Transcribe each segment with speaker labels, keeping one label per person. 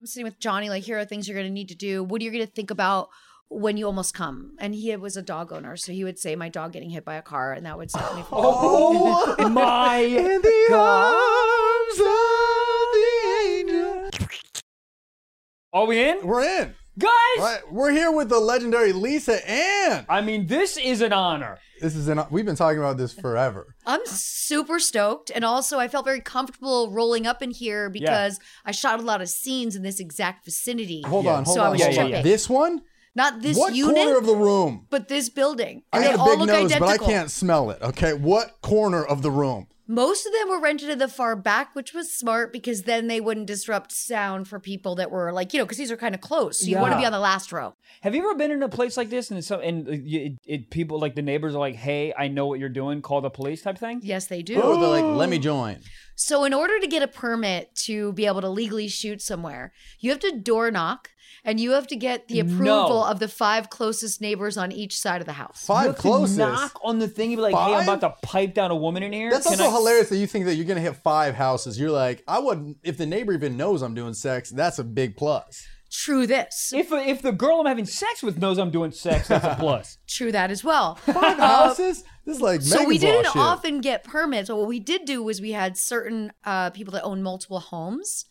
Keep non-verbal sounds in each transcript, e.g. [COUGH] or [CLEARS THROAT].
Speaker 1: I'm sitting with Johnny, like, here are things you're going to need to do. What are you going to think about when you almost come? And he was a dog owner. So he would say, my dog getting hit by a car. And that would set
Speaker 2: [LAUGHS]
Speaker 1: me for
Speaker 3: [LAUGHS] Oh my Are we in?
Speaker 2: We're in.
Speaker 3: Guys!
Speaker 2: Right, We're here with the legendary Lisa Ann.
Speaker 3: I mean, this is an honor.
Speaker 2: This is an. We've been talking about this forever.
Speaker 1: I'm super stoked. And also, I felt very comfortable rolling up in here because I shot a lot of scenes in this exact vicinity.
Speaker 2: Hold on, hold
Speaker 1: So I
Speaker 2: on,
Speaker 1: was
Speaker 2: hold on.
Speaker 1: jumping.
Speaker 2: This one.
Speaker 1: Not this
Speaker 2: what
Speaker 1: unit,
Speaker 2: corner of the room?
Speaker 1: but this building.
Speaker 2: I
Speaker 1: And they
Speaker 2: got a
Speaker 1: all
Speaker 2: big
Speaker 1: look
Speaker 2: nose,
Speaker 1: identical.
Speaker 2: but I can't smell it. Okay, what corner of the room?
Speaker 1: Most of them were rented in the far back, which was smart because then they wouldn't disrupt sound for people that were like, you know, because these are kind of close. So you want to
Speaker 3: Yeah.
Speaker 1: be on the last row.
Speaker 3: Have you ever been in a place like this and some and uh, you- it, it, people like the neighbors are like, "Hey, I know what you're doing. Call the police." Type thing.
Speaker 1: Yes, they do.
Speaker 2: Oh, they're like, let me join.
Speaker 1: So, in order to get a permit to be able to legally shoot somewhere, you have to door knock and you have to get the approval
Speaker 3: No.
Speaker 1: of the five closest neighbors on each side of the house.
Speaker 3: You
Speaker 2: Five
Speaker 3: have to
Speaker 2: closest.
Speaker 3: knock on the thing. You be like, "Hey, I'm
Speaker 2: Five?
Speaker 3: about to pipe down a woman in here."
Speaker 2: That's
Speaker 3: Can
Speaker 2: also
Speaker 3: I-
Speaker 2: hilarious that you think that you're gonna hit five houses. You're like, I wouldn't. If the neighbor even knows I'm doing sex, that's a big plus.
Speaker 1: True this,
Speaker 3: If if the girl I'm having sex with knows I'm doing sex, that's a plus.
Speaker 1: true that as well. [LAUGHS]
Speaker 2: Five houses? This is like
Speaker 1: Uh, So we
Speaker 2: Megan's Law
Speaker 1: didn't
Speaker 2: shit.
Speaker 1: often get permits, but what we did do was we had certain uh, people that own multiple homes,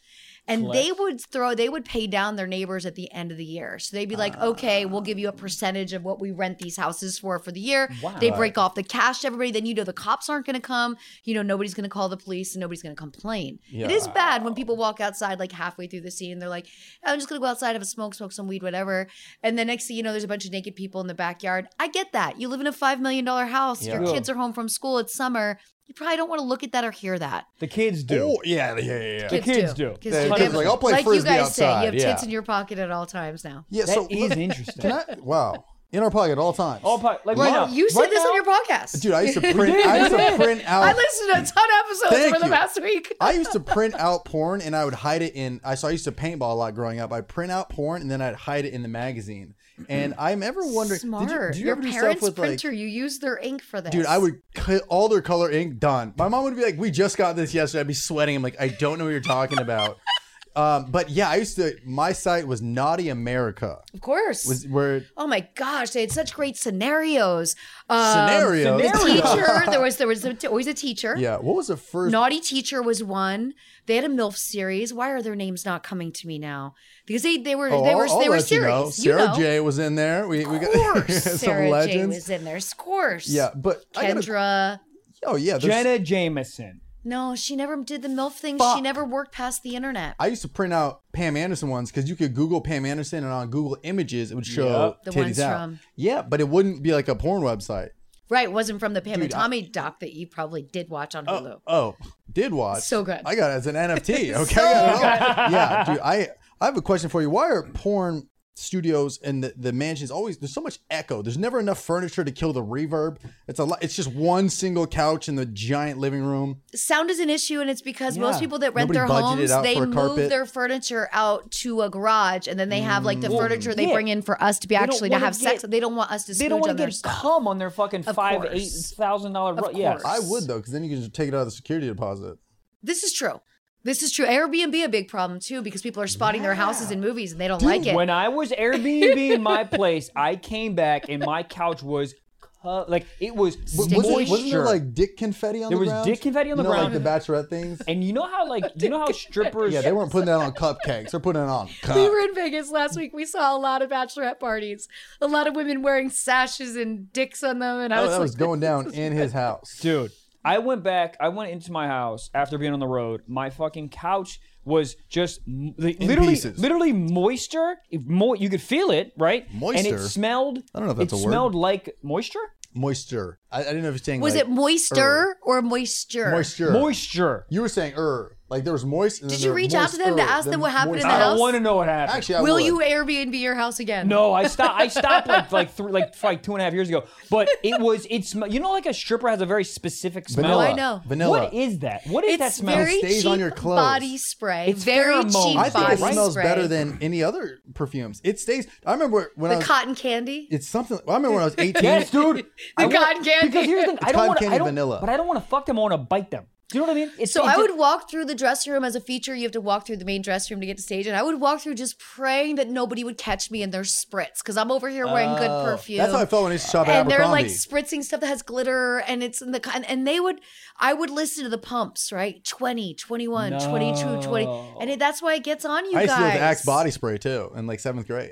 Speaker 1: and they would throw they would pay down their neighbors at the end of the year. So they'd be like, "Okay, we'll give you a percentage of what we rent these houses for for the year."
Speaker 3: Wow.
Speaker 1: They break off the cash to everybody. Then you know the cops aren't going to come. You know nobody's going to call the police and nobody's going to complain. It is bad when people walk outside like halfway through the scene. They're like, "I'm just going to go outside, have a smoke, smoke some weed, whatever." And then next thing you know, there's a bunch of naked people in the backyard. I get that. You live in a five million dollar house. Your
Speaker 3: Yeah.
Speaker 1: kids are home from school. It's summer. You probably don't want to look at that or hear that.
Speaker 3: The kids do.
Speaker 2: Oh, yeah, yeah, yeah. yeah.
Speaker 3: The kids do.
Speaker 1: Kids
Speaker 2: The
Speaker 1: do.
Speaker 2: kids
Speaker 1: They have-
Speaker 2: like, "I'll play
Speaker 1: you
Speaker 2: frisbee
Speaker 1: guys say,
Speaker 2: outside,"
Speaker 1: you have
Speaker 2: yeah.
Speaker 1: tits in your pocket at all times now.
Speaker 2: Yeah,
Speaker 3: That
Speaker 2: so
Speaker 3: is
Speaker 2: look-
Speaker 3: interesting.
Speaker 2: Can I? Wow, in our pocket at all times.
Speaker 3: All pi- like right now.
Speaker 1: You said
Speaker 3: Right
Speaker 1: this
Speaker 3: now-
Speaker 1: on your podcast.
Speaker 2: Dude, I used to print. I used to print out.
Speaker 1: I listened to a ton of episodes
Speaker 2: Thank
Speaker 1: over the
Speaker 2: you.
Speaker 1: past week.
Speaker 2: I used to print out porn and I would hide it in. I so I used to paintball a lot growing up. I'd print out porn and then I'd hide it in the magazine. And I'm ever wondering,
Speaker 1: Smart.
Speaker 2: did you, did you
Speaker 1: your
Speaker 2: ever do stuff
Speaker 1: parents'
Speaker 2: with like,
Speaker 1: printer, you use their ink for this.
Speaker 2: dude? I would cut all their color ink. Done. My mom would be like, "We just got this yesterday." I'd be sweating. I'm like, I don't know what you're
Speaker 1: [LAUGHS]
Speaker 2: talking about. um, but yeah, I used to. My site was Naughty America.
Speaker 1: Of course.
Speaker 2: Was where
Speaker 1: Oh my gosh, they had such great scenarios. Um,
Speaker 2: scenario.
Speaker 1: The
Speaker 2: [LAUGHS]
Speaker 1: teacher, there was there was a- always a teacher.
Speaker 2: Yeah. What was the first?
Speaker 1: Naughty Teacher was one. They had a MILF series. Why are their names not coming to me now? Because they they were
Speaker 2: Oh,
Speaker 1: they were
Speaker 2: I'll- I'll
Speaker 1: they were
Speaker 2: let you know.
Speaker 1: series. You
Speaker 2: Sarah
Speaker 1: know,
Speaker 2: J [LAUGHS] was in there. We, we
Speaker 1: of
Speaker 2: got [LAUGHS]
Speaker 1: course,
Speaker 2: some
Speaker 1: Sarah J
Speaker 2: legends.
Speaker 1: was in there. Of course,
Speaker 2: yeah, but I gotta-
Speaker 1: Kendra.
Speaker 2: oh yeah, there's-
Speaker 3: Jenna Jameson.
Speaker 1: No, she never did the MILF thing. She
Speaker 2: Fuck.
Speaker 1: never worked past the internet.
Speaker 2: I used to print out Pam Anderson ones because you could Google Pam Anderson and on Google Images it would show
Speaker 3: Yep.
Speaker 1: The
Speaker 2: titties
Speaker 1: ones
Speaker 2: out.
Speaker 1: from-
Speaker 2: Yeah, but it wouldn't be like a porn website.
Speaker 1: right, it wasn't from the Pam and
Speaker 2: Dude, I-
Speaker 1: Tommy doc that you probably did watch on Hulu.
Speaker 2: Oh, did watch
Speaker 1: So good.
Speaker 2: I got
Speaker 1: [LAUGHS]
Speaker 2: it as an NFT. Okay, I
Speaker 1: So
Speaker 2: got it all. yeah, dude. I I have a question for you. Why are porn studios and the, the mansions always there's so much echo there's never enough furniture to kill the reverb it's a lot it's just one single couch in the giant living room
Speaker 1: sound is an issue and it's because most
Speaker 3: Yeah.
Speaker 1: people that rent
Speaker 2: Nobody
Speaker 1: their
Speaker 2: budgeted
Speaker 1: homes
Speaker 2: out
Speaker 1: they
Speaker 2: for a
Speaker 1: move
Speaker 2: carpet.
Speaker 1: their furniture out to a garage and then they have like the
Speaker 2: Mm.
Speaker 1: furniture they
Speaker 3: yeah.
Speaker 1: bring in for us to be
Speaker 3: don't
Speaker 1: actually to
Speaker 3: wanna
Speaker 1: have sex
Speaker 3: get-
Speaker 1: they don't want us to
Speaker 3: They
Speaker 1: smooch
Speaker 3: don't want
Speaker 1: on
Speaker 3: to
Speaker 1: their
Speaker 3: get
Speaker 1: stuff
Speaker 3: cum on their fucking
Speaker 1: Of
Speaker 3: five
Speaker 1: course.
Speaker 3: eight thousand dollar.
Speaker 1: Of
Speaker 3: Yes.
Speaker 1: course.
Speaker 2: i would though because then you can just take it out of the security deposit
Speaker 1: this is true this is true airbnb a big problem too because people are spotting their houses in movies and they don't like it
Speaker 3: When I was Airbnb in my place, I came back and my couch was co- like it was
Speaker 2: Was
Speaker 1: Sticky.
Speaker 3: moisture.
Speaker 2: it, wasn't there like dick confetti on
Speaker 3: There
Speaker 2: the
Speaker 3: was
Speaker 2: ground?
Speaker 3: dick confetti on
Speaker 2: You
Speaker 3: the
Speaker 2: know,
Speaker 3: ground.
Speaker 2: Like the bachelorette
Speaker 3: [LAUGHS]
Speaker 2: things.
Speaker 3: and you know how like you know how strippers
Speaker 2: Yeah, they weren't putting that on cupcakes. They're putting it on.
Speaker 1: [LAUGHS]
Speaker 2: Cup.
Speaker 1: we were in Vegas last week. We saw a lot of bachelorette parties, a lot of women wearing sashes and dicks on them, and I
Speaker 2: oh,
Speaker 1: was
Speaker 2: that
Speaker 1: like, [LAUGHS]
Speaker 2: was going down in his house.
Speaker 3: dude i went back i went into my house after being on the road my fucking couch was just m- li- literally
Speaker 2: pieces.
Speaker 3: literally moisture It mo- you could feel it right and
Speaker 2: Moisture?
Speaker 3: it smelled
Speaker 2: I don't know if that's
Speaker 3: it
Speaker 2: a word.
Speaker 3: smelled like moisture
Speaker 2: Moisture. I, I didn't know if you're saying
Speaker 1: "Was
Speaker 2: like,
Speaker 1: it
Speaker 2: er,
Speaker 1: moister or moisture?"
Speaker 2: moisture.
Speaker 3: moisture
Speaker 2: You were saying er, like there was moist. And then
Speaker 1: Did
Speaker 2: there
Speaker 1: you
Speaker 2: were
Speaker 1: reach out to them to
Speaker 2: moisture,
Speaker 1: ask them
Speaker 2: then
Speaker 1: what happened in
Speaker 2: moist-
Speaker 1: the
Speaker 3: i
Speaker 1: house?
Speaker 3: don't want to know what happened
Speaker 2: Actually, I
Speaker 1: Will
Speaker 2: would.
Speaker 1: you Airbnb your house again?
Speaker 3: no, I stopped. I stopped like like three, like like two and a half years ago. But it was it smell. You know, like a stripper has a very specific smell.
Speaker 2: Vanilla.
Speaker 1: I know.
Speaker 2: Vanilla.
Speaker 3: What is that? What is
Speaker 1: It's
Speaker 3: that smell?
Speaker 1: very
Speaker 2: It stays
Speaker 1: cheap
Speaker 2: on your clothes.
Speaker 1: body spray.
Speaker 3: It's
Speaker 1: very
Speaker 3: pheromones.
Speaker 1: cheap
Speaker 2: I think it
Speaker 1: body
Speaker 3: Right?
Speaker 2: smells
Speaker 1: spray.
Speaker 2: better than uh, any other perfumes. It stays. I remember when I
Speaker 1: the
Speaker 2: was.
Speaker 1: cotton candy.
Speaker 2: it's something. well, I remember
Speaker 1: [LAUGHS]
Speaker 2: when I was 18.
Speaker 3: yes, dude.
Speaker 1: The
Speaker 3: I want-
Speaker 1: cotton candy.
Speaker 3: Because here's the thing, I
Speaker 2: cotton
Speaker 3: don't want
Speaker 2: candy
Speaker 3: I don't,
Speaker 2: vanilla.
Speaker 3: but I don't want to fuck them. I want to bite them. Do you know what I mean? It's,
Speaker 1: So
Speaker 3: it
Speaker 1: I
Speaker 3: did-
Speaker 1: would walk through the dressing room as a feature. You have to walk through the main dressing room to get to stage, and I would walk through just praying that nobody would catch me in their spritz because I'm over here wearing good
Speaker 3: Oh.
Speaker 1: perfume.
Speaker 2: Oh, That's how I felt when I used to shop at
Speaker 1: and they're like
Speaker 2: Abercrombie.
Speaker 1: spritzing stuff that has glitter and it's in the and, and they would i would listen to the pumps right 20 21 22 20 and it, that's why it gets on you
Speaker 2: I used
Speaker 1: guys
Speaker 2: to do the Axe body spray too in like
Speaker 1: [LAUGHS]
Speaker 2: seventh grade.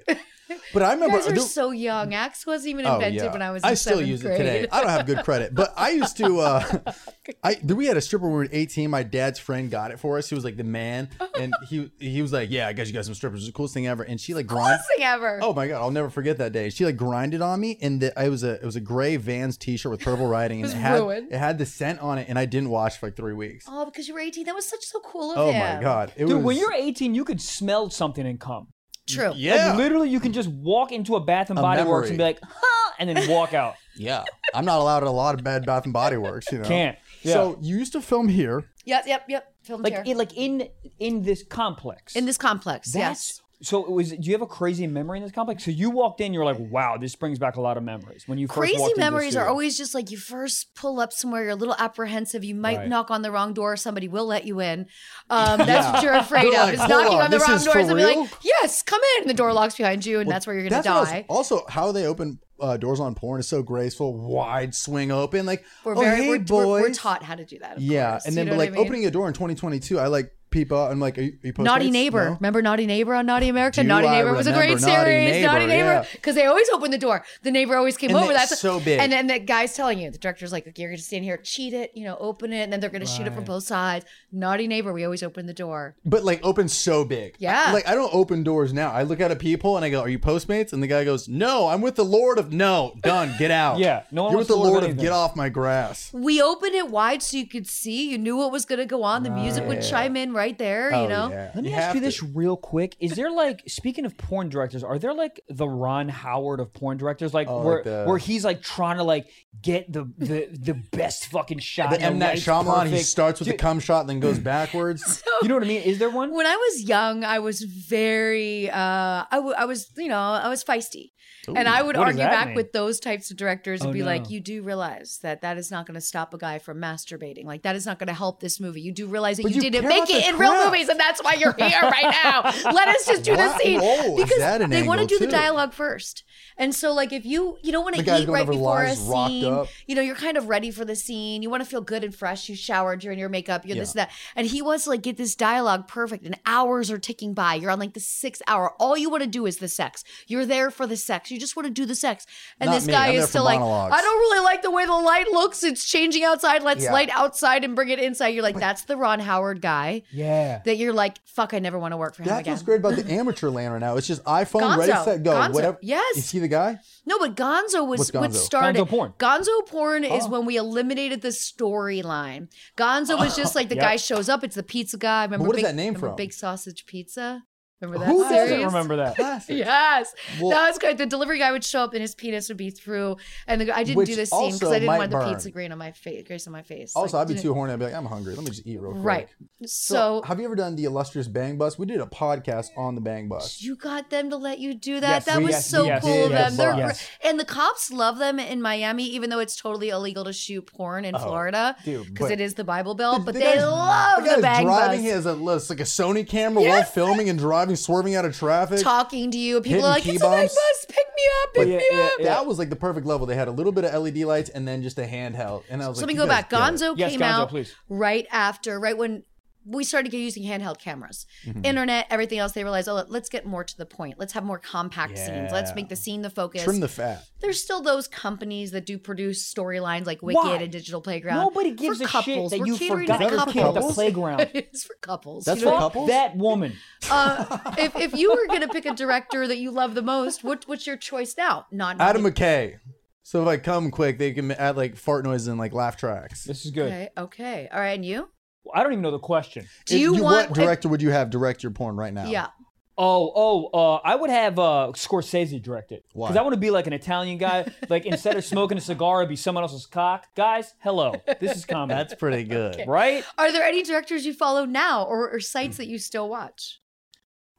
Speaker 2: But I
Speaker 1: you
Speaker 2: remember
Speaker 1: guys are
Speaker 2: there-
Speaker 1: so young axe wasn't even
Speaker 2: Oh,
Speaker 1: invented
Speaker 2: yeah.
Speaker 1: when i was in
Speaker 2: I still
Speaker 1: seventh
Speaker 2: use
Speaker 1: grade.
Speaker 2: it today. I don't have good credit, but I used to. Uh, [LAUGHS] I we had a stripper when we were 18. My dad's friend got it for us. He was like the man, and he he was like, "Yeah, I got you guys some strippers. It's the coolest thing ever." And she like grind.
Speaker 1: Best thing ever
Speaker 2: Oh my god, I'll never forget that day. She like grinded on me, and the, I was a it was a gray Vans T-shirt with purple writing, and
Speaker 1: was
Speaker 2: it had
Speaker 1: ruined.
Speaker 2: it had the scent on it, and I didn't wash for like three weeks.
Speaker 1: Oh, because you were 18 that was such so cool of
Speaker 2: Oh
Speaker 1: him
Speaker 2: my god, it
Speaker 3: Dude,
Speaker 2: was
Speaker 3: when you're 18, you could smell something and come.
Speaker 1: true
Speaker 3: Like,
Speaker 2: yeah
Speaker 3: literally, you can just walk into a Bath and
Speaker 2: A
Speaker 3: Body Works and be
Speaker 2: memory.
Speaker 3: like, huh, and then
Speaker 1: [LAUGHS]
Speaker 3: walk out.
Speaker 2: yeah. I'm not allowed at a lot of bad Bath and Body Works, you know.
Speaker 3: Can't. Yeah.
Speaker 2: So you used to film here.
Speaker 1: yep yep yep film chair
Speaker 3: like, it, like in in this complex.
Speaker 1: in this complex yes
Speaker 3: That's- So it was. Do you have a crazy memory in this complex? So you walked in, you're like, "Wow, this brings back a lot of memories." When you first walked
Speaker 1: crazy
Speaker 3: into the
Speaker 1: memories are
Speaker 3: studio.
Speaker 1: always just like you first pull up somewhere you're a little apprehensive you might
Speaker 3: Right.
Speaker 1: knock on the wrong door somebody will let you in um, that's what you're afraid
Speaker 2: They're
Speaker 1: of
Speaker 2: like,
Speaker 1: is
Speaker 2: "Hold
Speaker 1: knocking
Speaker 2: on,
Speaker 1: on the
Speaker 2: this
Speaker 1: wrong
Speaker 2: is
Speaker 1: door
Speaker 2: for
Speaker 1: and be
Speaker 2: real?
Speaker 1: like yes come in and the door locks behind you and that's where you're gonna
Speaker 2: That's what I was-
Speaker 1: die
Speaker 2: also, how they open uh, doors on porn is so graceful, wide swing open, like
Speaker 1: we're
Speaker 2: oh,
Speaker 1: very
Speaker 2: hey,
Speaker 1: we're,
Speaker 2: boys.
Speaker 1: we're- we're taught how to do that of
Speaker 2: yeah,
Speaker 1: course.
Speaker 2: and
Speaker 1: You
Speaker 2: then
Speaker 1: know
Speaker 2: but
Speaker 1: what
Speaker 2: like
Speaker 1: I mean?
Speaker 2: opening a door in 2022, I like peep out. I'm like, are you, are you
Speaker 1: Naughty
Speaker 2: Postmates?
Speaker 1: Neighbor.
Speaker 2: No?
Speaker 1: Remember Naughty Neighbor on Naughty America?
Speaker 2: Do
Speaker 1: Naughty
Speaker 2: I
Speaker 1: Neighbor was a great
Speaker 2: remember Naughty
Speaker 1: series.
Speaker 2: Neighbor,
Speaker 1: Naughty Neighbor.
Speaker 2: yeah.
Speaker 1: Because they always open the door. The neighbor always came
Speaker 2: And
Speaker 1: over.
Speaker 2: it's
Speaker 1: That's
Speaker 2: so big.
Speaker 1: And then the guy's telling you, the director's like, you're going to stand here, cheat it, you know, open it. And then they're going to shoot it from
Speaker 3: Right.
Speaker 1: both sides. Naughty Neighbor, we always open the door.
Speaker 2: But like open so big.
Speaker 1: Yeah.
Speaker 2: I- like I don't open doors now. I look at a people and I go, "Are you Postmates?" And the guy goes, "No, I'm with the Lord of No. Done.
Speaker 1: [LAUGHS]
Speaker 2: Get out.
Speaker 3: Yeah, no one
Speaker 2: You're with
Speaker 3: wants
Speaker 2: the
Speaker 3: the Lord of
Speaker 2: Lord of,
Speaker 3: anything.
Speaker 2: Get off my grass.
Speaker 1: We opened it wide so you could see. You knew what was going to go on. The music would chime in right there,
Speaker 2: Oh,
Speaker 1: you know?
Speaker 3: Let me ask you this real quick. Is there like speaking of porn directors, are there like the Ron Howard of porn directors, like
Speaker 2: Oh, like
Speaker 3: where
Speaker 2: the-
Speaker 3: where he's like trying to like get the the, the best fucking shot?
Speaker 2: The
Speaker 3: and
Speaker 2: M Night
Speaker 3: right
Speaker 2: Shyamalan. He
Speaker 3: perfect-
Speaker 2: starts with the
Speaker 3: Dude,
Speaker 2: cum shot, and then
Speaker 3: [CLEARS THROAT]
Speaker 2: goes backwards.
Speaker 1: [LAUGHS]
Speaker 3: You know what I mean? Is there one?
Speaker 1: when I was young, I was very, uh, I, w- I was, you know, I was feisty. and I would
Speaker 3: what does
Speaker 1: argue
Speaker 3: that
Speaker 1: back
Speaker 3: mean?
Speaker 1: with those types of directors and
Speaker 3: Oh,
Speaker 1: be
Speaker 3: no.
Speaker 1: like, you do realize that that is not going to stop a guy from masturbating. Like, that is not going to help this movie. You do realize that
Speaker 2: But
Speaker 1: you,
Speaker 2: you
Speaker 1: didn't
Speaker 2: care
Speaker 1: make
Speaker 2: about
Speaker 1: it
Speaker 2: the
Speaker 1: in real
Speaker 2: craft.
Speaker 1: movies, and that's why you're here right now. Let us just do the
Speaker 2: Wow.
Speaker 1: scene.
Speaker 2: Oh, is
Speaker 1: because
Speaker 2: that an
Speaker 1: they want to
Speaker 2: angle,
Speaker 1: do the
Speaker 2: too?
Speaker 1: dialogue first. And so, like, if you, you don't want to
Speaker 2: The guy's
Speaker 1: eat
Speaker 2: going
Speaker 1: right
Speaker 2: over
Speaker 1: before a
Speaker 2: lines, rocked
Speaker 1: scene,
Speaker 2: up.
Speaker 1: you know, you're kind of ready for the scene. You want to feel good and fresh. You showered, you're in your makeup, you're this and
Speaker 2: Yeah.
Speaker 1: that. And he wants to like get this dialogue perfect, and hours are ticking by. You're on like the sixth hour. All you want to do is the sex. You're there for the sex. You just want to do the sex. And
Speaker 2: Not
Speaker 1: this
Speaker 2: me.
Speaker 1: guy
Speaker 2: I'm there
Speaker 1: is
Speaker 2: for
Speaker 1: still like,
Speaker 2: monologues.
Speaker 1: I don't really like the way the light looks. It's changing outside. Let's
Speaker 2: Yeah.
Speaker 1: light outside and bring it inside. You're like, that's the Ron Howard guy
Speaker 3: Yeah.
Speaker 1: that you're like, fuck, I never want to work for him
Speaker 2: That's
Speaker 1: again.
Speaker 2: what's great about the amateur land right now. It's just iPhone,
Speaker 1: Gonzo.
Speaker 2: ready, set, go.
Speaker 1: Gonzo.
Speaker 2: Whatever.
Speaker 1: Yes.
Speaker 2: You see the guy?
Speaker 1: No, but Gonzo was
Speaker 2: What's
Speaker 1: what
Speaker 2: Gonzo?
Speaker 1: started
Speaker 3: Gonzo porn. Oh.
Speaker 1: Gonzo porn is when we eliminated the storyline. Gonzo was
Speaker 3: [LAUGHS]
Speaker 1: just like the
Speaker 3: Yep.
Speaker 1: guy shows up. It's the pizza guy. Remember
Speaker 2: what is
Speaker 1: big,
Speaker 2: that name
Speaker 1: remember
Speaker 2: from?
Speaker 1: Big sausage pizza. Remember that
Speaker 2: Who
Speaker 1: series?
Speaker 2: doesn't
Speaker 1: [LAUGHS]
Speaker 3: I remember that.
Speaker 2: Classic.
Speaker 1: Yes,
Speaker 2: Well-
Speaker 1: that was good. The delivery guy would show up and his penis would be through. And the, I didn't
Speaker 2: Which
Speaker 1: do this scene because
Speaker 2: also
Speaker 1: I didn't
Speaker 2: might
Speaker 1: want the
Speaker 2: burn.
Speaker 1: pizza grain on my face, grace on my face.
Speaker 2: Also,
Speaker 1: Like,
Speaker 2: I'd be
Speaker 1: didn't-
Speaker 2: too horny. I'd be like, I'm hungry. Let me just eat real quick.
Speaker 1: right. So,
Speaker 2: have you ever done the illustrious Bang Bus? We did a podcast on the Bang Bus.
Speaker 1: you got them to let you do
Speaker 3: Yes,
Speaker 1: that. that
Speaker 3: we-
Speaker 1: was
Speaker 3: yes,
Speaker 1: so
Speaker 3: yes,
Speaker 1: cool of
Speaker 2: yes,
Speaker 1: them. They're
Speaker 3: yes.
Speaker 1: gr- and the cops love them in Miami, even though it's totally illegal to shoot porn in Florida
Speaker 2: Oh, dude,
Speaker 1: because
Speaker 2: but-
Speaker 1: it is the Bible Belt. But
Speaker 2: The
Speaker 1: they
Speaker 2: guy's-
Speaker 1: love
Speaker 2: the guy's
Speaker 1: the bang
Speaker 2: driving.
Speaker 1: bus.
Speaker 2: He has a it's like a Sony camera while
Speaker 1: Yes.
Speaker 2: filming and driving, swerving out of traffic.
Speaker 1: talking to you. People
Speaker 2: Hitting
Speaker 1: are like,
Speaker 2: key
Speaker 1: "It's a bang
Speaker 2: bumps.
Speaker 1: bus. Pick me up. Pick
Speaker 3: Yeah,
Speaker 1: me
Speaker 3: yeah,
Speaker 1: up."
Speaker 3: yeah.
Speaker 2: That was like the perfect level. They had a little bit of LED lights and then just a handheld. And I was
Speaker 1: So let
Speaker 2: like,
Speaker 1: me
Speaker 2: you
Speaker 1: go
Speaker 2: guys
Speaker 1: back.
Speaker 2: get it.
Speaker 1: Gonzo
Speaker 3: Yes,
Speaker 1: came
Speaker 3: Gonzo,
Speaker 1: out
Speaker 3: please.
Speaker 1: right after, right when we started get- using handheld cameras,
Speaker 2: Mm-hmm.
Speaker 1: internet, everything else. They realized, oh, let's get more to the point. Let's have more compact scenes. Let's
Speaker 2: Yeah.
Speaker 1: make the scene the focus.
Speaker 2: Trim the fat.
Speaker 1: There's still those companies that do produce storylines like Wicked
Speaker 3: Why?
Speaker 1: and Digital Playground.
Speaker 3: Nobody gives
Speaker 1: for
Speaker 3: a
Speaker 1: couples.
Speaker 3: shit that
Speaker 1: We're
Speaker 3: you
Speaker 1: catering
Speaker 3: forgot
Speaker 1: to
Speaker 3: your kid at the
Speaker 1: couples.
Speaker 3: playground.
Speaker 1: [LAUGHS] it's for couples.
Speaker 2: That's
Speaker 1: you know?
Speaker 2: for couples?
Speaker 3: That woman.
Speaker 1: Uh, if if you were gonna pick a director that you love the most, what what's your choice now? Not
Speaker 2: Adam McKay. So if I come quick, they can add like fart noises and like laugh tracks.
Speaker 3: This is good.
Speaker 1: Okay, okay, all right. And you?
Speaker 3: I don't even know the question.
Speaker 1: Do
Speaker 2: If
Speaker 1: you, want
Speaker 2: what director would you have direct your porn right now?
Speaker 1: Yeah.
Speaker 3: Oh, oh, uh, I would have uh, Scorsese direct it.
Speaker 2: Why?
Speaker 3: Because I want to be like an
Speaker 2: [LAUGHS]
Speaker 3: Italian guy. like, instead of smoking a cigar, it'd be someone else's cock. Guys, hello. This is comedy.
Speaker 2: That's pretty good.
Speaker 3: [LAUGHS] right?
Speaker 1: Are there any directors you follow now, or, or sites
Speaker 2: Hmm.
Speaker 1: that you still watch?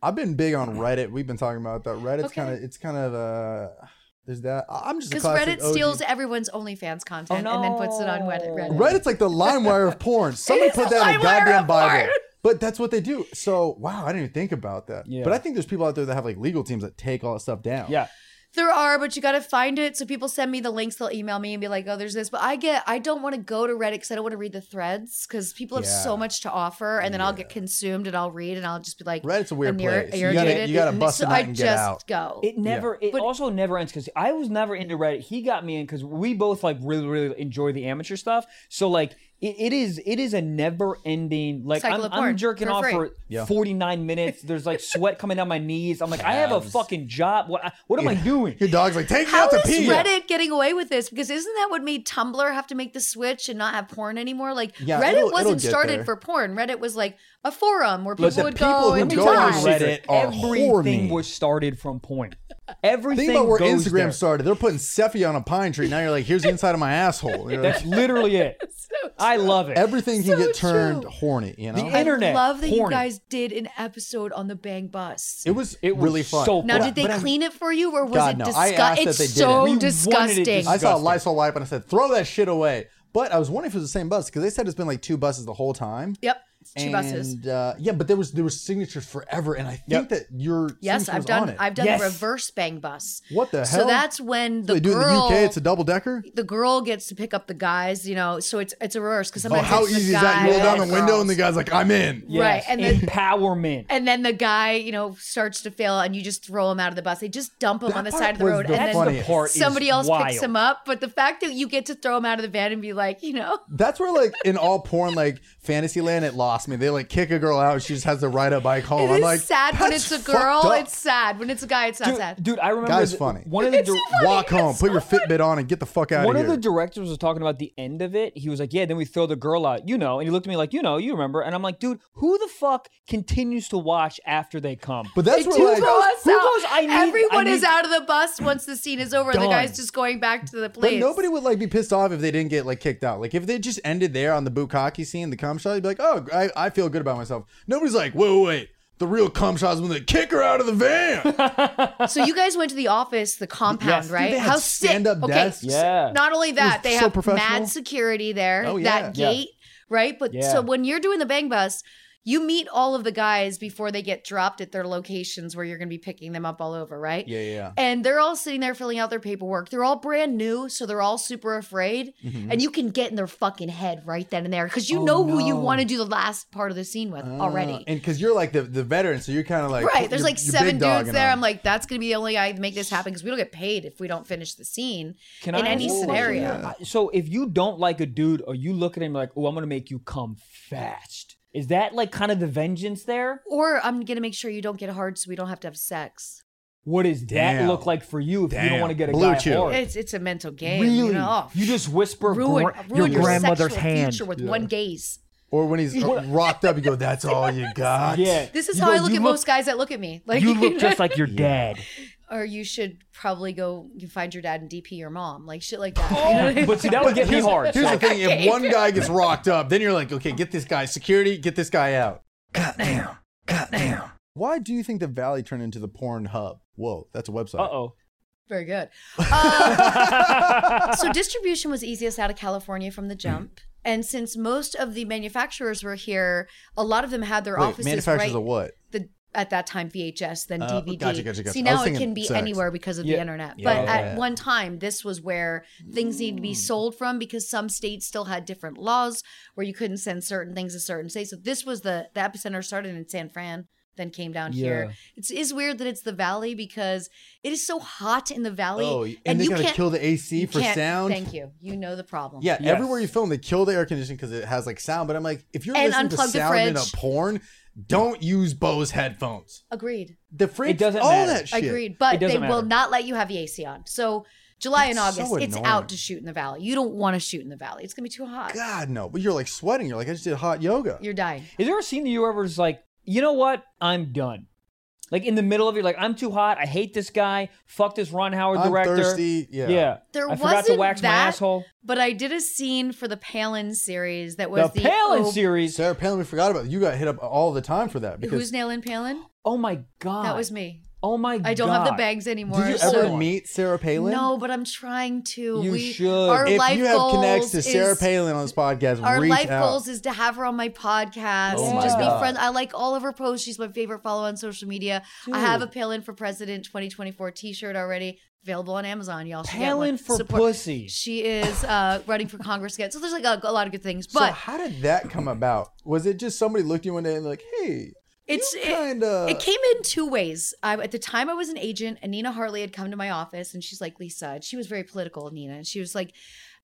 Speaker 2: I've been big on Reddit. We've been talking about that. Reddit's
Speaker 1: Okay.
Speaker 2: kind of it's kind of uh There's that. I- I'm just a
Speaker 1: Because
Speaker 2: classic
Speaker 1: Reddit
Speaker 2: OG.
Speaker 1: steals everyone's OnlyFans content
Speaker 3: Oh,
Speaker 1: and then puts it on Wed-
Speaker 3: no.
Speaker 1: Reddit.
Speaker 2: Reddit's like the LimeWire
Speaker 1: [LAUGHS]
Speaker 2: of porn. Somebody
Speaker 1: is
Speaker 2: put
Speaker 1: the
Speaker 2: that in a
Speaker 1: LimeWire
Speaker 2: goddamn
Speaker 1: of
Speaker 2: Bible.
Speaker 1: porn. [LAUGHS]
Speaker 2: But that's what they do. So wow, I didn't even think about that.
Speaker 3: Yeah.
Speaker 2: But I think there's people out there that have like legal teams that take all that stuff down.
Speaker 3: Yeah.
Speaker 1: There are, but you got to find it. So people send me the links. They'll email me and be like, "Oh, there's this." But I get, I don't want to go to Reddit because I don't want to read the threads because people have
Speaker 2: Yeah.
Speaker 1: so much to offer, and then I'll get consumed and I'll read and I'll just be like,
Speaker 2: Reddit's a
Speaker 1: I'm
Speaker 2: weird
Speaker 1: ir-
Speaker 2: place. You gotta-
Speaker 1: irritated.
Speaker 2: you gotta bust
Speaker 1: so
Speaker 2: a nut
Speaker 1: I
Speaker 2: and get
Speaker 1: just
Speaker 2: out.
Speaker 1: go.
Speaker 3: It never. It
Speaker 1: But-
Speaker 3: also never ends because I was never into Reddit. He got me in because we both like really, really enjoy the amateur stuff. So like, it, it is, it is a never ending. Like I'm,
Speaker 1: Cycle of
Speaker 3: I'm
Speaker 1: porn
Speaker 3: jerking
Speaker 1: for
Speaker 3: off
Speaker 1: free.
Speaker 3: for
Speaker 2: Yeah.
Speaker 3: 49 minutes. There's like sweat coming down my knees. I'm like, I have a fucking job. What, I- what am
Speaker 2: [LAUGHS]
Speaker 3: I doing?
Speaker 2: Your dog's like, take me
Speaker 1: How
Speaker 2: out to
Speaker 1: is
Speaker 2: pee.
Speaker 1: Reddit getting away with this? Because isn't that what made Tumblr have to make the switch and not have porn anymore? Like
Speaker 2: Yeah,
Speaker 1: Reddit
Speaker 2: it'll- it'll
Speaker 1: wasn't
Speaker 2: get
Speaker 1: started
Speaker 2: there.
Speaker 1: for porn. Reddit was like a forum where people
Speaker 2: the
Speaker 1: would
Speaker 2: people
Speaker 1: go
Speaker 2: who
Speaker 1: and
Speaker 2: go
Speaker 1: talk.
Speaker 2: on Reddit are
Speaker 3: everything
Speaker 2: horny.
Speaker 3: was started from porn. Everything
Speaker 2: Think about where
Speaker 3: goes
Speaker 2: Instagram
Speaker 3: there.
Speaker 2: started. They're putting Seffi on a pine tree. Now you're like, here's the inside of my asshole. You're like,
Speaker 3: [LAUGHS] That's literally it. I love it.
Speaker 2: everything can
Speaker 1: so
Speaker 2: get turned
Speaker 1: true.
Speaker 2: horny, you know?
Speaker 3: The internet,
Speaker 1: I love that you
Speaker 3: porn.
Speaker 1: guys did an episode on the bang bus.
Speaker 2: it was
Speaker 3: It was
Speaker 2: really fun.
Speaker 3: so
Speaker 1: Now,
Speaker 3: But I-
Speaker 1: did they
Speaker 2: but I-
Speaker 1: clean it for you, or was
Speaker 2: God,
Speaker 1: it
Speaker 2: no. I asked
Speaker 1: disgusting?
Speaker 2: that
Speaker 1: It's
Speaker 2: they didn't.
Speaker 1: so
Speaker 2: We
Speaker 3: wanted it
Speaker 1: disgusting.
Speaker 3: disgusting.
Speaker 2: I saw a
Speaker 3: Disgusting.
Speaker 2: Lysol wipe and I said, throw that shit away. But I was wondering if it was the same bus because they said it's been like two buses the whole time.
Speaker 1: Yep, it's two buses.
Speaker 2: And, uh, yeah, but there was there was signatures forever, and I think
Speaker 3: Yep.
Speaker 2: that your
Speaker 1: Yes,
Speaker 2: signature
Speaker 1: I've
Speaker 2: was on
Speaker 1: done.
Speaker 2: it.
Speaker 1: I've done
Speaker 3: Yes.
Speaker 1: a reverse bang bus.
Speaker 2: What the
Speaker 1: So
Speaker 2: hell?
Speaker 1: that's when the
Speaker 2: they do in the
Speaker 1: girl.
Speaker 2: UK. It's a double decker.
Speaker 1: the girl gets to pick up the guys, you know, so it's it's a reverse because
Speaker 2: Oh,
Speaker 1: sometimes
Speaker 2: how
Speaker 1: it's the
Speaker 2: easy is that? You roll
Speaker 1: guy
Speaker 2: down the
Speaker 1: and
Speaker 2: window, and
Speaker 1: girls.
Speaker 2: the guy's like, "I'm in."
Speaker 1: Right, and then-
Speaker 3: empowerment.
Speaker 1: and then the guy, you know, starts to fail, and you just throw him out of the bus. They just dump him
Speaker 2: That
Speaker 1: on the
Speaker 2: part
Speaker 1: side of the
Speaker 2: was
Speaker 1: road,
Speaker 2: the
Speaker 1: and then
Speaker 2: funniest.
Speaker 3: The part is
Speaker 1: somebody else picks
Speaker 3: wild.
Speaker 1: him up. But the fact that you get to throw him out of the van and be like, you know,
Speaker 2: That's where, like, in all porn, like fantasy land, it lost me. They like kick a girl out, and she just has to ride a bike home.
Speaker 1: it
Speaker 2: Oh, I'm
Speaker 1: is
Speaker 2: like,
Speaker 1: sad when
Speaker 2: "That's
Speaker 1: it's a
Speaker 2: fucked
Speaker 1: girl.
Speaker 2: up."
Speaker 1: It's sad when it's a guy. It's not
Speaker 3: dude,
Speaker 1: sad.
Speaker 3: dude, I remember
Speaker 2: Guy's
Speaker 3: the-
Speaker 2: funny.
Speaker 3: One of the dir-
Speaker 2: walk home, put your Fitbit on, and get the fuck out
Speaker 3: one
Speaker 2: of
Speaker 3: of
Speaker 2: here.
Speaker 3: the directors was talking about the end of it. He was like, "Yeah, then we throw the girl out, you know." And he looked at me like, "You know, you remember?" And I'm like, "Dude, who the fuck continues to watch after they come?"
Speaker 2: but that's
Speaker 1: They
Speaker 2: where,
Speaker 1: do
Speaker 2: like,
Speaker 1: throw us
Speaker 3: who
Speaker 1: out.
Speaker 3: goes, "I need- I
Speaker 1: Everyone is
Speaker 3: need-"
Speaker 1: out of the bus once the scene is over. and The
Speaker 3: Done.
Speaker 1: guy's just going back to the
Speaker 2: but
Speaker 1: police.
Speaker 2: nobody would like be pissed off if they didn't get like kicked out. Like if they just ended there on the bukkake scene, the cum shot, you'd be like, "Oh, I, I feel good about myself." Nobody's like, "Whoa, wait, wait." The real cum shot is when they kick her out of the van.
Speaker 1: So you guys went to the office, the compound,
Speaker 3: Yes.
Speaker 1: right?
Speaker 2: They had
Speaker 1: How sick!
Speaker 2: stand-up
Speaker 1: okay,
Speaker 2: desks.
Speaker 1: so
Speaker 3: Yeah.
Speaker 1: Not only that, they
Speaker 2: so
Speaker 1: have
Speaker 2: professional.
Speaker 1: mad security there.
Speaker 2: Oh, yeah.
Speaker 1: That
Speaker 3: Yeah.
Speaker 1: gate, right? But
Speaker 3: Yeah.
Speaker 1: so when you're doing the bang bus, you meet all of the guys before they get dropped at their locations where you're going to be picking them up all over, right?
Speaker 2: yeah, yeah.
Speaker 1: And they're all sitting there filling out their paperwork. They're all brand new, so they're all super afraid. And you can get in their fucking head right then and there because you
Speaker 3: Oh,
Speaker 1: know who you
Speaker 3: no.
Speaker 1: want to do the last part of the scene with
Speaker 2: Uh,
Speaker 1: already.
Speaker 2: and because you're like the, the veteran, so you're kind of like
Speaker 1: Right. There's
Speaker 2: you're-
Speaker 1: like
Speaker 2: you're
Speaker 1: seven
Speaker 2: big dog
Speaker 1: dudes
Speaker 2: and
Speaker 1: there.
Speaker 2: all.
Speaker 1: I'm like, that's going to be the only guy to make this happen because we don't get paid if we don't finish the scene
Speaker 3: [LAUGHS] Can
Speaker 1: in
Speaker 3: I
Speaker 1: any
Speaker 3: ask you a question?
Speaker 1: scenario.
Speaker 3: I- So if you don't like a dude, or you look at him like, "Oh, I'm gonna make you come fast," is that like kind of the vengeance there?
Speaker 1: Or I'm going to make sure you don't get hard so we don't have to have sex.
Speaker 3: What does that
Speaker 2: Damn.
Speaker 3: look like for you if you
Speaker 2: Damn.
Speaker 3: don't want to get a
Speaker 2: Blue
Speaker 3: guy
Speaker 2: chew.
Speaker 3: hard?
Speaker 1: It's, it's a mental game.
Speaker 3: really?
Speaker 1: You, know? Oh,
Speaker 3: You just whisper
Speaker 1: ruin,
Speaker 3: gra-
Speaker 1: ruin your,
Speaker 3: your grandmother's
Speaker 1: sexual
Speaker 3: hand.
Speaker 1: future with one gaze.
Speaker 2: or when
Speaker 3: [LAUGHS]
Speaker 2: he's rocked up, you go, "That's all you got."
Speaker 3: Yeah.
Speaker 1: This is
Speaker 3: You
Speaker 1: how
Speaker 3: go,
Speaker 1: I look
Speaker 3: "You
Speaker 1: at most guys that look at me. Like [LAUGHS]
Speaker 3: You look just like your dad.
Speaker 1: or you should probably go you find your dad and DP your mom, like shit like that. You know what I mean?
Speaker 3: Oh. But see, that would get me hard.
Speaker 2: Here's
Speaker 3: so-
Speaker 2: the thing: if one guy gets rocked up, then you're like, "Okay, get this guy. Security, get this guy out." Goddamn. Goddamn. Why do you think the Valley turned into the porn hub? Whoa, that's a website.
Speaker 3: Uh
Speaker 1: [LAUGHS] Very
Speaker 3: [LAUGHS]
Speaker 1: good. Um,
Speaker 3: oh.
Speaker 1: so distribution was easiest out of California from the jump. And since most of the manufacturers were here, a lot of them had their
Speaker 2: Wait,
Speaker 1: offices
Speaker 2: manufacturers
Speaker 1: right
Speaker 2: of what?
Speaker 1: the at that time VHS, then
Speaker 2: Uh,
Speaker 1: DVD.
Speaker 2: gotcha, gotcha, gotcha.
Speaker 1: See,
Speaker 2: I was
Speaker 1: now it
Speaker 2: thinking
Speaker 1: can be
Speaker 2: sex.
Speaker 1: anywhere because of
Speaker 3: Yeah.
Speaker 1: the internet.
Speaker 2: Yeah, Mm.
Speaker 1: but
Speaker 2: okay.
Speaker 1: at one time, this was where things needed to be sold from because some states still had different laws where you couldn't send certain things to certain states. So this was the the epicenter started in San Fran, then came down here. It is weird that it's the Valley because it is so hot in the Valley,
Speaker 2: Oh, and, they
Speaker 1: you
Speaker 2: gotta
Speaker 1: can't
Speaker 2: kill the AC
Speaker 1: you
Speaker 2: for
Speaker 1: can't-
Speaker 2: sound.
Speaker 1: Thank you. You know the problem.
Speaker 2: Yeah,
Speaker 3: Yes.
Speaker 2: everywhere you film, they kill the air conditioning because it has like sound. But I'm like, if you're
Speaker 1: And
Speaker 2: listening to
Speaker 1: unplug the
Speaker 2: sound in a
Speaker 1: fridge.
Speaker 2: porn, don't use Bose headphones.
Speaker 1: Agreed.
Speaker 2: The fridge,
Speaker 3: It doesn't
Speaker 2: all
Speaker 3: matter.
Speaker 2: that shit.
Speaker 1: Agreed, but
Speaker 3: It
Speaker 1: they
Speaker 3: doesn't
Speaker 1: will
Speaker 3: matter.
Speaker 1: not let you have the AC on. So July and
Speaker 2: That's so
Speaker 1: August, it's
Speaker 2: annoying.
Speaker 1: out to shoot in the valley. You don't want to shoot in the valley. It's gonna be too hot.
Speaker 2: God no, but you're like sweating. You're like, I just did hot yoga.
Speaker 1: You're dying.
Speaker 3: Is there a scene that you ever just like, you know what? I'm done. Like in the middle of it, like I'm too hot. I hate this guy. Fuck this Ron Howard
Speaker 2: I'm
Speaker 3: director.
Speaker 2: thirsty. Yeah.
Speaker 3: Yeah.
Speaker 1: There
Speaker 3: I forgot to
Speaker 1: wasn't
Speaker 3: wax my
Speaker 1: that-
Speaker 3: asshole.
Speaker 1: But I did a scene for the Palin series that
Speaker 3: The
Speaker 1: was the,
Speaker 3: Palin
Speaker 1: oh,
Speaker 3: series.
Speaker 2: Sarah Palin, we forgot about you. Got hit up all the time for that because
Speaker 1: Who's nailing Palin?
Speaker 3: Oh my god.
Speaker 1: That was me.
Speaker 3: Oh my god.
Speaker 1: I don't have the bags anymore.
Speaker 2: Did you
Speaker 1: so-
Speaker 2: ever meet Sarah Palin?
Speaker 1: No, but I'm trying to.
Speaker 3: You
Speaker 1: we,
Speaker 3: should.
Speaker 1: Our
Speaker 2: If
Speaker 1: life
Speaker 2: you have connects to
Speaker 1: goals
Speaker 2: Sarah
Speaker 1: is-
Speaker 2: Palin on this podcast,
Speaker 1: Our
Speaker 2: reach
Speaker 1: life
Speaker 2: out.
Speaker 1: goals is to have her on my podcast
Speaker 3: Oh
Speaker 1: and
Speaker 3: my
Speaker 1: just
Speaker 3: God.
Speaker 1: be friends. I like all of her posts. She's my favorite follow on social media. I have a Palin for President 2024 t-shirt already available on Amazon. Y'all should get
Speaker 3: Palin
Speaker 1: one.
Speaker 3: for
Speaker 1: Support-
Speaker 3: pussy.
Speaker 1: She is uh, running for Congress again. So there's like a, a lot of good things,
Speaker 2: So
Speaker 1: but
Speaker 2: how did that come about? Was it just somebody looked at you one day and like, hey,
Speaker 1: it's
Speaker 2: you
Speaker 1: it-
Speaker 2: kinda
Speaker 1: It came in two ways. I, at the time, I was an agent, and Nina Hartley had come to my office, and she's like, Lisa, and she was very political, Nina. And she was like,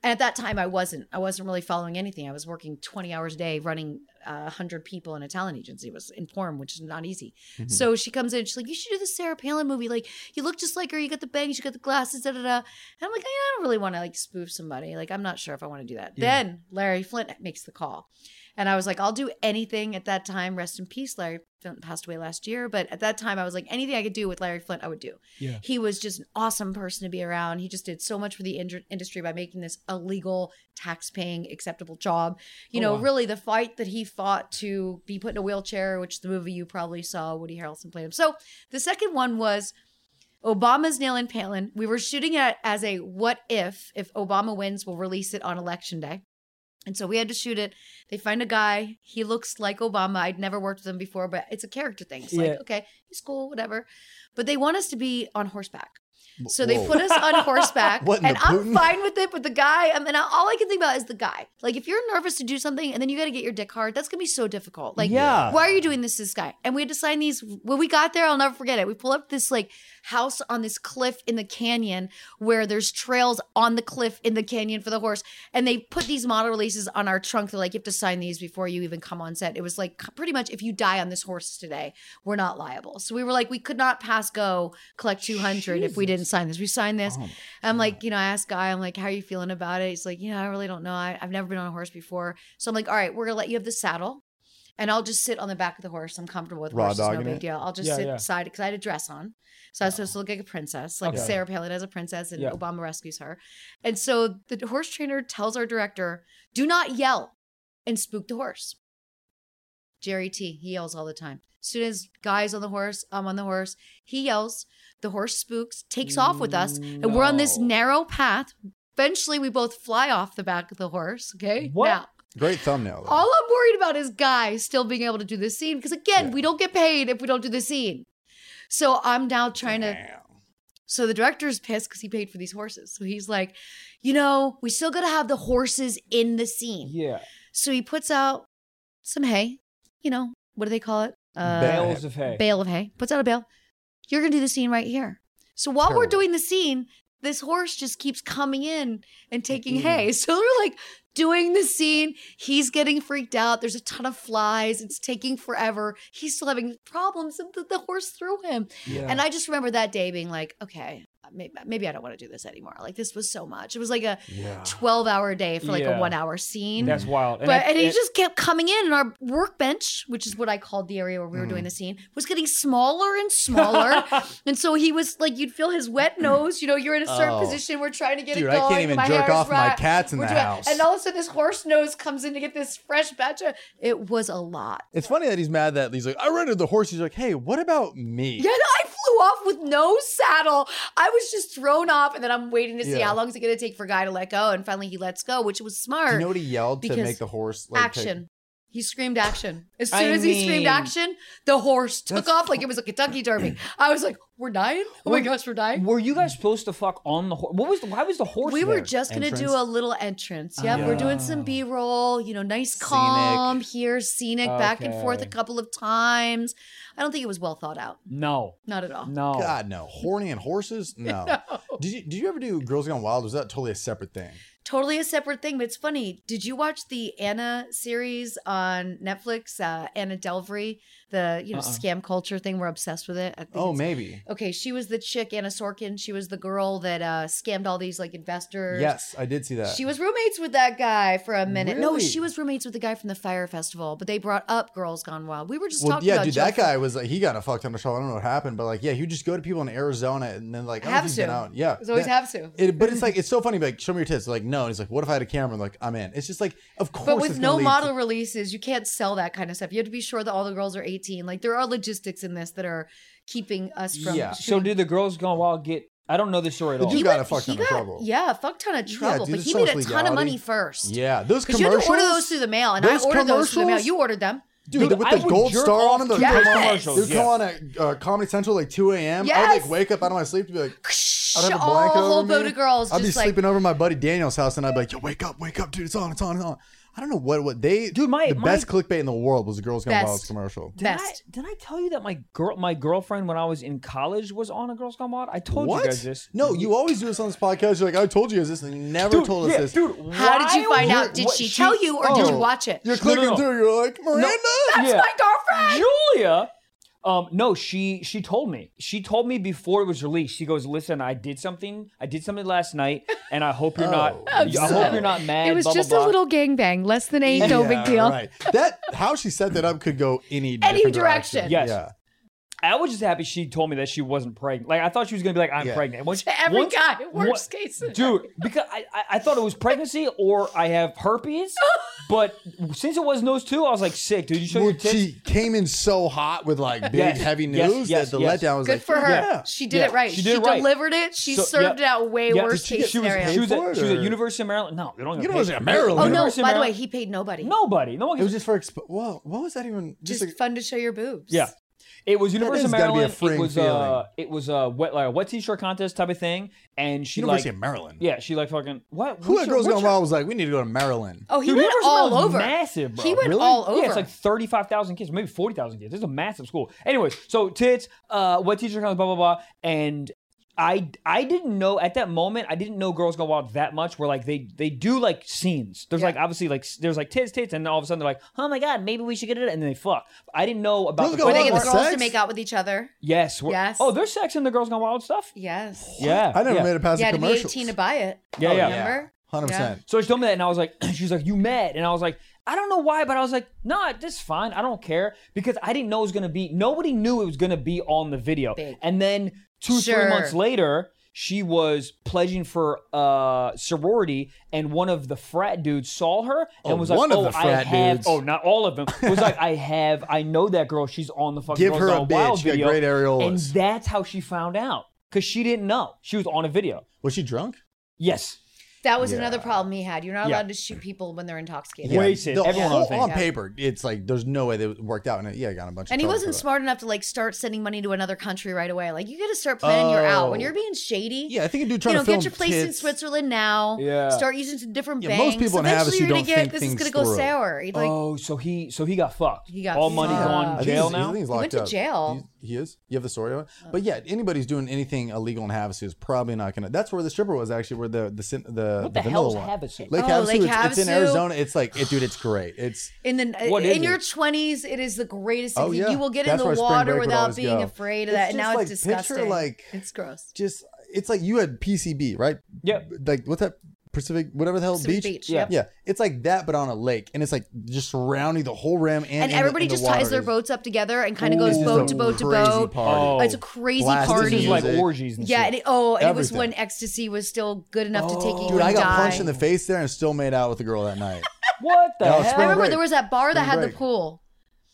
Speaker 1: and at that time, I wasn't. I wasn't really following anything. I was working 20 hours a day, running uh, 100 people in a talent agency. It was in Porm, which is not easy. So she comes in, she's like, You should do the Sarah Palin movie. Like, you look just like her, you got the bangs, you got the glasses, da da da. And I'm like, I don't really want to like spoof somebody. Like, I'm not sure if I want to do that. Then Larry Flint makes the call. And I was like, I'll do anything at that time. Rest in peace. Larry Flint passed away last year. But at that time, I was like, anything I could do with Larry Flint, I would do.
Speaker 3: Yeah.
Speaker 1: He was just an awesome person to be around. He just did so much for the ind- industry by making this a legal, tax paying, acceptable job. You
Speaker 3: Oh,
Speaker 1: know,
Speaker 3: wow.
Speaker 1: really the fight that he fought to be put in a wheelchair, which the movie you probably saw, Woody Harrelson played him. So the second one was Obama's nailing Palin. We were shooting it as a what if, if Obama wins, we'll release it on election day. And so we had to shoot it. They find a guy. He looks like Obama. I'd never worked with him before, but it's a character thing. It's
Speaker 3: Yeah.
Speaker 1: like, okay, he's cool, whatever. But they want us to be on horseback. So they
Speaker 2: Whoa.
Speaker 1: put us
Speaker 2: [LAUGHS]
Speaker 1: on horseback.
Speaker 2: What in
Speaker 1: and
Speaker 2: the
Speaker 1: I'm
Speaker 2: Putin?
Speaker 1: fine with it, but the guy, I mean, all I can think about is the guy. Like, if you're nervous to do something and then you got to get your dick hard, that's going to be so difficult. Like,
Speaker 3: Yeah.
Speaker 1: why are you doing this to this guy? And we had to sign these. When we got there, I'll never forget it. We pull up this like house on this cliff in the canyon where there's trails on the cliff in the canyon for the horse. And they put these model releases on our trunk. They're like, you have to sign these before you even come on set. It was like pretty much if you die on this horse today, we're not liable. So we were like, we could not pass go collect 200 if we didn't sign this. We signed this.
Speaker 2: Oh,
Speaker 1: I'm like, you know, I asked Guy, I'm like, how are you feeling about it? He's like, you know, I really don't know. I, I've never been on a horse before. So I'm like, all right, we're going to let you have the saddle and I'll just sit on the back of the horse. I'm comfortable with
Speaker 2: Raw
Speaker 1: horses, no
Speaker 2: dogging
Speaker 1: big
Speaker 2: it?
Speaker 1: deal. I'll just
Speaker 3: Yeah,
Speaker 1: sit
Speaker 3: yeah.
Speaker 1: side because I had a dress on. So I was supposed to look like a princess, like
Speaker 3: Okay.
Speaker 1: Sarah Palin as a princess, and
Speaker 3: Yeah.
Speaker 1: Obama rescues her. And so the horse trainer tells our director, do not yell and spook the horse. Jerry T, he yells all the time. As soon as guy's on the horse, I'm on the horse, he yells. The horse spooks, takes off with us, and we're on this
Speaker 3: No.
Speaker 1: narrow path. Eventually, we both fly off the back of the horse. Okay.
Speaker 3: What?
Speaker 1: Now,
Speaker 2: Great thumbnail. though.
Speaker 1: all I'm worried about is Guy still being able to do this scene because again, we don't get paid if we don't do the scene. So I'm now trying to. So the director's pissed because he paid for these horses. So he's like, you know, we still gotta have the horses in the scene.
Speaker 3: Yeah.
Speaker 1: So he puts out some hay. You know, what do they call it? Uh,
Speaker 3: Bales of hay.
Speaker 1: bale of hay. Puts out a bale. You're gonna do the scene right here. So while we're
Speaker 2: Terrible.
Speaker 1: doing the scene, this horse just keeps coming in and taking hay. [LAUGHS] So we're like doing the scene. He's getting freaked out. There's a ton of flies. It's taking forever. He's still having problems. and The, the horse threw him.
Speaker 3: Yeah.
Speaker 1: And I just remember that day being like, okay, maybe, maybe I don't want to do this anymore. Like this was so much. It was like a 12 hour day for like
Speaker 3: Ah. Yeah.
Speaker 1: a one hour scene.
Speaker 3: That's wild.
Speaker 1: But
Speaker 3: I-
Speaker 1: and he just kept coming in, and our workbench, which is what I called the area where we were
Speaker 2: Mm.
Speaker 1: doing the scene, was getting smaller and
Speaker 2: [LAUGHS]
Speaker 1: smaller. and so he was like, you'd feel his wet nose. You know, you're in a certain
Speaker 2: Oh.
Speaker 1: position. We're trying to get
Speaker 2: Dude,
Speaker 1: it
Speaker 2: I
Speaker 1: going.
Speaker 2: can't even
Speaker 1: my
Speaker 2: jerk
Speaker 1: hair's
Speaker 2: off my
Speaker 1: wet.
Speaker 2: cats in
Speaker 1: We're
Speaker 2: the
Speaker 1: doing-
Speaker 2: house.
Speaker 1: And all of a sudden, this horse nose comes in to get this fresh batch of. It was a lot.
Speaker 2: It's funny that he's mad that he's like, I rented the horse. He's like, hey, what about me?
Speaker 1: Yeah, no, I flew off with no saddle. I was just thrown off, and then I'm waiting to see
Speaker 2: Yeah.
Speaker 1: how long is it going to take for Guy to let go. And finally, he lets go, which was smart.
Speaker 2: Do you know what he yelled to
Speaker 1: Because
Speaker 2: make the horse like, take-
Speaker 1: action. He screamed action. As soon
Speaker 3: I
Speaker 1: as he screamed
Speaker 3: mean-
Speaker 1: action, the horse took off like it was a Kentucky Derby. I was like, "We're dying! Oh my
Speaker 3: Were-
Speaker 1: gosh, we're dying!"
Speaker 3: were you guys supposed to fuck on the horse? What was? The, why was the horse?
Speaker 1: we were
Speaker 3: there?
Speaker 1: just gonna do
Speaker 2: Entrance?
Speaker 1: a little entrance. Yep, we're doing some B roll. You know, nice
Speaker 2: Scenic.
Speaker 1: calm here, scenic, back and forth a
Speaker 3: Okay.
Speaker 1: couple of times. I don't think it was well thought out.
Speaker 3: No.
Speaker 1: Not at all.
Speaker 3: No.
Speaker 2: God, no. Horny
Speaker 1: [LAUGHS]
Speaker 2: and horses? No. Did you, did you ever do Girls Gone Wild? Was that totally a separate thing?
Speaker 1: Totally a separate thing, but it's funny. Did you watch the Anna series on Netflix? Uh, Anna Delvey, the you know scam culture thing. We're obsessed with it. I think
Speaker 2: Oh,
Speaker 1: it's-
Speaker 2: maybe.
Speaker 1: Okay, she was the chick Anna Sorkin. She was the girl that uh, scammed all these like investors.
Speaker 2: Yes, I did see that.
Speaker 1: She was roommates with that guy for a minute. No,
Speaker 2: Really?
Speaker 1: she was roommates with the guy from the Fire Festival, but they brought up Girls Gone Wild. We were just
Speaker 2: well,
Speaker 1: talking
Speaker 2: yeah,
Speaker 1: about
Speaker 2: dude,
Speaker 1: Joe
Speaker 2: that guy was like, he got a fuck ton of trouble. I don't know what happened, but like, yeah, he would just go to people in Arizona and then like, I don't know if
Speaker 1: Have
Speaker 2: he's been
Speaker 1: to.
Speaker 2: out. Yeah.
Speaker 1: It's always
Speaker 2: That-
Speaker 1: have to.
Speaker 2: It, but it's like it's so funny. Like, show me your tits. Like, no. And he's like, what if I had a camera? like, I'm in. It's just like, of course.
Speaker 1: But
Speaker 2: it's
Speaker 1: with
Speaker 2: gonna
Speaker 1: no
Speaker 2: lead
Speaker 1: model
Speaker 2: to-
Speaker 1: releases, you can't sell that kind of stuff. You have to be sure that all the girls are 18. Like there are logistics in this that are keeping us from.
Speaker 2: Yeah.
Speaker 3: So
Speaker 1: shooting-
Speaker 3: did the girls gone wild get? I don't know this story at
Speaker 2: The
Speaker 3: all.
Speaker 2: dude-
Speaker 1: He
Speaker 2: got
Speaker 1: went-
Speaker 2: a fuck
Speaker 1: he
Speaker 2: ton of
Speaker 1: got-
Speaker 2: trouble.
Speaker 1: Yeah, a fuck ton of trouble.
Speaker 2: dude,
Speaker 1: but
Speaker 2: there's
Speaker 1: he
Speaker 2: so
Speaker 1: made a
Speaker 2: much
Speaker 1: ton of money
Speaker 2: legality.
Speaker 1: first.
Speaker 2: Yeah, those
Speaker 1: Because you had
Speaker 2: commercials.
Speaker 1: to order those through the mail, and I
Speaker 2: Those
Speaker 1: ordered those through the mail.
Speaker 2: commercials?
Speaker 1: You ordered them.
Speaker 2: dude,
Speaker 3: Dude,
Speaker 2: with
Speaker 3: I
Speaker 2: the
Speaker 3: would
Speaker 2: gold
Speaker 3: jerk
Speaker 2: star
Speaker 3: off
Speaker 2: on them, the
Speaker 1: to those
Speaker 2: commercials.
Speaker 1: commercials,
Speaker 2: They'd
Speaker 3: yeah.
Speaker 2: come on at uh, Comedy Central like 2 a.m. I'd
Speaker 1: Yes.
Speaker 2: like wake up out of my sleep to be like, I'd have a
Speaker 1: All
Speaker 2: blanket
Speaker 1: a
Speaker 2: over
Speaker 1: whole
Speaker 2: me.
Speaker 1: boat of girls
Speaker 2: I'd
Speaker 1: just
Speaker 2: be
Speaker 1: like
Speaker 2: sleeping over at my buddy Daniel's house, and I'd be like, "Yo, wake up, wake up, dude! It's on, it's on, it's on." I don't know what what they
Speaker 3: Dude, my-
Speaker 2: the
Speaker 3: my-
Speaker 2: best clickbait in the world was the Girls Gone
Speaker 1: Best.
Speaker 2: Wild commercial.
Speaker 3: Did I,
Speaker 1: best.
Speaker 3: did I tell you that my girl, my girlfriend, when I was in college, was on a Girls Gone Wild? I told
Speaker 2: what?
Speaker 3: you guys this.
Speaker 2: No, you always do this on this podcast. You're like, "I told you guys this," and you never
Speaker 3: Dude,
Speaker 2: told us
Speaker 3: yeah,
Speaker 2: this.
Speaker 3: dude.
Speaker 1: How did you
Speaker 3: why
Speaker 1: find
Speaker 3: would-
Speaker 1: out? Did
Speaker 3: what-
Speaker 1: she tell you or did
Speaker 2: Oh.
Speaker 1: you watch it?
Speaker 2: You're
Speaker 3: No, no,
Speaker 2: clicking
Speaker 3: no.
Speaker 2: through. You're like, "Miranda."
Speaker 1: That's
Speaker 3: Yeah.
Speaker 1: my girlfriend.
Speaker 3: [LAUGHS] Julia. Um, no, she she told me. She told me before it was released. She goes, "Listen, I did something. I did something last night, and I hope
Speaker 2: [LAUGHS]
Speaker 3: you're
Speaker 2: Oh,
Speaker 3: not. I hope
Speaker 2: so-
Speaker 3: you're not mad."
Speaker 4: It was
Speaker 3: blah, blah,
Speaker 4: just
Speaker 3: blah.
Speaker 4: a little gangbang, less than eight, no
Speaker 2: Yeah,
Speaker 4: big deal.
Speaker 2: Right. That how she set that up could go any
Speaker 1: Any
Speaker 2: different
Speaker 1: direction.
Speaker 3: Yes.
Speaker 2: Yeah.
Speaker 3: I was just happy she told me that she wasn't pregnant. Like I thought she was gonna be like, "I'm
Speaker 2: Yeah.
Speaker 3: pregnant." Once,
Speaker 1: [LAUGHS] To every
Speaker 3: once-
Speaker 1: guy, worst
Speaker 3: once-
Speaker 1: case.
Speaker 3: [LAUGHS] dude. Because I, I, I thought it was pregnancy or I have
Speaker 1: [LAUGHS]
Speaker 3: herpes, but since it wasn't those two, I was like, "Sick, dude." You show your
Speaker 2: Well,
Speaker 3: tits.
Speaker 2: she came in so hot with like big
Speaker 3: Yes,
Speaker 2: heavy
Speaker 3: yes,
Speaker 2: news
Speaker 3: yes,
Speaker 2: that the
Speaker 3: yes.
Speaker 2: letdown was
Speaker 1: Good
Speaker 2: like
Speaker 1: for her.
Speaker 2: Yeah.
Speaker 1: She did
Speaker 3: Yeah,
Speaker 1: it right.
Speaker 3: she
Speaker 1: She,
Speaker 3: did it right.
Speaker 1: delivered it. She
Speaker 3: So-
Speaker 1: served
Speaker 3: yeah.
Speaker 1: it out way
Speaker 3: Yeah,
Speaker 1: worse
Speaker 3: she,
Speaker 1: case
Speaker 3: she was
Speaker 1: scenario.
Speaker 3: she was,
Speaker 2: For
Speaker 3: at,
Speaker 2: it,
Speaker 3: she was at
Speaker 2: or-
Speaker 3: University of Maryland. No, they don't. get
Speaker 2: University
Speaker 3: paid.
Speaker 2: of Maryland.
Speaker 1: oh no!
Speaker 3: University of
Speaker 1: By the way,
Speaker 3: Maryland.
Speaker 1: he paid nobody.
Speaker 3: nobody. No one.
Speaker 2: It
Speaker 3: gives
Speaker 2: was just for expo- whoa. What was that even?
Speaker 1: just
Speaker 2: Just, like,
Speaker 1: fun to show your boobs.
Speaker 3: Yeah. It was University of
Speaker 2: has gotta be a
Speaker 3: Maryland. it
Speaker 2: freeing
Speaker 3: was uh, it was a wet like a wet t-shirt contest type of thing, and she
Speaker 2: University
Speaker 3: like
Speaker 2: of Maryland.
Speaker 3: yeah, she like fucking what?
Speaker 2: Who
Speaker 3: What's
Speaker 2: at
Speaker 3: your-
Speaker 2: Girls
Speaker 3: what's
Speaker 2: Gone
Speaker 3: your-
Speaker 2: Wild was like, "We need to go to Maryland."
Speaker 1: Oh, he
Speaker 3: Dude,
Speaker 1: went
Speaker 3: University of
Speaker 1: all
Speaker 3: Maryland's
Speaker 1: over.
Speaker 3: Massive, bro.
Speaker 1: He went
Speaker 2: Really?
Speaker 1: all over.
Speaker 3: Yeah, it's like thirty-five thousand kids, maybe forty thousand kids. This is a massive school. Anyways, so tits, uh, wet t-shirt contest, blah blah blah, and. I, I didn't know at that moment I didn't know Girls Gone Wild that much where like they they do like scenes there's
Speaker 1: Yeah.
Speaker 3: like obviously like s- there's like tits tits and then all of a sudden they're like oh my god maybe we should get it and then they fuck I didn't know about
Speaker 2: Girls
Speaker 3: the
Speaker 2: Gone
Speaker 1: Where
Speaker 3: girls
Speaker 1: they get
Speaker 2: Wild
Speaker 1: the
Speaker 3: gone
Speaker 2: was
Speaker 1: girls to
Speaker 2: sex?
Speaker 1: make out with each other.
Speaker 3: yes we're-
Speaker 1: Yes.
Speaker 3: oh there's sex in the Girls Gone Wild stuff
Speaker 1: Yes.
Speaker 3: yeah
Speaker 2: I never
Speaker 3: yeah.
Speaker 2: made it past
Speaker 1: You had
Speaker 2: the
Speaker 1: to be
Speaker 2: commercial.
Speaker 1: 18 to buy it.
Speaker 3: Yeah, yeah.
Speaker 1: Remember?
Speaker 2: Hundred percent.
Speaker 3: So she told me that, and I was like, [CLEARS THROAT] she's like, you mad? And I was like, I don't know why, but I was like, nah, this is fine. I don't care because I didn't know it was gonna be. Nobody knew it was gonna be on the video.
Speaker 1: Big.
Speaker 3: And then two,
Speaker 1: Sure.
Speaker 3: three months later, she was pledging for uh sorority, and one of the frat dudes saw her and
Speaker 2: Oh,
Speaker 3: was like,
Speaker 2: one of
Speaker 3: oh,
Speaker 2: the frat
Speaker 3: I have.
Speaker 2: dudes.
Speaker 3: Oh, not all of them.
Speaker 2: [LAUGHS]
Speaker 3: Was like, I have. I know that girl. She's on the fucking
Speaker 2: Give
Speaker 3: Girls
Speaker 2: her a
Speaker 3: Gone Wild
Speaker 2: bitch. She got
Speaker 3: video.
Speaker 2: great
Speaker 3: and
Speaker 2: areolas.
Speaker 3: that's how she found out because she didn't know she was on a video.
Speaker 2: Was she drunk?
Speaker 3: Yes.
Speaker 1: That was
Speaker 2: Yeah.
Speaker 1: another problem he had. You're not
Speaker 3: Yeah.
Speaker 1: allowed to shoot people when they're intoxicated.
Speaker 3: Yeah. Wasted.
Speaker 2: The
Speaker 3: Everyone
Speaker 2: whole-
Speaker 3: on the thing.
Speaker 2: on paper, it's like there's no way they worked out. And it- yeah, I got a bunch. of
Speaker 1: And he
Speaker 2: trouble
Speaker 1: wasn't
Speaker 2: for that.
Speaker 1: smart enough to like start sending money to another country right away. Like you got to start planning your out when
Speaker 2: Oh.
Speaker 1: you're being shady.
Speaker 2: Yeah, I think a dude
Speaker 1: you
Speaker 2: trying
Speaker 1: know,
Speaker 2: to film
Speaker 1: get your place in
Speaker 2: tits-
Speaker 1: Switzerland now.
Speaker 3: Yeah.
Speaker 1: Start using some different
Speaker 2: Yeah,
Speaker 1: banks.
Speaker 2: most people in Havasu
Speaker 1: Eventually you're
Speaker 2: don't
Speaker 1: gonna get
Speaker 2: think
Speaker 1: this is
Speaker 2: things
Speaker 1: gonna go
Speaker 2: through.
Speaker 1: sour. You'd, Like
Speaker 3: oh, so he so he got fucked.
Speaker 1: He got
Speaker 3: all money
Speaker 1: fucked. I
Speaker 3: gone
Speaker 1: think
Speaker 3: jail
Speaker 2: he's-
Speaker 3: now.
Speaker 2: I think he's
Speaker 1: He went
Speaker 2: locked
Speaker 1: to
Speaker 2: up.
Speaker 1: jail.
Speaker 2: He, he is. You have the story on it. But yeah, anybody's doing anything illegal in Havasu is probably not gonna. That's where the stripper was actually. Where the the sin- the
Speaker 3: What
Speaker 2: the
Speaker 3: the hell
Speaker 2: vanilla
Speaker 3: is
Speaker 2: one.
Speaker 3: Havasu?
Speaker 2: Lake
Speaker 1: Oh,
Speaker 2: Havasu.
Speaker 1: Lake
Speaker 2: it's, it's in
Speaker 1: Havasu.
Speaker 2: Arizona. It's like, it, dude, it's great. It's
Speaker 1: in the
Speaker 3: What is
Speaker 1: in your
Speaker 3: it?
Speaker 1: twenties, it is the greatest.
Speaker 2: Oh,
Speaker 1: thing.
Speaker 2: yeah.
Speaker 1: You will get
Speaker 2: That's
Speaker 1: in
Speaker 2: where
Speaker 1: the
Speaker 2: spring break
Speaker 1: water
Speaker 2: would
Speaker 1: without
Speaker 2: always
Speaker 1: being
Speaker 2: go.
Speaker 1: afraid of
Speaker 2: It's
Speaker 1: that. And now
Speaker 2: just
Speaker 1: it's
Speaker 2: like, picture,
Speaker 1: disgusting.
Speaker 2: like-
Speaker 1: it's gross.
Speaker 2: just it's like you had PCB, right?
Speaker 3: Yep.
Speaker 2: Like what's that Pacific whatever the hell
Speaker 1: Pacific
Speaker 2: beach?
Speaker 1: Beach.
Speaker 3: Yeah.
Speaker 1: Yep.
Speaker 2: Yeah, it's like that, but on a lake, and it's like just surrounding the whole rim and in
Speaker 1: And
Speaker 2: the-
Speaker 1: everybody
Speaker 2: in the
Speaker 1: just ties
Speaker 2: water.
Speaker 1: their
Speaker 2: It's-
Speaker 1: boats up together and kind of
Speaker 3: Ooh.
Speaker 1: goes
Speaker 2: it's just
Speaker 1: boat
Speaker 2: a
Speaker 1: to boat to
Speaker 2: crazy
Speaker 1: boat.
Speaker 3: Oh.
Speaker 2: Party.
Speaker 1: It's a crazy
Speaker 2: Blasting
Speaker 1: party.
Speaker 3: This is like
Speaker 2: Music.
Speaker 3: orgies and
Speaker 1: yeah,
Speaker 3: shit.
Speaker 1: and it, oh, and it was
Speaker 2: Everything. Oh,
Speaker 1: when ecstasy was still good enough to take you.
Speaker 2: Dude, I
Speaker 1: and
Speaker 2: got
Speaker 1: die.
Speaker 2: punched in the face there and still made out with the girl that night.
Speaker 3: what the
Speaker 2: Yeah, it's
Speaker 1: I
Speaker 3: hell?
Speaker 2: real-
Speaker 1: remember
Speaker 2: break.
Speaker 1: there was that bar that
Speaker 2: Spring
Speaker 1: had the
Speaker 2: break.
Speaker 1: pool.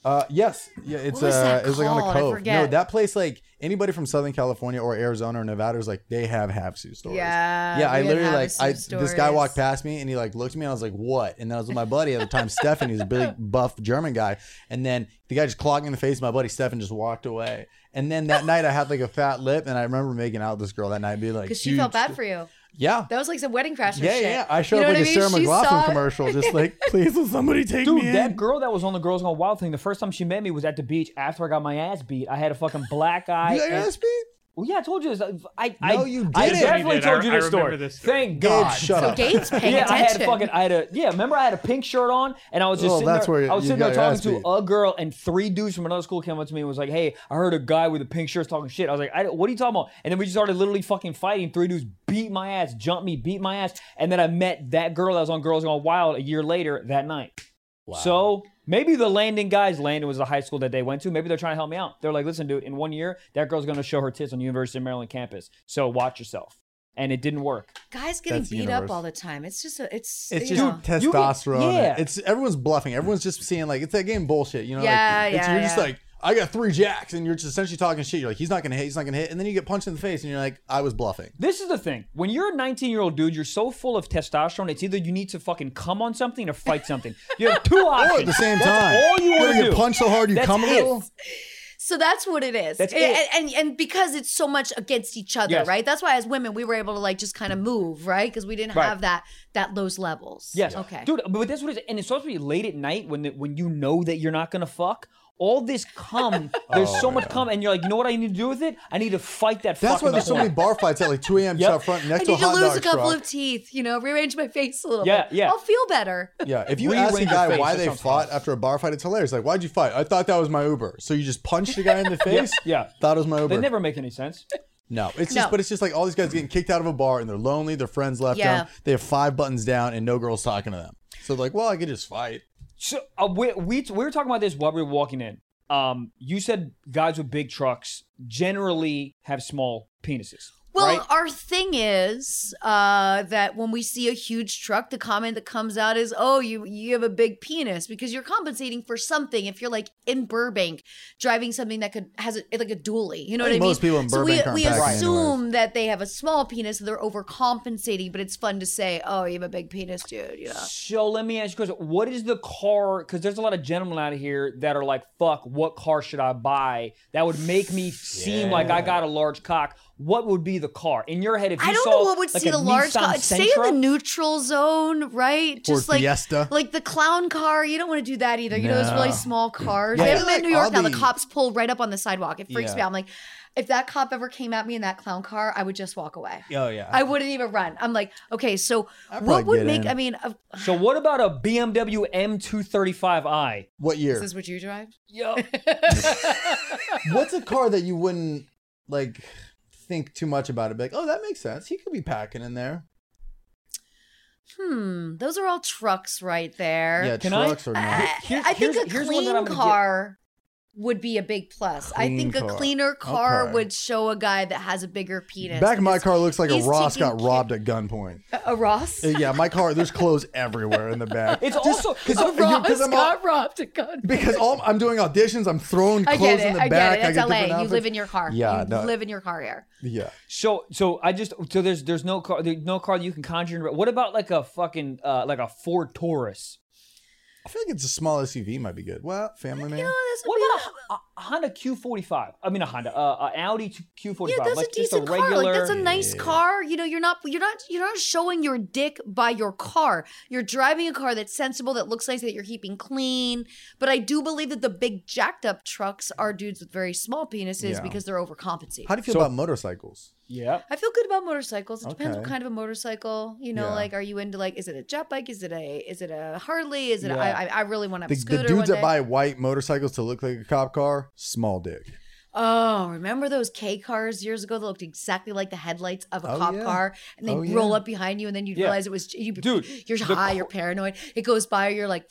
Speaker 2: Uh, yes, yeah, it's
Speaker 1: was
Speaker 2: uh,
Speaker 1: that
Speaker 2: it was like on
Speaker 1: called?
Speaker 2: a
Speaker 1: I
Speaker 2: cove. No,
Speaker 1: forget.
Speaker 2: that place like anybody from Southern California or Arizona or Nevada is like they have Havasu stories.
Speaker 1: Yeah,
Speaker 2: yeah. I
Speaker 1: Uh, we
Speaker 2: literally
Speaker 1: have
Speaker 2: like
Speaker 1: some
Speaker 2: I this guy
Speaker 1: stories.
Speaker 2: walked past me and he like looked at me and I was like what? And then I was with my buddy at the time, Stefan. He's
Speaker 1: [LAUGHS]
Speaker 2: a big buff German guy, and then the guy just clogged me in the face. My buddy Stefan just walked away. And then that night I had like a fat lip, and I remember making out with this girl that night, and be like,
Speaker 1: because she
Speaker 2: "Dude,
Speaker 1: felt bad for you.
Speaker 2: Yeah.
Speaker 1: That was like some wedding crasher
Speaker 2: Yeah,
Speaker 1: shit.
Speaker 2: yeah, I showed
Speaker 1: You know
Speaker 2: up
Speaker 1: what
Speaker 2: like
Speaker 1: I mean?
Speaker 2: a Sarah
Speaker 1: She
Speaker 2: McLaughlin
Speaker 1: saw-
Speaker 2: commercial, just like, please will somebody take me
Speaker 3: Dude,
Speaker 2: in.
Speaker 3: that girl that was on the Girls Gone Wild thing, the first time she met me was at the beach after I got my ass beat. I had a fucking black
Speaker 2: [LAUGHS]
Speaker 3: eye.
Speaker 2: you got your
Speaker 3: and-
Speaker 2: ass beat?
Speaker 3: Well, yeah, I told you this. I, I,
Speaker 2: No, you
Speaker 3: I
Speaker 2: didn't.
Speaker 3: definitely
Speaker 5: You did. I-
Speaker 3: told you
Speaker 5: I
Speaker 3: this
Speaker 5: remember
Speaker 3: story.
Speaker 5: this story.
Speaker 3: Thank God.
Speaker 2: Gabe, shut
Speaker 1: So
Speaker 2: up.
Speaker 1: Gabe's paying
Speaker 3: [LAUGHS] yeah, I had
Speaker 1: attention.
Speaker 3: fucking, I had a, yeah. Remember, I had a pink shirt on, and I was just
Speaker 2: Oh,
Speaker 3: sitting
Speaker 2: that's
Speaker 3: there.
Speaker 2: where you-
Speaker 3: I was
Speaker 2: you
Speaker 3: sitting
Speaker 2: got
Speaker 3: there
Speaker 2: your
Speaker 3: talking
Speaker 2: ass
Speaker 3: to
Speaker 2: beat.
Speaker 3: a girl, and three dudes from another school came up to me and was like, "Hey, I heard a guy with a pink shirt talking shit." I was like, I, "What are you talking about?" And then we just started literally fucking fighting. Three dudes beat my ass, jumped me, beat my ass, and then I met that girl that was on Girls Gone Wild a year later that night. So maybe the Landon guys, Landon was the high school that they went to. Maybe they're trying to help me out. They're like, "Listen, dude, in one year, that girl's gonna show her tits on the University of Maryland campus. So watch yourself." And it didn't work.
Speaker 1: Guys getting
Speaker 2: That's the
Speaker 1: beat up
Speaker 2: universe.
Speaker 1: all the time. It's just a, it's
Speaker 2: It's
Speaker 1: you
Speaker 2: just
Speaker 1: know.
Speaker 3: you get-
Speaker 2: testosterone.
Speaker 3: yeah.
Speaker 2: It's everyone's bluffing. Everyone's just seeing like it's that game bullshit. You know,
Speaker 1: Yeah,
Speaker 2: like, it's,
Speaker 1: yeah,
Speaker 2: you're just
Speaker 1: yeah.
Speaker 2: like I got three jacks, and you're just essentially talking shit. You're like, he's not gonna hit, he's not gonna hit, and then you get punched in the face, and you're like, I was bluffing.
Speaker 3: This is the thing. When you're a 19 year old dude, you're so full of testosterone. It's either you need to fucking come on something or fight something. You have two options.
Speaker 2: Or at the same
Speaker 3: That's
Speaker 2: time,
Speaker 3: all you want to
Speaker 2: get
Speaker 3: do.
Speaker 2: punched so hard you
Speaker 3: That's
Speaker 2: come a
Speaker 3: it.
Speaker 2: little.
Speaker 1: So that's what it is.
Speaker 3: That's
Speaker 1: And-
Speaker 3: it.
Speaker 1: And, and and because it's so much against each other,
Speaker 3: Yes.
Speaker 1: right? That's why as women we were able to like just kind of move, right? Because we didn't
Speaker 3: Right.
Speaker 1: have that that those levels.
Speaker 3: Yes.
Speaker 1: Okay.
Speaker 3: Dude, but that's what it is. And it's supposed to be late at night when the, when you know that you're not gonna fuck. All this
Speaker 2: [LAUGHS]
Speaker 3: cum, there's
Speaker 2: Oh,
Speaker 3: so much
Speaker 2: yeah.
Speaker 3: cum, and you're like, you know what I need to do with it? I need to fight that
Speaker 2: That's
Speaker 3: fucking
Speaker 2: why there's so many
Speaker 3: corn.
Speaker 2: bar fights at like 2 a.m.
Speaker 3: Yep.
Speaker 2: out front
Speaker 1: I
Speaker 2: next to a
Speaker 1: need to
Speaker 2: hot
Speaker 1: lose
Speaker 2: dog
Speaker 1: a couple
Speaker 2: truck.
Speaker 1: of teeth, you know, rearrange my face a little
Speaker 3: Yeah,
Speaker 1: bit.
Speaker 3: yeah.
Speaker 1: I'll feel better. [LAUGHS]
Speaker 2: Yeah, if you
Speaker 3: We
Speaker 2: ask
Speaker 3: ring
Speaker 2: a
Speaker 3: your
Speaker 2: guy
Speaker 3: face,
Speaker 2: why
Speaker 3: that
Speaker 2: they
Speaker 3: sounds
Speaker 2: fought
Speaker 3: hard.
Speaker 2: after a bar fight, it's hilarious. Like, why'd you fight? I thought that was my Uber. So you just punched the
Speaker 1: [LAUGHS]
Speaker 2: guy in the face.
Speaker 3: yeah.
Speaker 2: thought it was my Uber.
Speaker 3: They never make any sense.
Speaker 2: no, it's
Speaker 1: No.
Speaker 2: just, but it's just like all these guys getting kicked out of a bar and they're lonely. Their friends left
Speaker 1: Yeah.
Speaker 2: them. They have five buttons down and no girls talking to them. So they're like, well, I could just fight.
Speaker 3: So uh, we, we we were talking about this while we were walking in. Um, you said guys with big trucks generally have small penises.
Speaker 1: Well,
Speaker 3: right?
Speaker 1: our thing is uh, that when we see a huge truck, the comment that comes out is, "Oh, you you have a big penis," because you're compensating for something. If you're like in Burbank driving something that could has a, like a dually, you know
Speaker 2: I
Speaker 1: what I
Speaker 2: think
Speaker 1: mean?
Speaker 2: most people in
Speaker 1: so we
Speaker 2: Burbank aren't
Speaker 1: we
Speaker 2: packing
Speaker 1: assume that they have a small penis, so they're overcompensating. But it's fun to say, "Oh, you have a big penis, dude." You know.
Speaker 3: So let me ask you a question. What is the car? Because there's a lot of gentlemen out here that are like, fuck, what car should I buy that would make me seem like I got a large cock? What would be the car? In your head, if you
Speaker 1: I don't
Speaker 3: saw
Speaker 1: know what would
Speaker 3: like
Speaker 1: see
Speaker 3: a
Speaker 1: the large
Speaker 3: Nissan
Speaker 1: car. Stay in
Speaker 3: Sentra-
Speaker 1: the neutral zone, right? Just like
Speaker 2: Fiesta.
Speaker 1: like the clown car. You don't want to do that either. You know, those
Speaker 2: No.
Speaker 1: really small cars.
Speaker 2: Yeah.
Speaker 1: I haven't
Speaker 2: I
Speaker 1: been
Speaker 2: feel
Speaker 1: in New York
Speaker 2: like
Speaker 1: now.
Speaker 2: all
Speaker 1: The
Speaker 2: the-
Speaker 1: cops pull right up on the sidewalk. It freaks
Speaker 2: Yeah.
Speaker 1: me out. I'm like, if that cop ever came at me in that clown car, I would just walk away.
Speaker 2: Oh, yeah.
Speaker 1: I wouldn't even run. I'm like, okay, so
Speaker 2: I'd probably
Speaker 1: what would
Speaker 2: get
Speaker 1: make?
Speaker 2: in.
Speaker 1: I mean, of
Speaker 3: So what about a BMW M235i?
Speaker 2: what year?
Speaker 1: is
Speaker 2: [LAUGHS]
Speaker 1: this what you drive?
Speaker 3: Yo,
Speaker 2: What's a car that you wouldn't like think too much about it? Be like, oh, that makes sense. He could be packing in there.
Speaker 1: Hmm, those are all trucks right there.
Speaker 2: Yeah,
Speaker 3: Can I-
Speaker 2: trucks or not.
Speaker 1: I,
Speaker 3: Here-
Speaker 1: I think
Speaker 3: here's-
Speaker 1: a
Speaker 3: here's one
Speaker 1: clean
Speaker 3: that I'm gonna get-
Speaker 1: car would be a big plus. I
Speaker 2: Clean
Speaker 1: think a
Speaker 2: car.
Speaker 1: cleaner car
Speaker 2: Okay.
Speaker 1: would show a guy that has a bigger penis.
Speaker 2: Back of my
Speaker 1: because
Speaker 2: car looks like a
Speaker 1: he's
Speaker 2: Ross
Speaker 1: taking
Speaker 2: got
Speaker 1: care-
Speaker 2: robbed at gunpoint.
Speaker 1: A, a Ross.
Speaker 2: Uh, yeah, my car. There's clothes everywhere in the [LAUGHS] back.
Speaker 3: It's also-
Speaker 2: because
Speaker 3: a
Speaker 1: Ross
Speaker 2: I'm all,
Speaker 1: got robbed. A gun.
Speaker 2: because all I'm doing auditions. I'm throwing
Speaker 1: I
Speaker 2: [LAUGHS] clothes
Speaker 1: get
Speaker 2: in
Speaker 1: it.
Speaker 2: the
Speaker 1: I get it.
Speaker 2: back. I
Speaker 1: That's
Speaker 2: get
Speaker 1: LA. You live in your car.
Speaker 2: Yeah,
Speaker 1: you
Speaker 2: no.
Speaker 1: live in your car here.
Speaker 2: yeah.
Speaker 3: So so I just so there's there's no car there's no car that you can conjure. in- What about like a fucking uh, like a Ford Taurus?
Speaker 2: I feel like it's a small SUV might be good. Well, family man.
Speaker 1: You know, that's
Speaker 3: What about a, a Honda Q45? I mean a Honda, uh, a Audi Q45.
Speaker 1: yeah, that's
Speaker 3: like
Speaker 1: a
Speaker 3: just
Speaker 1: decent car. Like that's a nice
Speaker 2: Yeah.
Speaker 1: car. You know, you're not you're not you're not showing your dick by your car. You're driving a car that's sensible, that looks nice, that you're keeping clean. But I do believe that the big jacked up trucks are dudes with very small penises
Speaker 2: Yeah.
Speaker 1: because they're overcompensating.
Speaker 2: How do you feel
Speaker 3: So-
Speaker 2: about motorcycles?
Speaker 3: yeah.
Speaker 1: I feel good about motorcycles. It depends what
Speaker 2: Okay.
Speaker 1: kind of a motorcycle. You know,
Speaker 2: Yeah.
Speaker 1: like are you into like is it a jet bike? Is it a is it a Harley? Is it a,
Speaker 3: Yeah.
Speaker 1: I, I I really want to have
Speaker 2: The,
Speaker 1: a
Speaker 2: the
Speaker 1: scooter.
Speaker 2: dudes
Speaker 1: one
Speaker 2: that
Speaker 1: day.
Speaker 2: buy white motorcycles to look like a cop car, small dick.
Speaker 1: Oh, remember those K cars years ago that looked exactly like the headlights of a
Speaker 2: Oh,
Speaker 1: cop
Speaker 2: yeah.
Speaker 1: car, and they'd
Speaker 2: Oh,
Speaker 1: roll
Speaker 2: yeah.
Speaker 1: up behind you, and then you'd
Speaker 3: Yeah.
Speaker 1: realize it was you.
Speaker 3: Dude,
Speaker 1: you're
Speaker 3: the
Speaker 1: high,
Speaker 3: cor-
Speaker 1: you're paranoid. It goes by, you're like,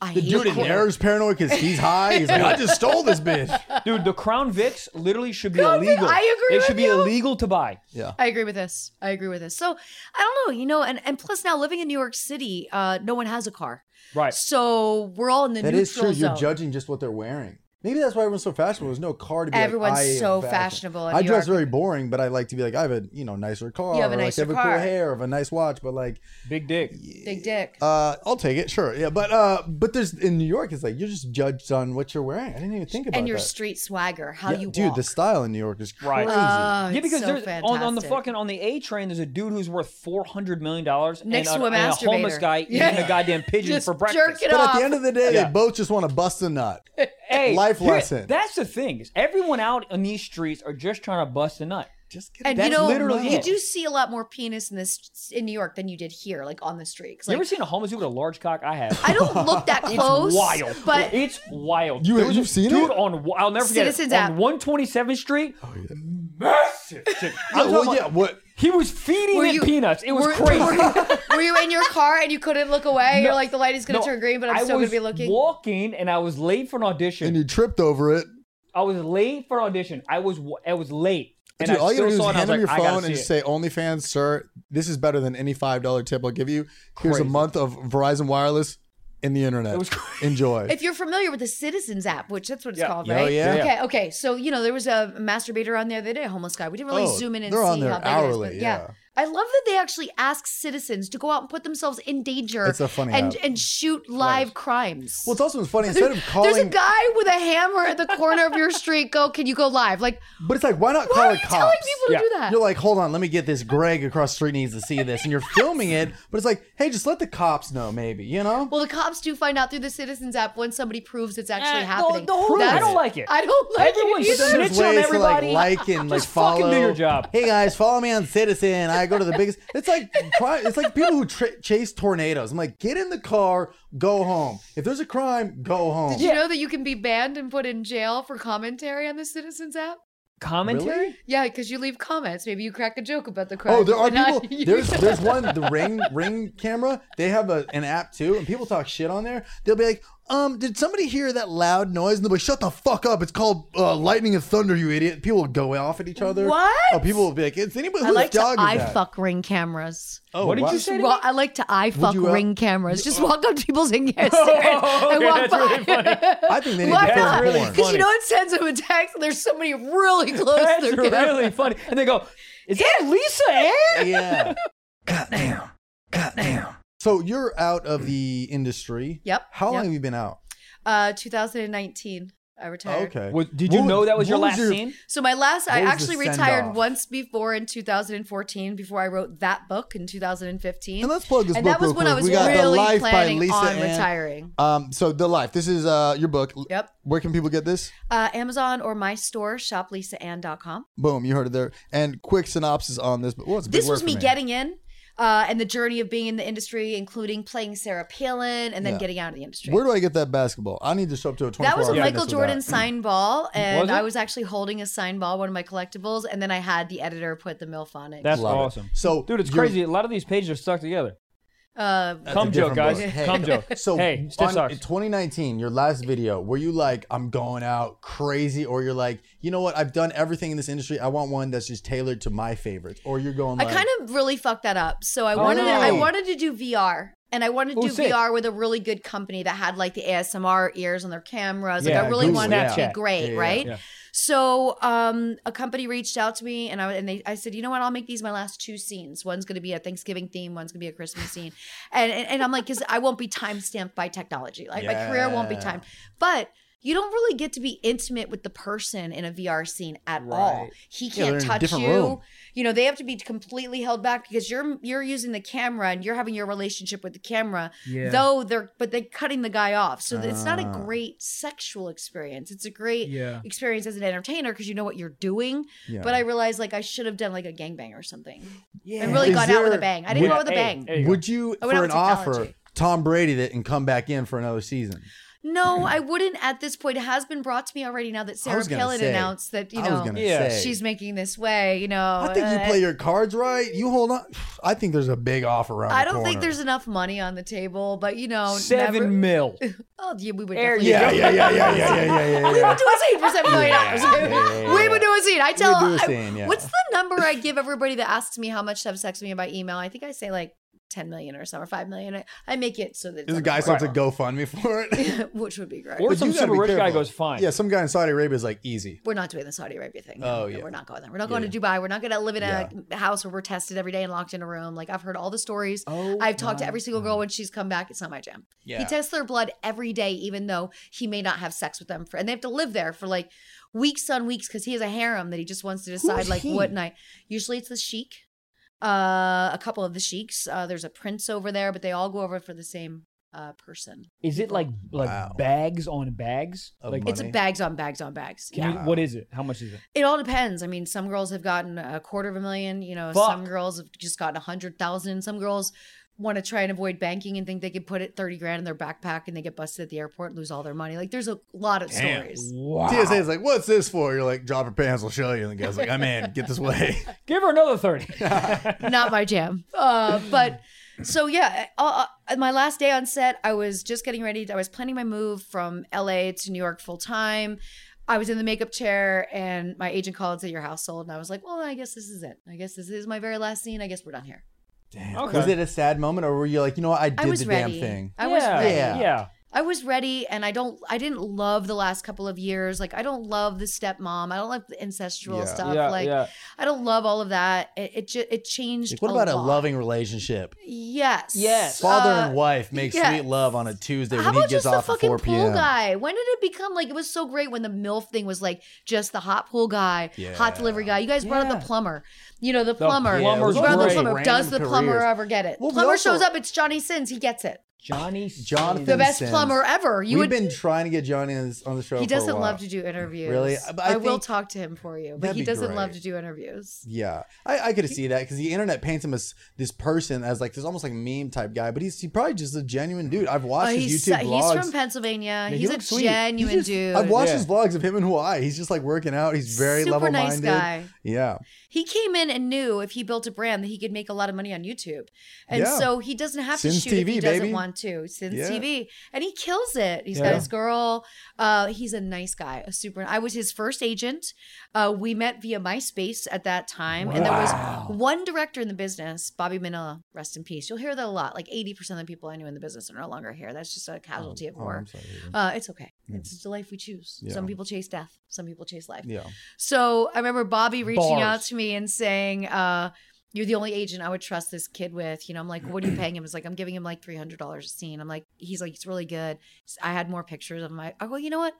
Speaker 1: I
Speaker 2: The
Speaker 1: hate
Speaker 2: dude in
Speaker 1: cor-
Speaker 2: there is paranoid because he's high. He's like, I just stole
Speaker 1: [LAUGHS]
Speaker 2: this bitch.
Speaker 3: Dude, the Crown Vics literally should be
Speaker 1: Crown Vic,
Speaker 3: illegal.
Speaker 1: I agree
Speaker 3: They
Speaker 1: with
Speaker 3: should be
Speaker 1: you.
Speaker 3: illegal to buy.
Speaker 2: Yeah.
Speaker 1: I agree with this. I agree with this. So I don't know, you know, and, and plus now living in New York City, uh, no one has a car,
Speaker 3: Right.
Speaker 1: so we're all in the
Speaker 2: That
Speaker 1: neutral
Speaker 2: is true. You're
Speaker 1: zone.
Speaker 2: judging just what they're wearing. Maybe that's why everyone's so fashionable. There's no car to be.
Speaker 1: Everyone's
Speaker 2: like, I am
Speaker 1: so
Speaker 2: fashion.
Speaker 1: fashionable in
Speaker 2: I
Speaker 1: New
Speaker 2: dress
Speaker 1: York.
Speaker 2: very boring, but I like to be like I have a you know nicer car.
Speaker 1: You have a
Speaker 2: or, like,
Speaker 1: nicer
Speaker 2: I have a
Speaker 1: car.
Speaker 2: cool hair, I have a nice watch, but like
Speaker 3: Big dick.
Speaker 1: Big dick.
Speaker 2: uh, I'll take it, sure, yeah. But uh, but there's in New York, it's like you're just judged on what you're wearing. I didn't even think about
Speaker 1: and your
Speaker 2: that.
Speaker 1: street swagger, how
Speaker 2: Yeah,
Speaker 1: you
Speaker 2: dude,
Speaker 1: walk.
Speaker 2: the style in New York is crazy.
Speaker 3: Right.
Speaker 1: Oh,
Speaker 3: yeah,
Speaker 1: it's
Speaker 3: because
Speaker 1: so
Speaker 3: there's on, on the
Speaker 1: fantastic.
Speaker 3: fucking on the A train, there's a dude who's worth four hundred million dollars
Speaker 1: Next
Speaker 3: and,
Speaker 1: to a
Speaker 3: and a homeless
Speaker 1: masturbator.
Speaker 3: guy
Speaker 1: [LAUGHS] Yeah.
Speaker 3: eating a goddamn pigeon
Speaker 1: Just
Speaker 3: for breakfast.
Speaker 1: jerk it
Speaker 2: but
Speaker 1: off.
Speaker 2: at the end of the day,
Speaker 3: Yeah.
Speaker 2: they both just want to bust a
Speaker 3: [LAUGHS]
Speaker 2: nut.
Speaker 3: Hey,
Speaker 2: Life
Speaker 3: here-
Speaker 2: lesson.
Speaker 3: That's the thing is everyone out on these streets are just trying to bust a nut.
Speaker 2: Just get
Speaker 1: and
Speaker 2: that
Speaker 1: you know,
Speaker 3: literally
Speaker 1: you
Speaker 3: it.
Speaker 1: do see a lot more penis in this in New York than you did here, like on the street. 'Cause,
Speaker 3: you
Speaker 1: like,
Speaker 3: ever seen a homeless dude with a large cock? I have.
Speaker 1: I don't look
Speaker 2: [LAUGHS]
Speaker 1: that close.
Speaker 3: It's wild.
Speaker 1: But
Speaker 3: it's wild.
Speaker 2: You-
Speaker 3: There was a
Speaker 2: you've seen
Speaker 3: dude
Speaker 2: it? Oh,
Speaker 3: on. I'll never forget
Speaker 1: Citizens
Speaker 3: it.
Speaker 1: app.
Speaker 3: On 127th Street. Massive. chick. I'm
Speaker 2: Yeah,
Speaker 3: talking
Speaker 2: well,
Speaker 3: about-
Speaker 2: yeah. What?
Speaker 3: He was feeding
Speaker 1: Were
Speaker 3: it
Speaker 1: you-
Speaker 3: peanuts. It was
Speaker 1: were, [LAUGHS]
Speaker 3: crazy.
Speaker 1: Were you, were you in your car and you couldn't look away? You're like, the light is going
Speaker 3: No,
Speaker 1: to turn green, but I'm
Speaker 3: I
Speaker 1: still going
Speaker 3: was
Speaker 1: to be looking.
Speaker 3: Walking, and I was late for an audition.
Speaker 2: And you tripped over it.
Speaker 3: I was late for an audition. I was wa- I was late. And
Speaker 2: Dude,
Speaker 3: I
Speaker 2: all you
Speaker 3: still
Speaker 2: gotta do
Speaker 3: saw
Speaker 2: is
Speaker 3: it. and I
Speaker 2: hand them
Speaker 3: was like,
Speaker 2: your
Speaker 3: I gotta
Speaker 2: phone
Speaker 3: see
Speaker 2: and
Speaker 3: it.
Speaker 2: just say, OnlyFans, sir, this is better than any $5 tip I'll give you. Here's
Speaker 3: Crazy.
Speaker 2: a month of Verizon Wireless. in the internet.
Speaker 3: It was
Speaker 2: Enjoy.
Speaker 1: If you're familiar with the Citizens app, which that's what it's
Speaker 3: Yeah.
Speaker 1: called,
Speaker 2: Oh,
Speaker 1: right?
Speaker 2: yeah.
Speaker 1: Okay, okay. So, you know, there was a masturbator on there. They did a homeless guy. We didn't really
Speaker 2: Oh,
Speaker 1: zoom in and
Speaker 2: they're
Speaker 1: see
Speaker 2: on there
Speaker 1: how big
Speaker 2: hourly,
Speaker 1: it is. but
Speaker 2: yeah.
Speaker 1: I love that they actually ask citizens to go out and put themselves in danger
Speaker 2: It's a funny
Speaker 1: and,
Speaker 2: app.
Speaker 1: and shoot live crimes.
Speaker 2: well, it's also funny. Instead of calling,
Speaker 1: There's a guy with a hammer at the corner of your street. Go, can you go live?
Speaker 2: [LAUGHS]
Speaker 1: Like,
Speaker 2: but it's like, why not
Speaker 1: why
Speaker 2: call
Speaker 1: are
Speaker 2: it
Speaker 1: you
Speaker 2: cops?
Speaker 1: telling people to
Speaker 3: Yeah.
Speaker 1: do that?
Speaker 2: You're like, hold on, let me get this. Greg across the street needs to see this, and you're filming it. But it's like, hey, just let the cops know, maybe. You know?
Speaker 1: well, the cops do find out through the Citizens app when somebody proves it's actually
Speaker 3: Eh, no,
Speaker 1: happening.
Speaker 3: the whole-
Speaker 1: That's-
Speaker 3: I don't like it.
Speaker 1: I don't like
Speaker 3: Everyone's
Speaker 1: it. either.
Speaker 3: snitching.
Speaker 2: There's
Speaker 3: Snitch on
Speaker 2: ways to like
Speaker 3: everybody. [LAUGHS]
Speaker 2: like and like
Speaker 3: Just fucking
Speaker 2: follow.
Speaker 3: do your job.
Speaker 2: Hey guys, follow me on Citizen. I go to the biggest. [LAUGHS] It's like try, it's like people who tra- chase tornadoes. I'm like, get in the car, go home. If there's a crime, go home.
Speaker 1: Did you know that you can be banned and put in jail for commentary on the Citizens app?
Speaker 3: Commentary?
Speaker 2: Really?
Speaker 1: Yeah, because you leave comments. Maybe you crack a joke about the crime. [LAUGHS]
Speaker 2: Oh, there are
Speaker 1: but not
Speaker 2: people.
Speaker 1: you.
Speaker 2: There's there's one the ring ring camera. They have a, an app too, and people talk shit on there. They'll be like, um, did somebody hear that loud noise? And they'll be like, shut the fuck up. It's called uh, lightning and thunder, you idiot. People will go off at each other.
Speaker 1: What?
Speaker 2: Oh, people will be like, it's anybody
Speaker 1: I
Speaker 2: whose
Speaker 1: like to
Speaker 2: dog is
Speaker 1: eye
Speaker 2: that?
Speaker 1: fuck ring cameras.
Speaker 2: Oh,
Speaker 3: What did
Speaker 2: wow.
Speaker 3: you say? to
Speaker 1: Well,
Speaker 3: me?
Speaker 1: I like to eye fuck
Speaker 2: you, uh,
Speaker 1: ring cameras.
Speaker 3: [LAUGHS]
Speaker 1: Just walk up to people's and get stared and
Speaker 3: okay,
Speaker 1: walk
Speaker 3: that's really
Speaker 1: by.
Speaker 2: [LAUGHS] I think they need
Speaker 1: Why
Speaker 2: to film
Speaker 1: not?
Speaker 3: really
Speaker 2: porn.
Speaker 1: [LAUGHS] Because
Speaker 3: funny.
Speaker 1: you know it sends them a text and there's somebody
Speaker 2: [LAUGHS]
Speaker 1: really [LAUGHS] close to
Speaker 3: That's
Speaker 1: their camera.
Speaker 3: really [LAUGHS] funny. And they go, is that Lisa Ann?
Speaker 2: yeah. Goddamn. Goddamn. So you're out of the industry.
Speaker 1: Yep,
Speaker 2: How long
Speaker 1: yep.
Speaker 2: have you been out?
Speaker 1: [LAUGHS] Uh, 2019, I retired.
Speaker 2: Okay.
Speaker 3: Was- Did you
Speaker 2: What
Speaker 3: know that was your
Speaker 2: what
Speaker 3: last scene?
Speaker 1: So my last, I
Speaker 2: What was the
Speaker 1: actually
Speaker 2: send-off?
Speaker 1: retired once before in 2014, before I wrote that book in 2015.
Speaker 2: And let's plug this
Speaker 1: And
Speaker 2: book
Speaker 1: that was
Speaker 2: real
Speaker 1: when
Speaker 2: quick.
Speaker 1: I was
Speaker 2: we got the
Speaker 1: really
Speaker 2: life
Speaker 1: planning
Speaker 2: by Lisa
Speaker 1: on
Speaker 2: Ann.
Speaker 1: retiring.
Speaker 2: Um, so the life. This is uh your book. L-
Speaker 1: Yep.
Speaker 2: Where can people get this?
Speaker 1: Uh, Amazon or my store, shoplisaann.com.
Speaker 2: Boom, you heard it there. And quick synopsis on this. But well, it's a big
Speaker 1: This
Speaker 2: word
Speaker 1: was
Speaker 2: for
Speaker 1: me
Speaker 2: me
Speaker 1: getting in uh, and the journey of being in the industry, including playing Sarah Palin and then
Speaker 2: Yeah.
Speaker 1: getting out of the industry.
Speaker 2: Where do I get that basketball? I need to show up to a 24
Speaker 1: That was a
Speaker 2: hour
Speaker 1: Michael
Speaker 2: fitness with
Speaker 1: Jordan
Speaker 2: that.
Speaker 1: sign ball, and
Speaker 3: Was it?
Speaker 1: I was actually holding a sign ball, one of my collectibles, and then I had the editor put the MILF on it.
Speaker 3: That's
Speaker 2: Love it.
Speaker 3: awesome.
Speaker 2: So
Speaker 3: Dude, it's
Speaker 2: you're-
Speaker 3: crazy. A lot of these pages are stuck together.
Speaker 1: uh,
Speaker 2: That's a
Speaker 3: Come joke,
Speaker 2: different
Speaker 3: guys.
Speaker 2: book.
Speaker 3: Come joke.
Speaker 2: So
Speaker 3: hey, stiff
Speaker 2: on-
Speaker 3: socks.
Speaker 2: in 2019, your last video, were you like, I'm going out crazy, or you're like, you know what, I've done everything in this industry. I want one that's just tailored to my favorites, or you're going
Speaker 1: I
Speaker 2: like,
Speaker 1: kind of really fucked that up. So I
Speaker 3: Oh,
Speaker 1: wanted to, I
Speaker 3: no.
Speaker 1: wanted to do VR. And I wanted to
Speaker 3: Oh,
Speaker 1: do
Speaker 3: sick.
Speaker 1: VR with a really good company that had like the ASMR ears on their cameras.
Speaker 3: Yeah,
Speaker 1: like I really
Speaker 3: Google,
Speaker 1: wanted it to
Speaker 3: yeah.
Speaker 1: be great,
Speaker 2: Yeah, yeah,
Speaker 1: right?
Speaker 3: yeah.
Speaker 1: So um, a company reached out to me and I and they I said, you know what, I'll make these my last two scenes. One's gonna be a Thanksgiving theme, one's gonna be a Christmas scene. And and, and I'm like, because I won't be time stamped by technology. Like my career won't be
Speaker 2: Yeah.
Speaker 1: timed. But you don't really get to be intimate with the person in a VR scene at all.
Speaker 3: Right.
Speaker 1: He
Speaker 2: Yeah, they're
Speaker 1: can't
Speaker 2: in a
Speaker 1: touch
Speaker 2: different
Speaker 1: you
Speaker 2: room.
Speaker 1: you know they have to be completely held back because you're you're using the camera and you're having your relationship with the camera
Speaker 3: Yeah.
Speaker 1: though they're but they're cutting the guy off so that it's not a
Speaker 2: Ah.
Speaker 1: great sexual experience it's a great
Speaker 3: Yeah.
Speaker 1: experience as an entertainer because you know what you're doing
Speaker 2: Yeah.
Speaker 1: but i realized like i should have done like a gangbang or something
Speaker 3: Yeah.
Speaker 1: and really
Speaker 2: Is
Speaker 1: gone out with
Speaker 2: there-
Speaker 1: a bang i didn't
Speaker 2: would-
Speaker 1: go out with a
Speaker 3: Hey,
Speaker 1: bang
Speaker 3: hey. There you go.
Speaker 2: would you
Speaker 1: I went out
Speaker 2: for
Speaker 1: with
Speaker 2: an offer
Speaker 1: technology.
Speaker 2: Tom Brady that and come back in for another season?
Speaker 1: no i wouldn't at this point it has been brought to me already now that sarah
Speaker 2: was gonna
Speaker 1: palin
Speaker 2: say.
Speaker 1: announced that you
Speaker 2: I was
Speaker 1: know
Speaker 2: gonna
Speaker 3: yeah,
Speaker 2: say.
Speaker 1: she's making this way you know
Speaker 2: I think you
Speaker 1: uh,
Speaker 2: play your cards right. You hold on. I think there's a big offer around.
Speaker 1: I
Speaker 2: the
Speaker 1: don't think
Speaker 2: corner.
Speaker 1: there's enough money on the table, but you know,
Speaker 3: Seven
Speaker 1: Oh, never-
Speaker 3: mil.
Speaker 1: Oh, yeah, we would
Speaker 3: There
Speaker 1: definitely
Speaker 3: you
Speaker 2: Yeah,
Speaker 1: do
Speaker 2: yeah, yeah, yeah, yeah, yeah,
Speaker 1: [LAUGHS]
Speaker 2: yeah, yeah.
Speaker 1: We
Speaker 2: yeah.
Speaker 1: would do a scene for seven million dollars.
Speaker 2: yeah,
Speaker 1: We
Speaker 2: yeah.
Speaker 1: would do a scene. I tell.
Speaker 2: do a
Speaker 1: I-
Speaker 2: scene, yeah.
Speaker 1: What's the number I give everybody that asks me how much to have sex with me by email? I think I say like ten million or something, or five million. I, I make it so that it's
Speaker 2: This
Speaker 1: under
Speaker 2: guy
Speaker 1: four.
Speaker 2: starts a GoFundMe for
Speaker 1: [LAUGHS]
Speaker 2: it.
Speaker 1: which would be great.
Speaker 3: Or
Speaker 2: But
Speaker 3: some
Speaker 2: you gotta
Speaker 3: super
Speaker 2: be
Speaker 3: rich guy
Speaker 2: careful.
Speaker 3: goes fine.
Speaker 2: Yeah, some guy in Saudi Arabia is like easy.
Speaker 1: we're not doing the Saudi Arabia thing. No,
Speaker 2: Oh,
Speaker 1: no,
Speaker 2: yeah.
Speaker 1: we're not going there. We're not going to Dubai. We're not going to live in a house where we're tested every day and locked in a room. Like I've heard all the stories.
Speaker 2: Oh
Speaker 1: [LAUGHS] I've talked to every single girl when she's come back. It's not my jam.
Speaker 2: Yeah.
Speaker 1: He tests their blood every day, even though he may not have sex with them, for, and they have to live there for like weeks on weeks because he has a harem that he just wants to decide
Speaker 2: is
Speaker 1: like
Speaker 2: he?
Speaker 1: what night. Usually it's the sheik. Uh, a couple of the sheiks. Uh, there's a prince over there, but they all go over for the same uh, person.
Speaker 3: Is it like like
Speaker 2: Wow. Oh
Speaker 3: bags on bags?
Speaker 2: Of
Speaker 3: like
Speaker 2: money.
Speaker 1: It's bags on bags on bags.
Speaker 3: can you- what is it? How much is it?
Speaker 1: It all depends. I mean, some girls have gotten a quarter of a million. You know,
Speaker 3: Fuck.
Speaker 1: some girls have just gotten a hundred thousand. Some girls want to try and avoid banking and think they could put it thirty grand in their backpack and they get busted at the airport and lose all their money. Like, there's a lot of stories.
Speaker 3: Wow.
Speaker 2: TSA is like, "What's this for?" You're like, "Drop your pants, I'll show you." And the guy's like, "I'm in. Get this way." [LAUGHS]
Speaker 3: Give her another thirty.
Speaker 1: Not my jam. Uh, but so yeah, uh, uh, my last day on set, I was just getting ready. I was planning my move from LA to New York full time. I was in the makeup chair and my agent called and said your house sold, and I was like, well, I guess this is it. I guess this is my very last scene. I guess we're done here.
Speaker 2: Damn.
Speaker 3: Okay.
Speaker 2: Was it a sad moment, or were you like, you know what, I did
Speaker 1: I was
Speaker 2: the
Speaker 1: ready.
Speaker 2: damn thing?
Speaker 1: I was
Speaker 3: yeah,
Speaker 1: ready.
Speaker 2: Yeah.
Speaker 3: Yeah.
Speaker 1: I was ready and I don't I didn't love the last couple of years. Like I don't love the stepmom. I don't like the ancestral
Speaker 2: Yeah.
Speaker 1: stuff.
Speaker 3: yeah,
Speaker 1: like
Speaker 3: yeah.
Speaker 1: I don't love all of that. It it, ju- it changed.
Speaker 2: What about a
Speaker 1: lot.
Speaker 2: loving relationship?
Speaker 1: Yes.
Speaker 3: Yes.
Speaker 2: Father
Speaker 1: Uh,
Speaker 2: and wife make
Speaker 1: yeah.
Speaker 2: sweet love on a Tuesday
Speaker 1: How
Speaker 2: when he
Speaker 1: about
Speaker 2: gets
Speaker 1: just the
Speaker 2: off at
Speaker 1: fucking
Speaker 2: 4
Speaker 1: pool
Speaker 2: p.m.
Speaker 1: guy? When did it become like it was so great when the MILF thing was like just the hot pool guy, hot delivery guy? You guys brought up
Speaker 3: Yeah.
Speaker 1: the plumber. You know, the plumber.
Speaker 2: Yeah, it
Speaker 3: plumber's
Speaker 2: was
Speaker 1: You brought up the
Speaker 3: great.
Speaker 1: plumber.
Speaker 2: Random
Speaker 1: Does the plumber
Speaker 2: careers.
Speaker 1: ever get it?
Speaker 2: Well, we
Speaker 1: plumber
Speaker 2: also-
Speaker 1: shows up, it's Johnny Sins, he gets it.
Speaker 3: Johnny
Speaker 2: Jonathan
Speaker 1: The best
Speaker 2: Sins.
Speaker 1: plumber ever. You would
Speaker 2: We've been trying to get Johnny on, this, on the show.
Speaker 1: He
Speaker 2: for a
Speaker 1: doesn't
Speaker 2: while.
Speaker 1: love to do interviews.
Speaker 2: Really?
Speaker 1: I,
Speaker 2: But I
Speaker 1: will
Speaker 2: think-
Speaker 1: talk to him for you, but
Speaker 2: That'd
Speaker 1: he
Speaker 2: be
Speaker 1: doesn't love
Speaker 2: great.
Speaker 1: to do interviews.
Speaker 2: Yeah, I, I could see that because the internet paints him as this person as like this almost like meme type guy, but he's he probably just a genuine dude. I've watched
Speaker 1: Uh,
Speaker 2: his
Speaker 1: he's,
Speaker 2: YouTube vlogs.
Speaker 1: he's from Pennsylvania.
Speaker 2: he
Speaker 1: he's a
Speaker 2: looks sweet.
Speaker 1: genuine
Speaker 2: He's just-
Speaker 1: dude.
Speaker 2: I've watched
Speaker 3: Yeah.
Speaker 2: his vlogs of him in Hawaii. He's just like working out. He's very
Speaker 1: Super
Speaker 2: level
Speaker 1: nice
Speaker 2: minded.
Speaker 1: guy.
Speaker 2: Yeah,
Speaker 1: He came in and knew if he built a brand that he could make a lot of money on YouTube, and
Speaker 2: Yeah.
Speaker 1: so he doesn't have to
Speaker 2: Since
Speaker 1: shoot if he
Speaker 2: TV,
Speaker 1: doesn't
Speaker 2: baby.
Speaker 1: want to. Since
Speaker 2: Yeah.
Speaker 1: TV, and he kills it. He's
Speaker 3: Yeah.
Speaker 1: got his girl. Uh, he's a nice guy. A super. I was his first agent. Uh, we met via MySpace at that time, and there was
Speaker 3: Wow.
Speaker 1: one director in the business, Bobby Manila, rest in peace. You'll hear that a lot. Like 80% of the people I knew in the business are no longer here. That's just a casualty of
Speaker 2: Oh,
Speaker 1: war.
Speaker 2: I'm sorry.
Speaker 1: Uh, it's okay.
Speaker 2: Mm.
Speaker 1: It's the life we choose.
Speaker 2: Yeah.
Speaker 1: Some people chase death, some people chase life.
Speaker 2: Yeah,
Speaker 1: So I remember Bobby reaching
Speaker 3: Bars.
Speaker 1: out to me and saying, uh, you're the only agent I would trust this kid with. You know, I'm like, what are you paying him? It's like, I'm giving him like $300 a scene. I'm like, he's like, it's really good. I had more pictures of my, I go, you know what?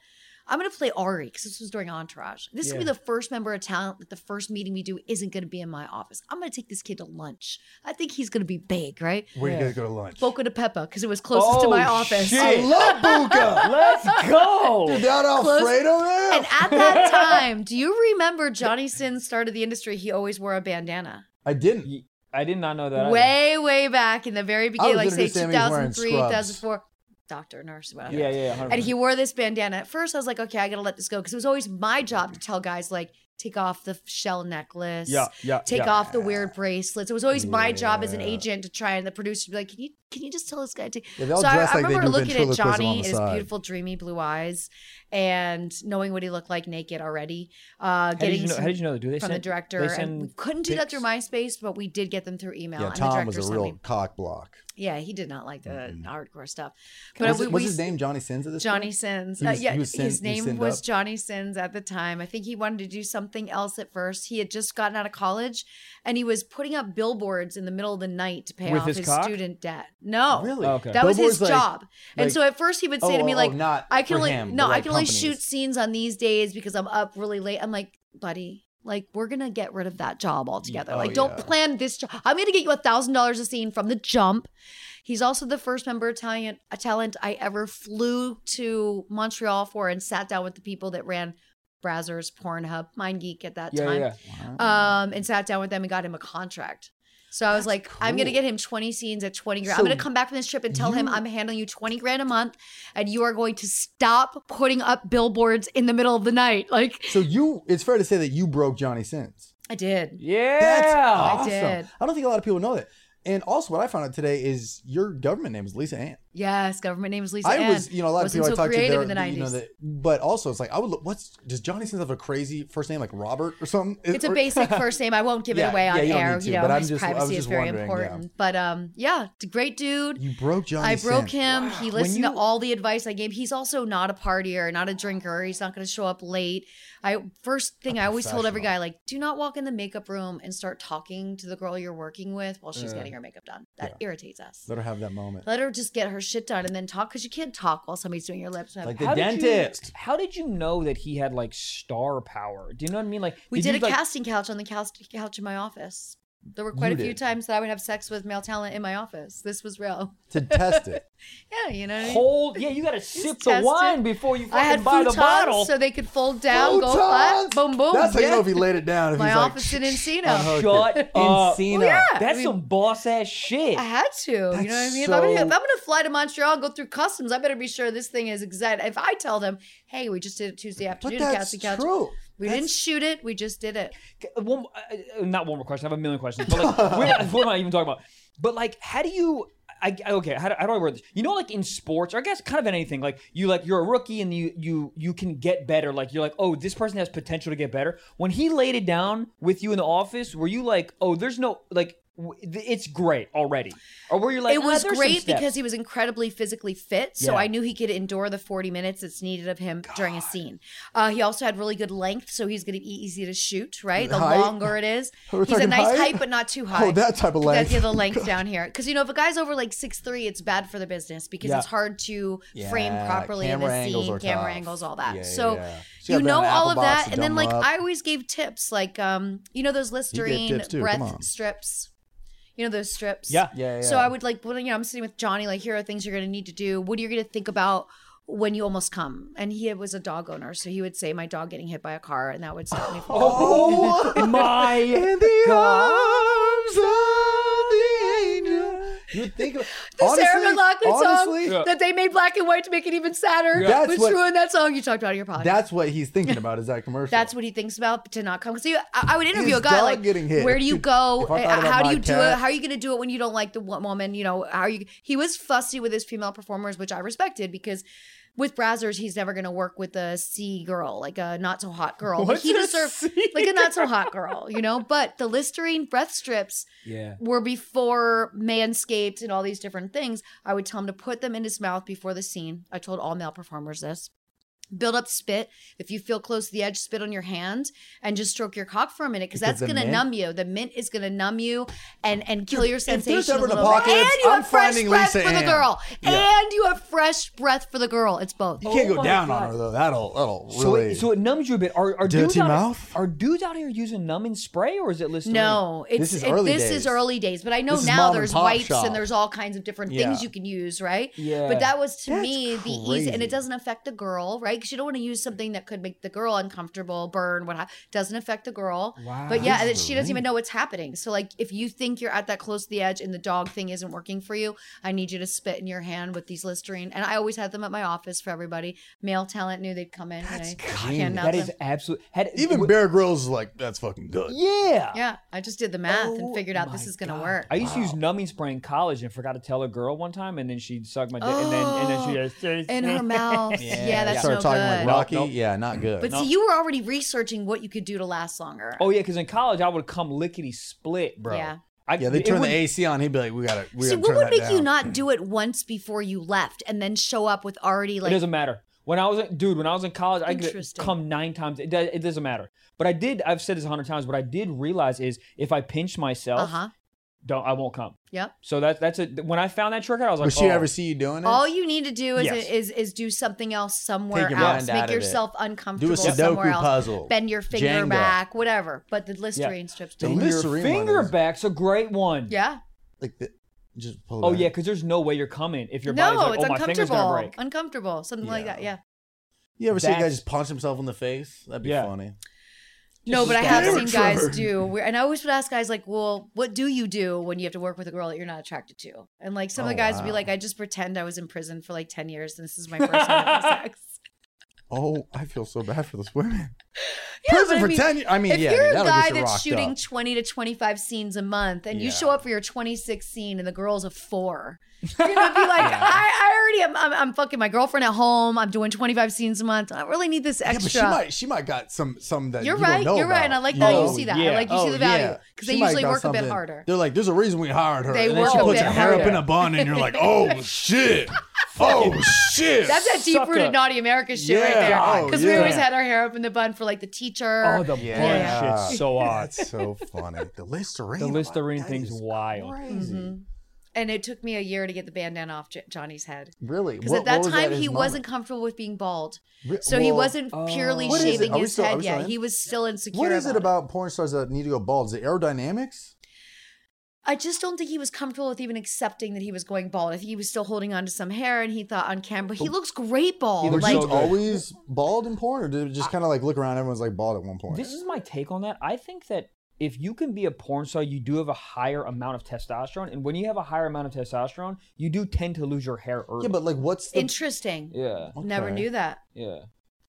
Speaker 1: I'm going to play Ari because this was during Entourage. This is going to be the first member of talent that the first meeting we do isn't going to be in my office. I'm going to take this kid to lunch. I think he's going to be big, right?
Speaker 2: where
Speaker 3: Yeah.
Speaker 2: you guys go to lunch?
Speaker 1: Boca de Peppa because it was closest to
Speaker 3: Oh,
Speaker 1: my office.
Speaker 2: I
Speaker 3: shit.
Speaker 2: love
Speaker 1: [LAUGHS]
Speaker 2: Buka.
Speaker 3: Let's go.
Speaker 2: Dude, that Alfredo there.
Speaker 1: And at
Speaker 3: [LAUGHS]
Speaker 1: that time, do you remember Johnny Sin started the industry? He always wore a bandana.
Speaker 2: I didn't.
Speaker 3: I did not know that. either.
Speaker 1: Way, way back in the very beginning, like say
Speaker 2: introduced to him, he was wearing
Speaker 1: 2003,
Speaker 2: scrubs.
Speaker 1: 2004. Doctor, nurse, whatever.
Speaker 3: Yeah, yeah. 100%.
Speaker 1: And he wore this bandana. At first, I was like, okay, I gotta let this go because it was always my job to tell guys like, take off the shell necklace.
Speaker 3: Yeah, yeah.
Speaker 1: Take
Speaker 3: yeah.
Speaker 1: off the weird bracelets. It was always my job as an
Speaker 2: Yeah.
Speaker 1: agent to try and the producer to be like, can you can you just tell this guy to?
Speaker 2: Yeah, they all
Speaker 1: so I,
Speaker 2: dress
Speaker 1: I
Speaker 2: like they
Speaker 1: remember
Speaker 2: do
Speaker 1: looking at
Speaker 2: ventriloquism on
Speaker 1: Johnny
Speaker 2: the
Speaker 1: and his
Speaker 2: side.
Speaker 1: beautiful, dreamy blue eyes, and knowing what he looked like naked already. Uh,
Speaker 3: How did,
Speaker 1: getting
Speaker 3: you know,
Speaker 1: some-
Speaker 3: how did you know? Do they
Speaker 1: from
Speaker 3: send
Speaker 1: the director.
Speaker 3: They
Speaker 1: and we
Speaker 3: send
Speaker 1: couldn't do that through
Speaker 3: pics?
Speaker 1: MySpace, but we did get them through email.
Speaker 2: Yeah,
Speaker 1: and
Speaker 2: Tom
Speaker 1: the
Speaker 2: was
Speaker 1: director
Speaker 2: a
Speaker 1: sent
Speaker 2: real
Speaker 1: me-
Speaker 2: cock block.
Speaker 1: Yeah, he did not like the hardcore stuff. But
Speaker 2: What's
Speaker 1: we,
Speaker 2: what's
Speaker 1: we-
Speaker 2: his name? Johnny Sins at this
Speaker 1: Johnny
Speaker 2: point?
Speaker 1: Sins.
Speaker 2: He
Speaker 1: Uh,
Speaker 2: was-
Speaker 1: yeah,
Speaker 2: he was Sin-
Speaker 1: his
Speaker 2: he was
Speaker 1: name
Speaker 2: Sinned
Speaker 1: was
Speaker 2: up?
Speaker 1: Johnny Sins at the time. I think he wanted to do something else at first. He had just gotten out of college, and he was putting up billboards in the middle of the night to pay
Speaker 3: With
Speaker 1: off
Speaker 3: his
Speaker 1: his,
Speaker 3: cock?
Speaker 1: student debt. No,
Speaker 2: Really?
Speaker 3: Okay.
Speaker 1: Oh, that was
Speaker 2: Billboard's
Speaker 1: his
Speaker 2: like-
Speaker 1: job. And
Speaker 2: like-
Speaker 1: so at first he would say
Speaker 2: Oh,
Speaker 1: to me
Speaker 2: oh,
Speaker 1: like,
Speaker 2: oh, not
Speaker 1: I can
Speaker 2: for
Speaker 1: only
Speaker 2: him,
Speaker 1: no,
Speaker 2: but,
Speaker 1: I
Speaker 2: like,
Speaker 1: can only
Speaker 2: companies.
Speaker 1: shoot scenes on these days because I'm up really late. I'm like, buddy, like we're gonna get rid of that job altogether.
Speaker 2: oh,
Speaker 1: like, don't
Speaker 2: yeah.
Speaker 1: plan this job. I'm gonna get you a thousand dollars a scene from the jump. He's also the first member of talent, a talent I ever flew to Montreal for and sat down with the people that ran Brazzers, Pornhub, MindGeek at that
Speaker 3: Yeah,
Speaker 1: time,
Speaker 3: yeah.
Speaker 1: um, and sat down with them and got him a contract. So I was like, I'm gonna
Speaker 2: cool.
Speaker 1: get him 20 scenes at 20 grand.
Speaker 2: So
Speaker 1: I'm gonna come back from this trip and tell him I'm handling you 20 grand a month, and you are going to stop putting up billboards in the middle of the night. Like
Speaker 2: So you, it's fair to say that you broke Johnny Sins.
Speaker 1: I did.
Speaker 3: Yeah.
Speaker 2: That's
Speaker 1: I
Speaker 2: awesome.
Speaker 1: did.
Speaker 2: I don't think a lot of people know that. And also, what I found out today is your government name is Lisa Ann.
Speaker 1: Yes, government name is Lisa.
Speaker 2: I
Speaker 1: Ann.
Speaker 2: was, you know, a lot of
Speaker 1: "Eh, Wasn't
Speaker 2: people
Speaker 1: so
Speaker 2: I talked to,
Speaker 1: creative
Speaker 2: they're,
Speaker 1: in the
Speaker 2: you know,
Speaker 1: 90s.
Speaker 2: that, but also it's like I would look. What's does Johnny Sins have a crazy first name like Robert or something?
Speaker 1: It's a
Speaker 2: Or- [LAUGHS]
Speaker 1: basic first name. I won't give
Speaker 2: Yeah,
Speaker 1: it away
Speaker 2: yeah,
Speaker 1: on
Speaker 2: you don't
Speaker 1: air.
Speaker 2: need
Speaker 1: you
Speaker 2: to,
Speaker 1: know,
Speaker 2: but I'm
Speaker 1: his
Speaker 2: just- I was
Speaker 1: privacy is
Speaker 2: just
Speaker 1: very
Speaker 2: wondering, yeah.
Speaker 1: important. But um, yeah, it's a great dude.
Speaker 2: You broke Johnny.
Speaker 1: I broke
Speaker 2: Sins.
Speaker 1: him. He listened
Speaker 3: you-
Speaker 1: to all the advice I gave. He's also not a partier, not a drinker. He's not going to show up late. I first thing I always told every guy like, do not walk in the makeup room and start talking to the girl you're working with while she's getting her makeup done. That irritates us.
Speaker 2: Let her have that moment.
Speaker 1: Let her just get her shit done and then talk because you can't talk while somebody's doing your lips.
Speaker 2: Like the
Speaker 3: How did you-
Speaker 2: dentist.
Speaker 3: how did you know that he had like star power? Do you know what I mean? Like
Speaker 1: We did,
Speaker 3: you,
Speaker 1: a
Speaker 3: like,
Speaker 1: casting couch on the couch, couch in my office. There were quite
Speaker 2: You
Speaker 1: a few
Speaker 2: did.
Speaker 1: times that I would have sex with male talent in my office. This was real. [LAUGHS]
Speaker 2: to test it.
Speaker 1: Yeah, you know. What I mean?
Speaker 3: Hold. Yeah, you got to sip the
Speaker 1: tested.
Speaker 3: wine before you fucking
Speaker 1: I had
Speaker 3: buy the
Speaker 1: futons
Speaker 3: bottle.
Speaker 1: so they could fold down, go
Speaker 2: Photons!
Speaker 1: flat, boom, boom.
Speaker 2: That's how you
Speaker 1: Yeah.
Speaker 2: know if he laid it down. If
Speaker 1: my
Speaker 2: he's like,
Speaker 1: office in
Speaker 2: unhooked.
Speaker 1: Encino. [LAUGHS]
Speaker 3: Shut
Speaker 2: Shut Encino.
Speaker 3: up.
Speaker 1: Oh, Well, yeah.
Speaker 3: That's
Speaker 1: I mean-
Speaker 3: some boss ass shit.
Speaker 1: I had to, you know what I
Speaker 2: That's
Speaker 1: mean? If, I'm gonna, if
Speaker 2: so-
Speaker 1: I'm gonna fly to Montreal and go through customs, I better be sure this thing is exact. If I tell them, hey, we just did it Tuesday
Speaker 2: But
Speaker 1: afternoon, at
Speaker 2: that's
Speaker 1: Cassie Couch.
Speaker 2: true.
Speaker 1: We didn't shoot it, we just did it.
Speaker 3: one, uh, not one more question. I have a million questions, but like, we're, not, we're not even talking about. But like, how do you? I, I- okay, how do, how do I word this? You know, like in sports, or I guess kind of in anything, like you like you're a rookie and you you you can get better. Like you're like, oh, this person has potential to get better. When he laid it down with you in the office, were you like, oh, there's no like w- th- it's great already. Or where you're like,
Speaker 2: "Oh,
Speaker 1: it
Speaker 3: "Ah,
Speaker 1: was
Speaker 3: there's some
Speaker 1: great
Speaker 3: steps."
Speaker 1: because he was incredibly physically fit, so
Speaker 3: Yeah.
Speaker 1: I knew he could endure the 40 minutes that's needed of him during a scene. Uh, he also had really good length, so he's going to be e-, easy to shoot. Right, the
Speaker 2: Height?
Speaker 1: longer it is,
Speaker 2: [LAUGHS] We're
Speaker 1: he's a
Speaker 2: talking
Speaker 1: nice height?
Speaker 2: height?
Speaker 1: but not too high.
Speaker 2: Oh, that type of
Speaker 1: That's
Speaker 2: length.
Speaker 1: the other
Speaker 2: [LAUGHS]
Speaker 1: length down here, because you know if a guy's over like six three, it's bad for the business because
Speaker 3: Yeah.
Speaker 1: it's hard to frame
Speaker 2: Yeah,
Speaker 1: properly in
Speaker 2: camera
Speaker 1: the
Speaker 2: angles
Speaker 1: scene,
Speaker 2: are
Speaker 1: camera
Speaker 2: tough.
Speaker 1: angles, all that.
Speaker 2: Yeah,
Speaker 1: so
Speaker 2: yeah, yeah. So
Speaker 1: you
Speaker 2: gotta be on
Speaker 1: know
Speaker 2: an
Speaker 1: all
Speaker 2: apple
Speaker 1: of
Speaker 2: box
Speaker 1: that,
Speaker 2: to
Speaker 1: and then
Speaker 2: dumb
Speaker 1: like
Speaker 2: up.
Speaker 1: I always gave tips, like um, you know those Listerine
Speaker 2: tips, too. Come
Speaker 1: breath
Speaker 2: on.
Speaker 1: strips. You know those strips.
Speaker 3: Yeah.
Speaker 2: Yeah,
Speaker 1: So
Speaker 2: yeah.
Speaker 1: I would like when you know I'm sitting with Johnny, like here are things you're gonna need to do. What are you gonna think about when you almost come? And he was a dog owner, so he would say my dog getting hit by a car, and that would set me.
Speaker 2: [LAUGHS]
Speaker 1: forward. [LAUGHS]
Speaker 3: [LAUGHS] Oh my
Speaker 2: in the
Speaker 3: God.
Speaker 2: arms of the angel. You think of
Speaker 1: The
Speaker 2: honestly,
Speaker 1: Sarah McLaughlin
Speaker 2: honestly,
Speaker 1: song that they made black and white to make it even sadder.
Speaker 2: Yeah. That's
Speaker 1: was
Speaker 2: what-
Speaker 1: true in that song you talked about in your podcast.
Speaker 2: That's what he's thinking about is that commercial.
Speaker 1: That's what he thinks about to not come. Because I, I would interview
Speaker 2: His
Speaker 1: a guy
Speaker 2: dog
Speaker 1: like,
Speaker 2: getting hit.
Speaker 1: where do you go?
Speaker 2: [LAUGHS] If I thought
Speaker 1: Uh,
Speaker 2: about
Speaker 1: How do
Speaker 2: my
Speaker 1: you do it?
Speaker 2: cat-
Speaker 1: How are you going to do it when you don't like the wo- woman? You know, how are you? He was fussy with his female performers, which I respected because with Brazzers, he's never going to work with a C girl, like a not so hot girl. But
Speaker 3: What's
Speaker 1: he
Speaker 3: a
Speaker 1: deserved
Speaker 3: C
Speaker 1: like a
Speaker 2: [LAUGHS]
Speaker 1: not so hot girl, you know. But the Listerine breath strips
Speaker 3: Yeah.
Speaker 1: were before Manscaped and all these different things. I would tell him to put them in his mouth before the scene. I told all male performers this. Build up spit. If you feel close to the edge, spit on your hand and just stroke your cock for a minute because that's
Speaker 2: Because the
Speaker 1: going to
Speaker 2: mint-
Speaker 1: numb you. The mint is going to numb you and and kill your sensation.
Speaker 2: there's ever
Speaker 1: a
Speaker 2: an
Speaker 1: little bit.
Speaker 2: apocalypse,
Speaker 1: and you
Speaker 2: I'm
Speaker 1: have fresh
Speaker 2: finding
Speaker 1: breath
Speaker 2: Lisa
Speaker 1: for the
Speaker 2: Ann.
Speaker 1: girl,
Speaker 2: Yeah.
Speaker 1: and you have fresh breath for the girl. It's both.
Speaker 2: you can't go
Speaker 3: Oh my
Speaker 2: down
Speaker 3: God.
Speaker 2: on her though. That'll that'll
Speaker 3: So
Speaker 2: really.
Speaker 3: it, so it numbs you a bit. Are, are
Speaker 2: Dirty
Speaker 3: dudes out-
Speaker 2: mouth?
Speaker 3: Are dudes out here using numbing spray or is it Listerine?
Speaker 1: No, it's
Speaker 2: is
Speaker 1: it-
Speaker 2: early
Speaker 1: this is
Speaker 2: days.
Speaker 1: early days, but I know
Speaker 2: This is
Speaker 1: now
Speaker 2: mom and
Speaker 1: there's
Speaker 2: pop
Speaker 1: wipes
Speaker 2: shop.
Speaker 1: and there's all kinds of different
Speaker 2: Yeah.
Speaker 1: things you can use, right?
Speaker 3: Yeah.
Speaker 1: But that was to
Speaker 2: That's
Speaker 1: me the easy, and
Speaker 2: crazy.
Speaker 1: it doesn't affect the girl, right? Because you don't want to use something that could make the girl uncomfortable, burn, what have. Doesn't affect the girl.
Speaker 3: Wow.
Speaker 1: But yeah, and it- she doesn't even know what's happening. So like, if you think you're at that close to the edge and the dog thing isn't working for you, I need you to spit in your hand with these Listerine. And I always had them at my office for everybody. Male talent knew they'd come in. and I hand out
Speaker 3: That is
Speaker 1: them.
Speaker 3: absolute. Had,
Speaker 2: even Bear Grylls is like that's fucking good.
Speaker 3: Yeah.
Speaker 1: Yeah, I just did the math
Speaker 3: Oh
Speaker 1: and figured out
Speaker 3: my
Speaker 1: this is gonna
Speaker 3: God.
Speaker 1: work.
Speaker 3: I used to use numbing spray in college and forgot to tell a girl one time, and then she sucked my dick, and then and then she
Speaker 1: Oh,
Speaker 3: just
Speaker 1: in her
Speaker 2: [LAUGHS]
Speaker 1: mouth. Yeah, that's
Speaker 2: Start
Speaker 1: no
Speaker 2: talking
Speaker 1: good.
Speaker 2: like Rocky.
Speaker 3: Nope, nope.
Speaker 2: Yeah, not good.
Speaker 1: but see, you were already researching what you could do to last longer.
Speaker 3: Oh yeah, because in college I would come lickety split, bro.
Speaker 1: Yeah.
Speaker 3: I,
Speaker 2: yeah, they
Speaker 3: it
Speaker 2: turn
Speaker 3: would-
Speaker 2: the AC on. He'd be like, "We gotta, we
Speaker 1: see,
Speaker 2: gotta
Speaker 1: what
Speaker 2: turn
Speaker 1: would
Speaker 2: that
Speaker 1: make you
Speaker 2: down."
Speaker 1: not do it once before you left and then show up with already
Speaker 3: It
Speaker 1: like
Speaker 3: doesn't matter. When I was in- dude, when I was in college, I could
Speaker 1: Interesting.
Speaker 3: come nine times. It, does, it doesn't matter. But I did. I've said this a hundred times. But I did realize is if I pinch myself,
Speaker 1: uh huh?
Speaker 3: don't I won't come.
Speaker 1: Yep.
Speaker 3: So that's that's it. When I found that trick out, I was like,
Speaker 2: Would she
Speaker 3: oh.
Speaker 2: ever see you doing it?
Speaker 1: All you need to do is
Speaker 3: Yes.
Speaker 1: is, is do something else somewhere
Speaker 2: your
Speaker 1: else.
Speaker 2: mind
Speaker 1: Make
Speaker 2: out of it.
Speaker 1: yourself
Speaker 2: do
Speaker 1: uncomfortable
Speaker 2: a
Speaker 1: somewhere
Speaker 2: Sudoku
Speaker 1: else.
Speaker 2: puzzle.
Speaker 1: Bend your finger
Speaker 2: Jenga.
Speaker 1: back, whatever. But the Listerine strips
Speaker 2: The
Speaker 1: don't.
Speaker 3: Your
Speaker 2: Listerine one
Speaker 3: finger
Speaker 2: is-
Speaker 3: back's a great one.
Speaker 1: Yeah.
Speaker 2: Like, the, just pull. it
Speaker 3: Oh
Speaker 2: out.
Speaker 3: yeah, because there's no way you're coming if your body's
Speaker 1: no,
Speaker 3: like,
Speaker 1: it's
Speaker 3: oh my finger's gonna
Speaker 1: uncomfortable.
Speaker 3: break.
Speaker 1: Uncomfortable. Something like
Speaker 2: Yeah.
Speaker 1: that. Yeah.
Speaker 2: You ever see a guy
Speaker 3: That's-
Speaker 2: just punch himself in the face? That'd be
Speaker 3: Yeah.
Speaker 2: funny.
Speaker 1: No, but I
Speaker 2: just
Speaker 1: have
Speaker 2: amateur.
Speaker 1: seen guys do, where- and I always would ask guys like, "Well, what do you do when you have to work with a girl that you're not attracted to?" And like some of the
Speaker 2: Oh,
Speaker 1: guys would be
Speaker 2: wow.
Speaker 1: like, "I just pretend I was in prison for like ten years, and this
Speaker 2: [LAUGHS]
Speaker 1: is my first time having sex."
Speaker 2: Oh, I feel so bad for this woman.
Speaker 1: Yeah,
Speaker 2: Prison
Speaker 1: but I
Speaker 2: for
Speaker 1: mean,
Speaker 2: ten. years. I mean,
Speaker 1: If
Speaker 2: yeah,
Speaker 1: you're
Speaker 2: dude,
Speaker 1: a
Speaker 2: that'll
Speaker 1: guy
Speaker 2: get you
Speaker 1: that's
Speaker 2: rocked
Speaker 1: shooting
Speaker 2: up.
Speaker 1: 20 to 25 scenes a month, and you
Speaker 2: Yeah.
Speaker 1: show up for your 26th scene, and the girl's a
Speaker 2: [LAUGHS]
Speaker 1: four, you're gonna be like, I, "I already am. I'm, I'm fucking my girlfriend at home. I'm doing 25 scenes a month. I don't really need this
Speaker 2: yeah, but
Speaker 1: extra."
Speaker 2: she might, she might got some, some that
Speaker 1: you're
Speaker 2: you
Speaker 1: right.
Speaker 2: Don't know
Speaker 1: You're right. And I
Speaker 2: about,
Speaker 1: like
Speaker 3: you
Speaker 1: that
Speaker 3: know?
Speaker 1: you see that.
Speaker 3: Yeah.
Speaker 1: I like you see
Speaker 2: Oh,
Speaker 1: the value
Speaker 2: yeah.
Speaker 1: because they
Speaker 2: She might
Speaker 1: usually
Speaker 2: got
Speaker 1: work a bit
Speaker 2: something-
Speaker 1: harder.
Speaker 2: They're like, there's a reason we hired her.
Speaker 1: They
Speaker 2: and then she
Speaker 1: work a
Speaker 2: puts
Speaker 1: bit
Speaker 2: her hair up
Speaker 1: harder.
Speaker 2: in a bun, and
Speaker 1: [LAUGHS]
Speaker 2: you're like, oh shit, oh shit.
Speaker 1: That's that deep
Speaker 3: Sucker.
Speaker 1: rooted naughty America shit right
Speaker 2: Yeah.
Speaker 1: there.
Speaker 2: Oh,
Speaker 1: Because we always
Speaker 2: yeah.
Speaker 1: had our hair up in the bun for like the teacher.
Speaker 3: Oh, the
Speaker 2: [LAUGHS] Yeah.
Speaker 3: porn shit's so odd.
Speaker 2: That's [LAUGHS] so funny. The Listerine.
Speaker 3: The
Speaker 2: one,
Speaker 3: Listerine
Speaker 2: that
Speaker 3: thing's
Speaker 2: is
Speaker 3: wild.
Speaker 2: Crazy.
Speaker 1: Mhm. And it took me a year to get the bandana off J- Johnny's head.
Speaker 2: Really?
Speaker 1: Because
Speaker 2: What-
Speaker 1: at that
Speaker 2: what was
Speaker 1: time,
Speaker 2: his
Speaker 1: he
Speaker 2: moment?
Speaker 1: wasn't comfortable with being bald.
Speaker 2: Re-
Speaker 1: So he
Speaker 2: well,
Speaker 1: wasn't purely
Speaker 3: What is it?
Speaker 1: shaving
Speaker 2: Are we
Speaker 1: his
Speaker 2: still- are
Speaker 1: head
Speaker 2: we
Speaker 1: yet.
Speaker 2: still in?
Speaker 1: He was still insecure.
Speaker 2: What is it
Speaker 1: about
Speaker 2: about porn stars that need to go bald? Is it aerodynamics?
Speaker 1: I just don't think he was comfortable with even accepting that he was going bald. I think he was still holding on to some hair, and he thought on camera he looks great bald.
Speaker 3: He looks
Speaker 1: Like
Speaker 3: so good.
Speaker 2: always bald in porn, or did it just kind of like look around? Everyone's like bald at one point.
Speaker 3: This is my take on that. I think that if you can be a porn star, you do have a higher amount of testosterone, and when you have a higher amount of testosterone, you do tend to lose your hair early.
Speaker 2: yeah, but like, what's the?
Speaker 1: interesting.
Speaker 3: yeah,
Speaker 2: Okay.
Speaker 1: Never knew that.
Speaker 3: yeah.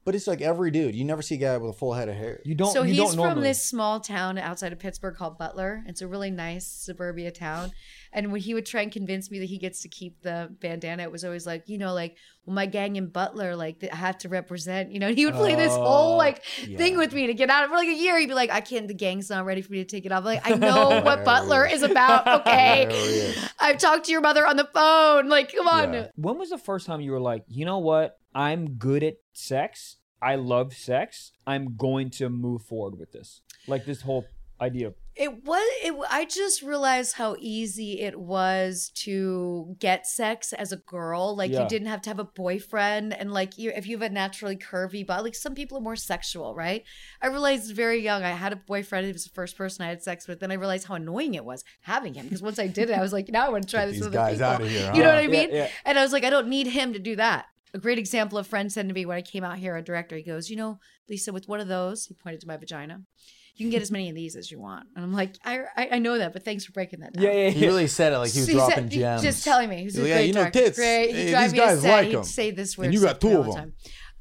Speaker 2: But it's like every dude. You never see a guy with a full head of hair.
Speaker 3: You don't.
Speaker 1: so
Speaker 3: you
Speaker 1: he's
Speaker 3: don't
Speaker 1: from
Speaker 3: normally.
Speaker 1: this small town outside of Pittsburgh called Butler. It's a really nice suburbia town. And when he would try and convince me that he gets to keep the bandana, it was always like, you know, like, well, my gang in Butler, like, th- I have to represent, you know, and he would play this
Speaker 3: Oh,
Speaker 1: whole, like, thing
Speaker 3: yeah.
Speaker 1: with me to get out of for like a year. He'd be like, I can't, the gang's not ready for me to take it off. Like,
Speaker 3: [LAUGHS]
Speaker 1: I know what Butler is about,
Speaker 2: There
Speaker 1: okay?
Speaker 2: he is.
Speaker 1: I've talked to your mother on the phone. Like, come on.
Speaker 2: Yeah.
Speaker 3: When was the first time you were like, you know what? I'm good at sex. I love sex. I'm going to move forward with this. Like this whole idea. of-
Speaker 1: It was. It, I just realized how easy it was to get sex as a girl. Like
Speaker 3: Yeah.
Speaker 1: you didn't have to have a boyfriend, and like you, if you have a naturally curvy body, like some people are more sexual, right? I realized very young I had a boyfriend. He was the first person I had sex with. Then I realized how annoying it was having him because once I did it, I was like, now I want to try
Speaker 2: Get
Speaker 1: this
Speaker 2: these
Speaker 1: with other
Speaker 2: guys
Speaker 1: people.
Speaker 2: out of here.
Speaker 1: You know
Speaker 2: huh?
Speaker 1: what I mean?
Speaker 3: Uh, Yeah, yeah.
Speaker 1: And I was like, I don't need him to do that. A great example a friend said to me when I came out here, a director, he goes, You know, Lisa, with one of those, he pointed to my vagina, you can get as many of these as you want. And I'm like, I, I, I know that, but thanks for breaking that down.
Speaker 3: Yeah, yeah,
Speaker 2: He
Speaker 3: yeah.
Speaker 2: really said it like he was
Speaker 1: So said-
Speaker 2: dropping
Speaker 1: he-
Speaker 2: gems.
Speaker 1: Just telling me. He was a
Speaker 2: He's like, "Yeah,
Speaker 1: great
Speaker 2: you know,
Speaker 1: director.
Speaker 2: tits.
Speaker 1: Great. He
Speaker 2: Hey,
Speaker 1: drive
Speaker 2: these
Speaker 1: me a
Speaker 2: guys
Speaker 1: set.
Speaker 2: like
Speaker 1: He'd
Speaker 2: 'em.
Speaker 1: say this weird
Speaker 2: you got
Speaker 1: stuff to me
Speaker 2: two
Speaker 1: all
Speaker 2: of
Speaker 1: the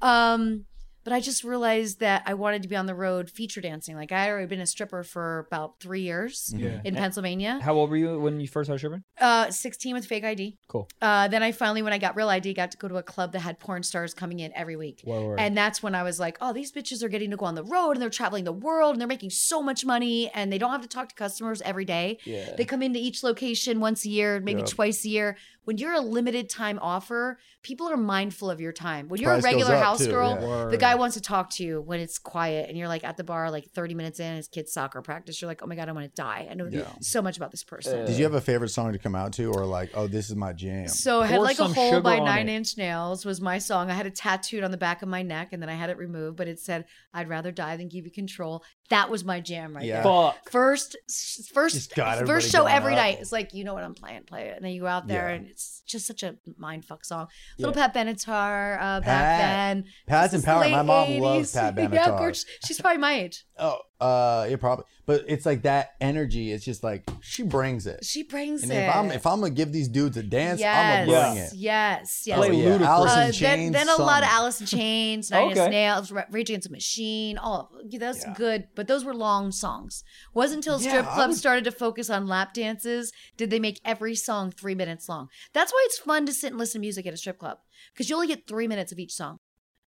Speaker 1: time. Um, but I just realized that I wanted to be on the road feature dancing. Like I had already been a stripper for about three
Speaker 2: Mm.
Speaker 1: years
Speaker 3: [LAUGHS] Yeah.
Speaker 1: in Pennsylvania.
Speaker 3: How old were you when you first started stripping?
Speaker 1: Uh, 16 with fake ID.
Speaker 3: Cool.
Speaker 1: Uh, then I finally, when I got real ID, got to go to a club that had porn stars coming in every week.
Speaker 3: Word, word.
Speaker 1: And that's when I was like, oh, these bitches are getting to go on the road and they're traveling the world and they're making so much money and they don't have to talk to customers every day.
Speaker 3: Yeah.
Speaker 1: They come into each location once a year, maybe
Speaker 2: Yeah.
Speaker 1: twice a year. When you're a limited time offer, people are mindful of your time. When you're
Speaker 2: Price
Speaker 1: a
Speaker 2: goes
Speaker 1: regular
Speaker 2: up,
Speaker 1: house
Speaker 2: too,
Speaker 1: girl,
Speaker 2: yeah.
Speaker 1: the guy wants to talk to you when it's quiet and you're like at the bar, like 30 minutes in, it's kids' soccer practice. You're like, oh my God, I want to die. I know
Speaker 2: Yeah.
Speaker 1: so much about this person.
Speaker 3: Uh,
Speaker 2: Did you have a favorite song to come out to, or like, oh, this is my jam?
Speaker 1: So I had
Speaker 3: Pour
Speaker 1: like a
Speaker 3: some
Speaker 1: hole
Speaker 3: sugar
Speaker 1: by
Speaker 3: on
Speaker 1: Nine
Speaker 3: it.
Speaker 1: Inch Nails was my song. I had it tattooed on the back of my neck, and then I had it removed. But it said, "I'd rather die than give you control." That was my jam right there.
Speaker 2: Yeah.
Speaker 3: Fuck.
Speaker 1: First, s- first,
Speaker 2: Just got everybody
Speaker 1: first show
Speaker 2: going
Speaker 1: every
Speaker 2: up.
Speaker 1: night. It's like you know what I'm playing, play it, and then you go out there,
Speaker 2: Yeah.
Speaker 1: and it's just such a mind fuck song. Little Pat Benatar uh, back
Speaker 2: Pat.
Speaker 1: then.
Speaker 2: Pat's
Speaker 1: This
Speaker 2: in
Speaker 1: is
Speaker 2: power.
Speaker 1: late
Speaker 2: My mom loves
Speaker 1: 80s.
Speaker 2: Pat
Speaker 1: [LAUGHS]
Speaker 2: Benatar.
Speaker 1: yeah, of course. She's probably my age.
Speaker 2: Oh, uh, yeah, probably. But it's like that energy. It's just like she brings it.
Speaker 1: She brings
Speaker 2: And
Speaker 1: it.
Speaker 2: if I'm if I'm gonna give these dudes a dance,
Speaker 1: yes,
Speaker 2: I'm gonna bring it.
Speaker 1: yes, yes.
Speaker 3: Play
Speaker 2: Oh, yeah.
Speaker 3: Ludacris.
Speaker 2: Alice in
Speaker 1: Uh, then,
Speaker 2: Chains
Speaker 1: then a lot of
Speaker 2: song.
Speaker 1: Alice in Chains, Nine
Speaker 3: Okay.
Speaker 1: Inch Nails, Ra- Rage Against the Machine. All of, that's
Speaker 2: Yeah.
Speaker 1: good, but those were long songs. Wasn't until
Speaker 2: Yeah,
Speaker 1: strip
Speaker 2: I
Speaker 1: clubs
Speaker 2: would-
Speaker 1: started to focus on lap dances did they make every song three minutes long. That's why it's fun to sit and listen to music at a strip club because you only get three minutes of each song.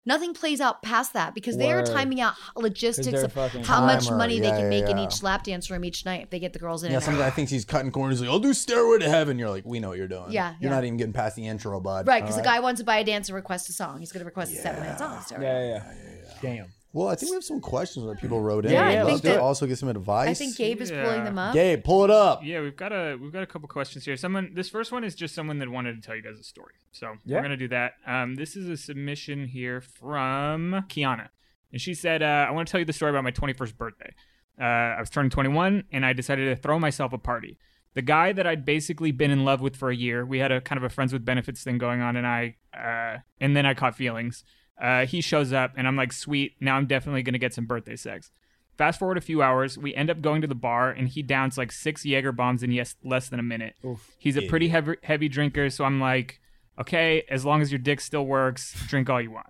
Speaker 1: Nothing plays out past that because they are
Speaker 3: Word.
Speaker 1: timing out logistics
Speaker 3: they're
Speaker 1: of
Speaker 3: fucking-
Speaker 1: how much
Speaker 2: Timer.
Speaker 1: money
Speaker 2: Yeah,
Speaker 1: they can
Speaker 2: yeah,
Speaker 1: make in
Speaker 2: yeah.
Speaker 1: each lap dance room each night if they get the girls in.
Speaker 2: Yeah,
Speaker 1: and out.
Speaker 2: some guy thinks he's cutting corners. Like, I'll do Stairway to Heaven. You're like, we know what you're doing.
Speaker 1: Yeah,
Speaker 2: you're
Speaker 1: yeah.
Speaker 2: not even getting past the intro, bud.
Speaker 1: Right, because
Speaker 2: All
Speaker 1: the guy wants to buy a dance and request a song. He's going to request a seven-minute song.
Speaker 3: Yeah,
Speaker 1: Sorry.
Speaker 3: yeah, yeah. Damn.
Speaker 2: Well, I think we have some questions that people wrote in.
Speaker 3: Yeah, yeah,
Speaker 2: We'd
Speaker 3: let's
Speaker 2: love
Speaker 3: do
Speaker 2: to
Speaker 3: it.
Speaker 2: also get some advice.
Speaker 1: I think Gabe is pulling them up.
Speaker 2: Gabe, pull it up.
Speaker 4: Yeah, we've got a we've got a couple questions here. Someone, this first one is just someone that wanted to tell you guys a story, so
Speaker 3: Yeah.
Speaker 4: we're gonna do that. Um, this is a submission here from Kiana, and she said, uh, "I want to tell you the story about my 21st birthday. Uh, I was turning 21, and I decided to throw myself a party. The guy that I'd basically been in love with for a year, we had a kind of a friends with benefits thing going on, and I uh, and then I caught feelings. Uh, he shows up, and I'm like, sweet, now I'm definitely gonna get some birthday sex." Fast forward a few hours, we end up going to the bar, and he downs like six Jaeger bombs in yes, less than a minute. He's a pretty heavy, heavy drinker, so I'm like, okay, as long as your dick still works, drink all you want.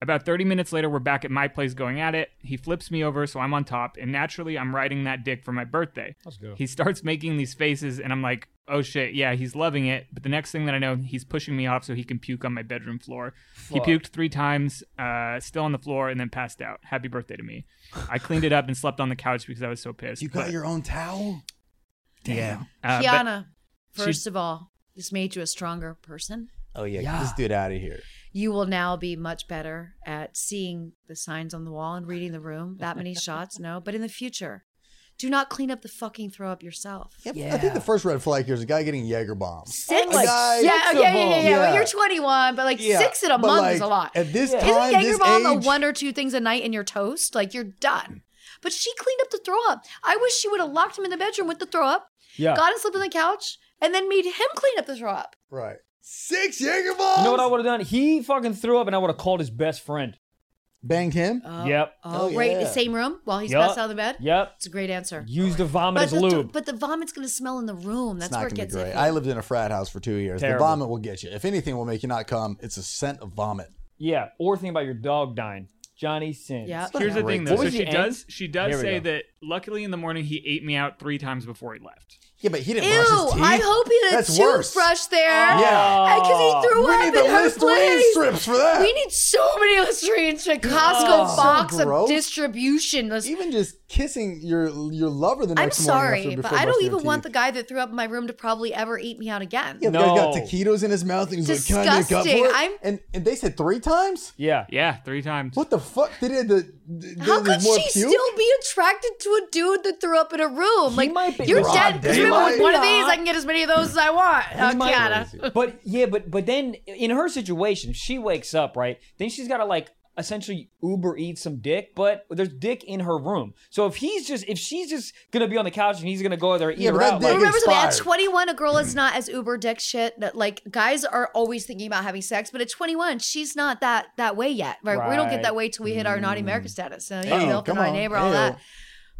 Speaker 4: About 30 minutes later, we're back at my place going at it. He flips me over, so I'm on top, and naturally, I'm riding that dick for my birthday.
Speaker 3: Let's go.
Speaker 4: He starts making these faces, and I'm like, oh shit, yeah, he's loving it. But the next thing that I know, he's pushing me off so he can puke on my bedroom floor.
Speaker 3: Fuck.
Speaker 4: He puked three times, uh, still on the floor, and then passed out. Happy birthday to me. I cleaned it up and slept on the couch because I was so pissed.
Speaker 2: You got
Speaker 4: But-
Speaker 2: your own towel.
Speaker 4: [LAUGHS] yeah. Uh, but-
Speaker 1: Kiana,
Speaker 4: she-
Speaker 1: first of all, this made you a stronger person.
Speaker 2: Oh yeah,
Speaker 3: Yeah.
Speaker 2: get this dude out of here.
Speaker 1: You will now be much better at seeing the signs on the wall and reading the room. That
Speaker 4: [LAUGHS]
Speaker 1: many shots, no. But in the future, do not clean up the fucking throw up yourself.
Speaker 2: I think the first red flag here is a guy getting Jaeger bombs.
Speaker 1: Six?
Speaker 2: Like six
Speaker 1: yeah,
Speaker 3: of
Speaker 1: yeah, yeah, yeah, yeah.
Speaker 2: them.
Speaker 1: Well,
Speaker 2: Yeah.
Speaker 1: you're 21, but like
Speaker 2: Yeah,
Speaker 1: six in a
Speaker 2: but,
Speaker 1: month
Speaker 2: like,
Speaker 1: is a lot.
Speaker 2: At this
Speaker 3: Yeah.
Speaker 2: time,
Speaker 1: Isn't Jaeger
Speaker 2: this
Speaker 1: bomb a
Speaker 2: age,
Speaker 1: one or two things a night in your toast? Like you're done. But she cleaned up the throw up. I wish she would have locked him in the bedroom with the throw up,
Speaker 3: Yeah.
Speaker 1: got him slept on the couch, and then made him clean up the throw up.
Speaker 2: Right. Six Jaeger bombs.
Speaker 3: You know what I would have done? He fucking threw up, and I would have called his best friend.
Speaker 2: Banged him.
Speaker 1: Oh,
Speaker 3: Yep.
Speaker 1: Oh,
Speaker 2: Oh,
Speaker 1: right.
Speaker 2: yeah.
Speaker 1: The same room while he's
Speaker 3: Yup.
Speaker 1: passed out on the bed.
Speaker 3: Yep.
Speaker 1: It's a great answer.
Speaker 3: Used the vomit
Speaker 1: But
Speaker 3: as
Speaker 1: the,
Speaker 3: lube.
Speaker 1: but the vomit's gonna smell in the room. That's
Speaker 2: it's not
Speaker 1: where it
Speaker 2: gonna be
Speaker 1: gets
Speaker 2: great.
Speaker 1: iffy.
Speaker 2: I lived in a frat house for two years.
Speaker 3: Terrible.
Speaker 2: The vomit will get you. If anything will make you not come, it's the scent of vomit.
Speaker 3: Yeah, or think about your dog dying. Johnny Sins.
Speaker 1: Yeah.
Speaker 4: Here's the
Speaker 2: Great.
Speaker 4: thing, though.
Speaker 3: What
Speaker 4: So
Speaker 3: was
Speaker 4: she
Speaker 3: the
Speaker 4: does. She
Speaker 3: Here
Speaker 4: does
Speaker 3: we
Speaker 4: say
Speaker 3: go.
Speaker 4: that. Luckily, in the morning, he ate me out three times before he left.
Speaker 2: Yeah, but he
Speaker 1: Ew!
Speaker 2: didn't brush his teeth.
Speaker 1: I hope he had a
Speaker 2: That's worse.
Speaker 1: toothbrush there.
Speaker 2: Yeah.
Speaker 1: because he threw
Speaker 2: we
Speaker 1: up
Speaker 2: need
Speaker 1: in
Speaker 2: the
Speaker 1: her
Speaker 2: Listerine
Speaker 1: place.
Speaker 2: strips for that.
Speaker 1: We need so many Listerines for Costco
Speaker 2: so
Speaker 1: box of
Speaker 2: gross.
Speaker 1: distribution. Let's-
Speaker 2: even just kissing your your lover the
Speaker 1: I'm
Speaker 2: next morning.
Speaker 1: sorry,
Speaker 2: after-
Speaker 1: but
Speaker 2: before
Speaker 1: I don't
Speaker 2: brushing your
Speaker 1: even want the
Speaker 2: teeth.
Speaker 1: guy that threw up in my room to probably ever eat me out again.
Speaker 2: Yeah, the guy's got
Speaker 3: No.
Speaker 2: taquitos in his mouth and he's like, "Can I make up for
Speaker 1: Disgusting.
Speaker 2: it?"
Speaker 1: I'm-
Speaker 2: And and they said three times.
Speaker 3: Yeah.
Speaker 4: Yeah, three times.
Speaker 2: What the fuck? Did it? The, the,
Speaker 1: How
Speaker 2: there
Speaker 1: could
Speaker 2: was more
Speaker 1: she
Speaker 2: puke?
Speaker 1: still be attracted to a dude that threw up in a room? like
Speaker 3: might be-
Speaker 1: you're
Speaker 3: Come
Speaker 1: dead.
Speaker 2: on,
Speaker 1: Because
Speaker 2: Dave.
Speaker 1: remember, with
Speaker 2: He
Speaker 1: one of
Speaker 3: might
Speaker 1: these,
Speaker 3: not.
Speaker 1: I can get as many of those as I want.
Speaker 3: He
Speaker 1: Oh,
Speaker 3: might-
Speaker 1: Kiana.
Speaker 3: But yeah, but but then in her situation, if she wakes up right. Then she's got to like essentially Uber eat some dick, but there's dick in her room. So if he's just if she's just gonna be on the couch and he's gonna go there and eat
Speaker 2: Yeah, but
Speaker 3: her
Speaker 2: that
Speaker 1: But
Speaker 3: out,
Speaker 2: dick-
Speaker 3: like,
Speaker 1: remember something at
Speaker 2: expired.
Speaker 1: 21 a girl is not as uber dick shit that like guys are always thinking about having sex but at 21 she's not that that way yet right, we don't get
Speaker 3: Right.
Speaker 1: that way till we hit our naughty america status so you
Speaker 2: Mm. Oh,
Speaker 1: know
Speaker 2: come
Speaker 1: my
Speaker 2: on.
Speaker 1: neighbor all
Speaker 2: Ew.
Speaker 1: that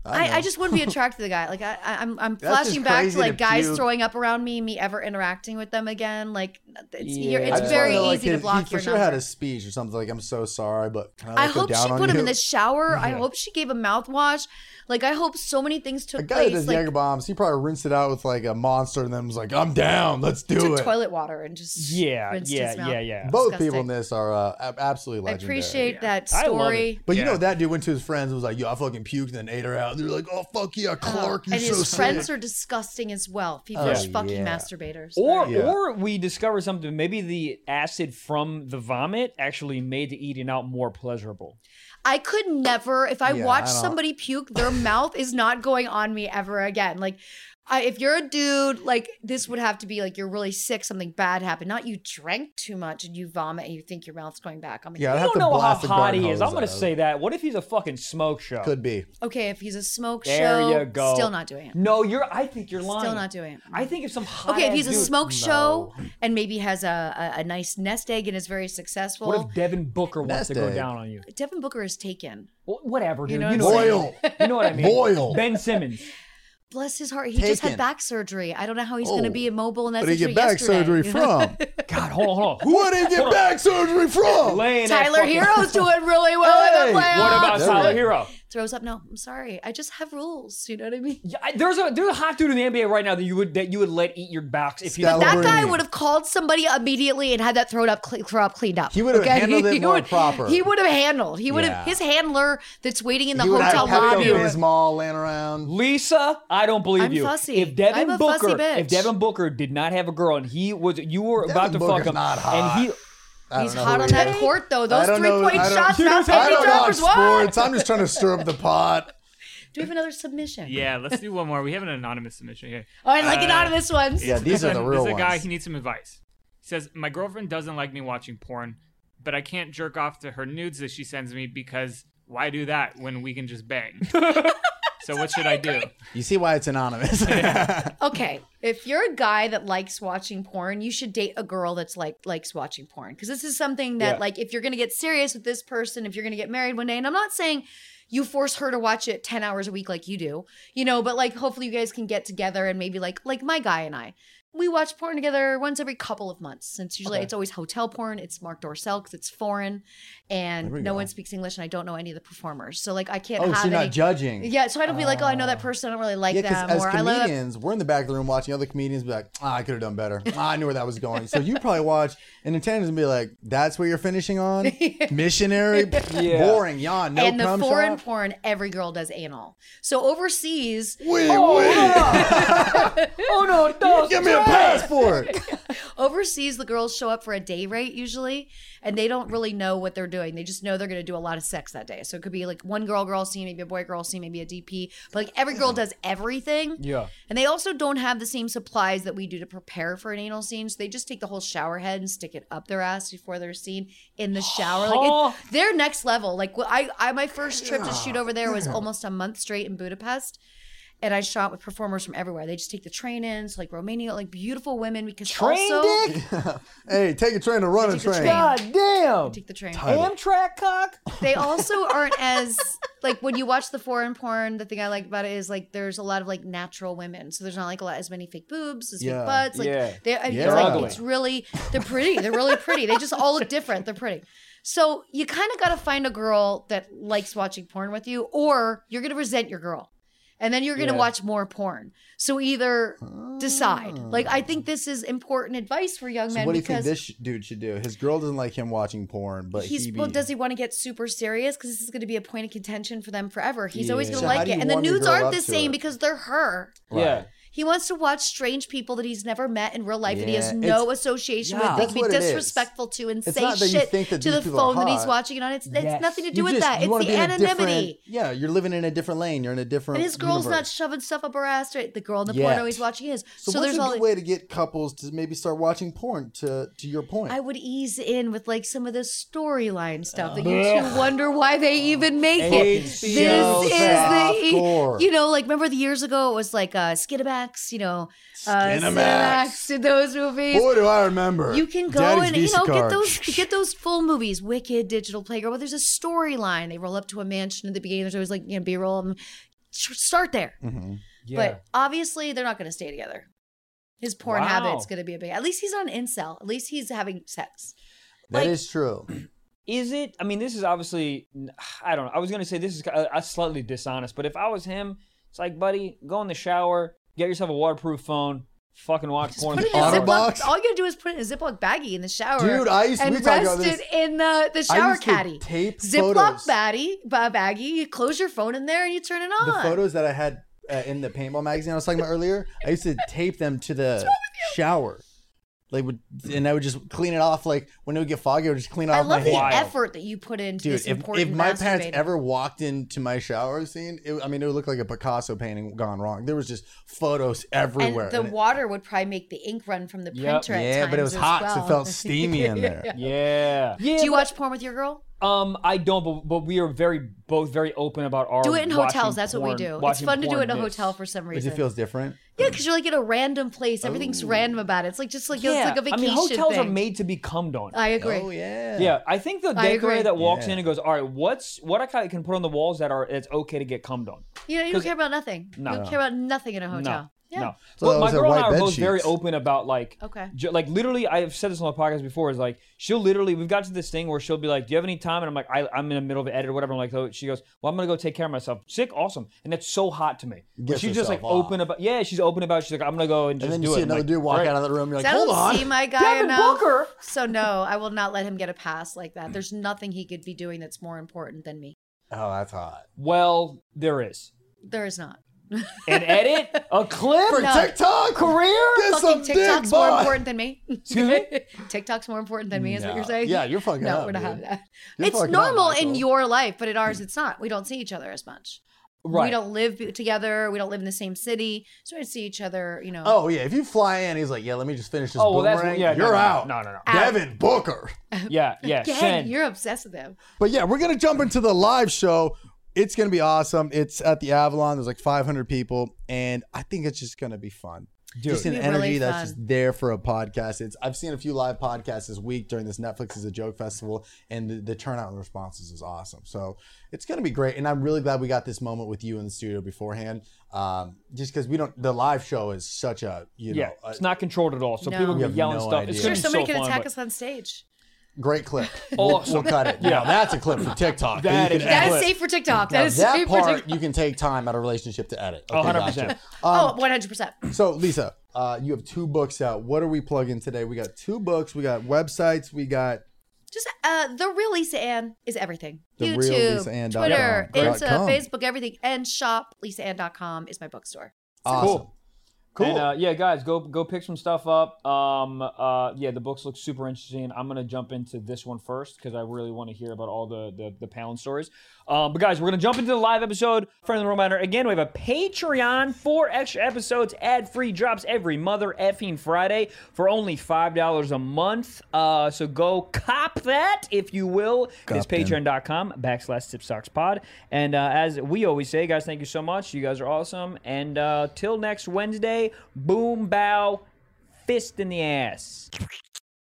Speaker 1: I, I,
Speaker 2: know.
Speaker 1: just
Speaker 2: [LAUGHS]
Speaker 1: wouldn't be attracted to the guy. Like I, I- I'm, I'm
Speaker 2: That's just
Speaker 1: flashing back
Speaker 2: crazy
Speaker 1: to like
Speaker 2: to
Speaker 1: guys
Speaker 2: puke.
Speaker 1: throwing up around me, me ever interacting with them again. Like it's, you're,
Speaker 3: Yeah.
Speaker 1: it's
Speaker 3: I just
Speaker 1: very
Speaker 2: wanted, like,
Speaker 1: easy to
Speaker 2: his-
Speaker 1: block
Speaker 2: He
Speaker 1: your
Speaker 2: for sure
Speaker 1: number.
Speaker 2: had a speech or something like, "I'm so sorry, but can I,
Speaker 1: I
Speaker 2: like, go
Speaker 1: hope she
Speaker 2: down on
Speaker 1: put him
Speaker 2: you?"
Speaker 1: in the shower. I hope she gave him mouthwash. Like I hope so many things
Speaker 2: A
Speaker 1: took
Speaker 2: guy that
Speaker 1: place.
Speaker 2: does
Speaker 1: Like
Speaker 2: Jager bombs, he probably rinsed it out with like a monster, and then was like, "I'm down, let's do
Speaker 1: took
Speaker 2: it."
Speaker 1: toilet water and just
Speaker 3: yeah,
Speaker 1: rinsed his
Speaker 3: yeah, yeah,
Speaker 1: mouth.
Speaker 3: yeah,
Speaker 2: Both
Speaker 1: Disgusting.
Speaker 2: people in this are uh, ab- absolutely
Speaker 1: I
Speaker 2: legendary.
Speaker 1: appreciate that
Speaker 3: I love
Speaker 1: story.
Speaker 2: But you
Speaker 4: Yeah.
Speaker 2: know that dude went to his friends and was like, "Yo, I fucking puked and then ate her out." They're like, "Oh fuck yeah, Clark, you're
Speaker 1: and
Speaker 2: so
Speaker 1: his
Speaker 2: sick."
Speaker 1: friends are disgusting as well. People are
Speaker 2: Oh,
Speaker 1: fucking
Speaker 2: yeah.
Speaker 1: masturbators.
Speaker 3: Or
Speaker 2: Yeah.
Speaker 3: or we discover something. Maybe the acid from the vomit actually made the eating out more pleasurable.
Speaker 1: I could never, if I
Speaker 2: Yeah,
Speaker 1: watch
Speaker 2: I don't-
Speaker 1: somebody puke,
Speaker 2: [LAUGHS]
Speaker 1: their mouth is not going on me ever again. Like, I, if you're a dude, like this would have to be like you're really sick, something bad happened. Not you drank too much and you vomit and you think your mouth's going back. I'm like,
Speaker 2: yeah, I
Speaker 3: I
Speaker 2: have
Speaker 3: don't
Speaker 2: to
Speaker 3: know how
Speaker 2: blast a
Speaker 3: hot
Speaker 2: garden
Speaker 3: he is.
Speaker 2: hose
Speaker 3: I'm gonna
Speaker 2: out.
Speaker 3: say that. What if he's a fucking smoke show?
Speaker 2: could be.
Speaker 1: okay, if he's a smoke
Speaker 3: There
Speaker 1: show,
Speaker 3: you go.
Speaker 1: still not doing it.
Speaker 3: No, you're. I think you're lying.
Speaker 1: Still not doing it.
Speaker 3: I think if some hot
Speaker 1: Okay, if he's a
Speaker 3: ass dude-
Speaker 1: smoke show and maybe has a, a, a nice nest egg and is very successful,
Speaker 3: What if Devin Booker wants
Speaker 2: Nest
Speaker 3: to go
Speaker 2: egg.
Speaker 3: down on you?
Speaker 1: Devin Booker is taken.
Speaker 3: Wh- Whatever, dude.
Speaker 1: know
Speaker 3: You know,
Speaker 1: what
Speaker 3: what I
Speaker 2: Boil.
Speaker 3: mean. You know
Speaker 1: [LAUGHS]
Speaker 3: what I mean.
Speaker 2: Boil.
Speaker 3: Ben Simmons.
Speaker 1: Bless his heart, he just had
Speaker 2: Taken.
Speaker 1: back surgery. I don't know how he's going to
Speaker 2: Oh.
Speaker 1: be immobile in that
Speaker 2: Where did he
Speaker 1: situation
Speaker 2: get back
Speaker 1: yesterday. [LAUGHS]
Speaker 2: surgery from?
Speaker 3: God, hold on, hold on.
Speaker 2: Who did he get back surgery from?
Speaker 3: [LAUGHS] Laying that
Speaker 1: Tyler
Speaker 3: fucking- [LAUGHS]
Speaker 1: Hero's doing really well in the
Speaker 2: Hey,
Speaker 1: playoffs.
Speaker 3: What about
Speaker 2: There we
Speaker 3: Tyler
Speaker 2: go.
Speaker 3: Hero?
Speaker 1: Throws up. No, I'm sorry. I just have rules. You know what I mean?
Speaker 3: Yeah, I- there's a there's a hot dude in the NBA right now that you would that you would let eat your box if he.
Speaker 2: But
Speaker 1: That
Speaker 2: Caliburnia.
Speaker 1: guy would have called somebody immediately and had that thrown up, cle- throw up cleaned up.
Speaker 2: He would have
Speaker 1: okay?
Speaker 2: handled
Speaker 1: [LAUGHS]
Speaker 2: it
Speaker 1: He
Speaker 2: more
Speaker 1: would-
Speaker 2: proper.
Speaker 1: He would have handled. He would
Speaker 2: Yeah.
Speaker 1: have his handler that's waiting in the
Speaker 2: he would
Speaker 1: hotel
Speaker 2: have
Speaker 1: lobby.
Speaker 2: Pepto
Speaker 1: would-
Speaker 2: Bismol laying around.
Speaker 3: Lisa, I don't believe
Speaker 1: I'm
Speaker 3: you.
Speaker 1: fussy.
Speaker 3: If Devin
Speaker 1: I'm a fussy
Speaker 3: Booker,
Speaker 1: bitch.
Speaker 3: if Devin Booker did not have a girl and he was, you were
Speaker 2: Devin
Speaker 3: about to
Speaker 2: Booker's
Speaker 3: fuck him,
Speaker 2: not hot.
Speaker 3: and he,
Speaker 2: I don't
Speaker 1: He's
Speaker 2: know
Speaker 1: hot
Speaker 2: who
Speaker 1: on
Speaker 2: he
Speaker 1: that
Speaker 2: is.
Speaker 1: court though.
Speaker 2: I
Speaker 1: Those
Speaker 2: don't
Speaker 1: three
Speaker 2: know-
Speaker 1: point
Speaker 2: I don't-
Speaker 1: shots, not
Speaker 2: [LAUGHS] I
Speaker 1: fifty
Speaker 2: don't watch
Speaker 1: droppers. What?
Speaker 2: sports. I'm just trying to stir [LAUGHS] up the pot.
Speaker 1: Do we have another submission?
Speaker 4: Yeah, let's do one more. We have an anonymous submission here.
Speaker 1: Oh, I like
Speaker 4: Uh,
Speaker 1: anonymous ones.
Speaker 2: Yeah, these are the real
Speaker 4: this is a guy.
Speaker 2: ones.
Speaker 4: He needs some advice. He says, "My girlfriend doesn't like me watching porn, but I can't jerk off to her nudes that she sends me because why do that when we can just bang?" so what should I do?
Speaker 2: You see why it's [LAUGHS] anonymous.
Speaker 1: Okay, if you're a guy that likes watching porn, you should date a girl that's like likes watching porn because this is something that
Speaker 3: Yeah.
Speaker 1: like if you're gonna get serious with this person, if you're gonna get married one day, and I'm not saying you force her to watch it 10 hours a week like you do, you know, but like hopefully you guys can get together and maybe like like my guy and I. We watch porn together once every couple of months. Since usually
Speaker 3: Okay.
Speaker 1: it's always hotel porn. It's Mark Dorcel because it's foreign, and
Speaker 2: There we
Speaker 1: no
Speaker 2: go.
Speaker 1: one speaks English, and I don't know any of the performers. So like I can't
Speaker 2: oh, so
Speaker 1: have
Speaker 2: you're
Speaker 1: any.
Speaker 2: not judging. Ah.
Speaker 1: yeah, so I don't be like, oh, I know that person. I don't really like
Speaker 2: Yeah,
Speaker 1: them,
Speaker 2: because
Speaker 1: or
Speaker 2: as
Speaker 1: I love.
Speaker 2: comedians, we're in the back of the room watching other comedians be like, ah, I could have done better. Ah, I knew where that was going. So you probably watch and attendants and be like, that's where you're finishing on?
Speaker 1: [LAUGHS]
Speaker 2: Missionary?
Speaker 3: Yeah.
Speaker 2: Boring, yawn, no
Speaker 1: and the
Speaker 2: cum
Speaker 1: foreign [LAUGHS]
Speaker 2: shot?
Speaker 1: porn, every girl does anal. So overseas,
Speaker 2: Wait,
Speaker 3: [LAUGHS] oh no,
Speaker 2: [LAUGHS]
Speaker 3: no,
Speaker 2: wait, give me a passport.
Speaker 1: overseas, the girls show up for a day rate usually, and they don't really know what they're doing. They just know they're going to do a lot of sex that day. So it could be like one girl, girl scene, maybe a boy, girl scene, maybe a DP. But like every girl does everything.
Speaker 3: Yeah.
Speaker 1: And they also don't have the same supplies that we do to prepare for an anal scene. So they just take the whole shower head and stick it up their ass before their scene in the shower. Like it's, they're next level. Like wh- I, I, my first trip to shoot over there was almost a month straight in Budapest. and I shot with performers from everywhere. They just take the train in, so like Romania, like beautiful women. Because
Speaker 3: Train
Speaker 1: also, [LAUGHS]
Speaker 3: dick?
Speaker 2: [LAUGHS] hey, take a train to run a
Speaker 1: Take the
Speaker 2: train.
Speaker 1: train.
Speaker 3: God damn.
Speaker 1: take the train.
Speaker 2: Tight.
Speaker 3: Amtrak cock?
Speaker 1: They also aren't as like when you watch the foreign porn. The thing I like about it is like there's a lot of like natural women, so there's not like a lot as many fake boobs, as
Speaker 2: Yeah.
Speaker 1: fake butts. Like
Speaker 3: Yeah.
Speaker 1: They, I mean,
Speaker 2: Yeah.
Speaker 1: it's
Speaker 3: They're
Speaker 1: like
Speaker 3: ugly.
Speaker 1: it's really they're pretty. They're really pretty. They just all look different. They're pretty. So you kind of got to find a girl that likes watching porn with you, or you're gonna resent your girl, and then you're gonna
Speaker 3: Yeah.
Speaker 1: watch more porn. So either decide. Like I think this is important advice for young
Speaker 2: So
Speaker 1: men
Speaker 2: what do you think
Speaker 1: because
Speaker 2: this sh- dude should do? His girl doesn't like him watching porn, but
Speaker 1: he's
Speaker 2: he be,
Speaker 1: well. Does he want to get super serious? Because this is gonna be a point of contention for them forever. He's always
Speaker 2: Yeah.
Speaker 1: gonna
Speaker 2: So how
Speaker 1: like
Speaker 2: do
Speaker 1: it,
Speaker 2: you
Speaker 1: and the
Speaker 2: warm your
Speaker 1: nudes
Speaker 2: girl
Speaker 1: aren't
Speaker 2: up
Speaker 1: the
Speaker 2: to
Speaker 1: same
Speaker 2: it?
Speaker 1: because they're her.
Speaker 3: Yeah.
Speaker 1: He wants to watch strange people that he's never met in real life that he
Speaker 2: Yeah,
Speaker 1: has
Speaker 2: it's-
Speaker 1: no association
Speaker 3: Yeah.
Speaker 1: with.
Speaker 2: That's
Speaker 1: They can
Speaker 2: what
Speaker 1: be
Speaker 2: it is.
Speaker 1: disrespectful to and
Speaker 2: It's
Speaker 1: say
Speaker 2: not that you
Speaker 1: shit
Speaker 2: think that
Speaker 1: to
Speaker 2: these
Speaker 1: the
Speaker 2: people are
Speaker 1: phone that he's
Speaker 2: hot.
Speaker 1: watching it on. It's,
Speaker 3: Yes.
Speaker 1: it's nothing to
Speaker 2: You
Speaker 1: do with
Speaker 2: just-
Speaker 1: that.
Speaker 2: you wanna
Speaker 1: It's the
Speaker 2: be in a different-
Speaker 1: anonymity.
Speaker 2: Yeah, you're living in a different lane. You're in a different.
Speaker 1: And his girl's not
Speaker 2: universe.
Speaker 1: shoving stuff up her ass. To it. The girl in the
Speaker 2: Yet.
Speaker 1: porno he's watching is. So,
Speaker 2: So, what's
Speaker 1: there's
Speaker 2: a
Speaker 1: all.
Speaker 2: good way to get couples to maybe start watching porn? To to your point,
Speaker 1: I would ease in with like some of the storyline stuff that you two wonder why they even make it. This
Speaker 3: HBO
Speaker 1: is
Speaker 2: soft
Speaker 1: the
Speaker 2: core.
Speaker 1: you know like remember the years ago it was like uh Skinamax, you know, uh,
Speaker 2: Skinamax.
Speaker 1: Cinemax did those movies.
Speaker 2: boy, do I remember.
Speaker 1: You can go
Speaker 2: Daddy's
Speaker 1: and you
Speaker 2: Visa
Speaker 1: know get
Speaker 2: card.
Speaker 1: those get those full movies. Wicked, Digital Playground. Well, there's a storyline. They roll up to a mansion at the beginning. There's always like you know B-roll. And sh- start there,
Speaker 2: Mm-hmm.
Speaker 1: but obviously they're not going to stay together. His porn
Speaker 3: Wow.
Speaker 1: habit's going to be a big. At least he's on incel. At least he's having sex.
Speaker 2: That
Speaker 3: like-
Speaker 2: is true.
Speaker 3: is it i mean this is obviously i don't know i was gonna say this is uh, uh, slightly dishonest but if i was him it's like buddy go in the shower get yourself a waterproof phone fucking watch porn
Speaker 1: Put
Speaker 3: in
Speaker 1: it
Speaker 3: the
Speaker 1: in a
Speaker 2: Otter
Speaker 3: shower.
Speaker 1: Ziploc.
Speaker 2: box?
Speaker 1: All you got to do is put it in a Ziploc baggie in the shower,
Speaker 2: Dude, I used-
Speaker 1: and
Speaker 2: we talked about
Speaker 1: rest it
Speaker 2: this.
Speaker 1: in the the
Speaker 2: I
Speaker 1: shower
Speaker 2: used to
Speaker 1: caddy.
Speaker 2: tape
Speaker 1: Ziploc
Speaker 2: photos.
Speaker 1: baggie, ba- baggie. You close your phone in there and you turn it on.
Speaker 2: the photos that I had uh, in the paintball magazine I was talking about earlier, I used to tape them to the shower. Like would and I would just clean it off. Like when it would get foggy, I would just clean it
Speaker 1: I
Speaker 2: off my
Speaker 1: love the
Speaker 2: hand.
Speaker 3: Wild.
Speaker 1: effort that you put into
Speaker 2: Dude,
Speaker 1: this
Speaker 2: if,
Speaker 1: important
Speaker 2: if my parents
Speaker 1: masturbating.
Speaker 2: ever walked into my shower scene, it, I mean, it would look like a Picasso painting gone wrong. There was just photos
Speaker 1: and
Speaker 2: everywhere.
Speaker 1: the
Speaker 2: And it-
Speaker 1: water would probably make the ink run from the
Speaker 3: Yep.
Speaker 1: printer. at
Speaker 2: yeah, but it
Speaker 1: times
Speaker 2: was
Speaker 1: as
Speaker 2: hot, so
Speaker 1: well. [LAUGHS]
Speaker 2: it felt steamy in there.
Speaker 3: yeah yeah
Speaker 1: Do you watch porn with your girl?
Speaker 3: um i don't but, but we are very both very open about our
Speaker 1: Do it in
Speaker 3: watching
Speaker 1: hotels. That's what we
Speaker 3: porn-
Speaker 1: do. It's
Speaker 3: watching
Speaker 1: fun to do
Speaker 3: porn
Speaker 1: it in a
Speaker 3: bits.
Speaker 1: hotel for some
Speaker 2: Because
Speaker 1: reason.
Speaker 2: it feels different.
Speaker 1: yeah, because you're like in a random place. Everything's random about it. It's like just like
Speaker 3: yeah.
Speaker 1: it's like a
Speaker 3: i
Speaker 1: vacation
Speaker 3: mean hotels
Speaker 1: thing.
Speaker 3: are made to be cummed on
Speaker 1: I agree.
Speaker 2: Oh yeah.
Speaker 3: yeah, I think the
Speaker 1: I agree.
Speaker 3: decorator that walks
Speaker 2: Yeah.
Speaker 3: in and goes, "All right, what's what I ca- can put on the walls that are it's okay to get cummed on."
Speaker 1: You know, you don't
Speaker 3: 'Cause-
Speaker 1: care about nothing.
Speaker 3: No.
Speaker 1: You don't care about nothing in a
Speaker 3: No,
Speaker 1: hotel. Yeah.
Speaker 3: no.
Speaker 2: So
Speaker 3: but my
Speaker 2: those are
Speaker 3: girl and
Speaker 2: white
Speaker 3: I are
Speaker 2: bed
Speaker 3: both very
Speaker 2: sheets.
Speaker 3: open about like,
Speaker 1: Okay.
Speaker 3: ju- like literally, I've said this on the podcast before. Is like she'll literally, we've got to this thing where she'll be like, "Do you have any time?" And I'm like, I, "I'm in the middle of an edit or whatever." I'm like, oh, she goes, "Well, I'm gonna go take care of myself." Sick, awesome, and that's so hot to me. But
Speaker 2: Gets
Speaker 3: she's just like
Speaker 2: herself off.
Speaker 3: open about, yeah, she's open about. it. She's like, "I'm gonna go and just
Speaker 2: And then
Speaker 3: do
Speaker 2: you
Speaker 3: it."
Speaker 2: see
Speaker 3: I'm
Speaker 2: another
Speaker 3: like,
Speaker 2: dude walk
Speaker 3: "Great."
Speaker 2: out of the room. You're
Speaker 1: So
Speaker 2: like,
Speaker 1: I
Speaker 2: hold
Speaker 1: don't
Speaker 2: on.
Speaker 1: see my guy
Speaker 3: Devin
Speaker 1: enough.
Speaker 3: Booker.
Speaker 1: So no, I will not let him get a pass like that.
Speaker 2: Mm.
Speaker 1: There's nothing he could be doing that's more important than me.
Speaker 2: Oh, that's hot.
Speaker 3: Well, there is
Speaker 1: There is not. [LAUGHS]
Speaker 3: an edit, a clip,
Speaker 2: For
Speaker 1: No.
Speaker 2: TikTok career, get some
Speaker 1: Fucking
Speaker 2: dick,
Speaker 1: TikTok's more
Speaker 2: boy.
Speaker 1: important than me. [LAUGHS]
Speaker 3: Excuse me?
Speaker 1: TikTok's more important than me, is what you're
Speaker 2: No.
Speaker 1: saying?
Speaker 2: Yeah, you're fucking
Speaker 1: No,
Speaker 2: up,
Speaker 1: we're not
Speaker 2: dude.
Speaker 1: having that.
Speaker 2: You're
Speaker 1: it's
Speaker 2: fucking up,
Speaker 1: normal in
Speaker 2: Michael.
Speaker 1: your life, but in ours, it's not. We don't see each other as much. We
Speaker 3: right?
Speaker 1: don't live be- together. We don't live in the same city. So we don't see each other, you know.
Speaker 2: Oh yeah, if you fly in, he's like, yeah, let me just finish this
Speaker 3: Oh, well,
Speaker 2: boomerang.
Speaker 3: that's yeah. no,
Speaker 2: you're
Speaker 3: no, no,
Speaker 2: out.
Speaker 3: No, no, no.
Speaker 2: Devin Booker.
Speaker 3: Yeah, yeah.
Speaker 1: Uh, Again,
Speaker 3: Shen.
Speaker 1: you're obsessed with them.
Speaker 2: But yeah, we're gonna jump into the live show. It's gonna be awesome. It's at the Avalon. There's like 500 people, and I think it's just gonna be fun.
Speaker 3: Dude.
Speaker 2: just an
Speaker 1: It'll be really
Speaker 2: energy that's
Speaker 1: fun.
Speaker 2: just there for a podcast. It's I've seen a few live podcasts this week during this Netflix is a joke festival, and the, the turnout and responses is awesome. So it's gonna be great, and I'm really glad we got this moment with you in the studio beforehand. Um, just because we don't, the live show is such a you know
Speaker 3: yeah,
Speaker 2: a
Speaker 3: it's not controlled at all. So
Speaker 1: No.
Speaker 3: people
Speaker 1: You
Speaker 3: can
Speaker 2: have
Speaker 3: be yelling
Speaker 2: no
Speaker 3: stuff.
Speaker 2: idea.
Speaker 3: It's
Speaker 1: Sure,
Speaker 3: gonna be
Speaker 1: somebody
Speaker 3: so
Speaker 1: could
Speaker 3: fun,
Speaker 1: attack
Speaker 3: but-
Speaker 1: us on stage.
Speaker 2: great clip.
Speaker 3: Awesome.
Speaker 2: We'll, we'll cut it.
Speaker 3: Yeah.
Speaker 2: Now that's a clip for TikTok.
Speaker 3: That
Speaker 2: you
Speaker 3: is
Speaker 2: can
Speaker 3: a
Speaker 1: That
Speaker 3: clip.
Speaker 1: is safe for TikTok.
Speaker 2: Now
Speaker 1: That is
Speaker 2: that
Speaker 1: safe for
Speaker 2: part
Speaker 1: TikTok.
Speaker 2: you can take time out of relationship to edit. Okay,
Speaker 3: 100%.
Speaker 2: gotcha.
Speaker 1: Oh,
Speaker 2: Um,
Speaker 1: 100%.
Speaker 2: so Lisa, uh, you have two books out. What are we plugging today? We got two books. We got websites. We got
Speaker 1: Just uh, the real Lisa Ann is everything.
Speaker 2: The real
Speaker 1: YouTube,
Speaker 2: LisaAnn.com.
Speaker 1: Twitter,
Speaker 2: Great.
Speaker 1: Insta,
Speaker 2: Com.
Speaker 1: Facebook, everything, and shop. LisaAnn.com is my bookstore.
Speaker 2: awesome.
Speaker 3: Cool.
Speaker 2: Cool.
Speaker 3: And, uh, yeah, guys, go go pick some stuff up. Um, uh, yeah, the books look super interesting. I'm gonna jump into this one first because I really want to hear about all the the, the Palin stories. Um, but guys, we're gonna jump into the live episode. Friendly reminder again, we have a Patreon for extra episodes, ad free drops every mother effing Friday for only five dollars a month. Uh, so go cop that if you will.
Speaker 2: them.
Speaker 3: it's patreon.com backslash tipsockspod. And uh, as we always say, guys, thank you so much. You guys are awesome. And uh, till next Wednesday, boom bow, fist in the ass.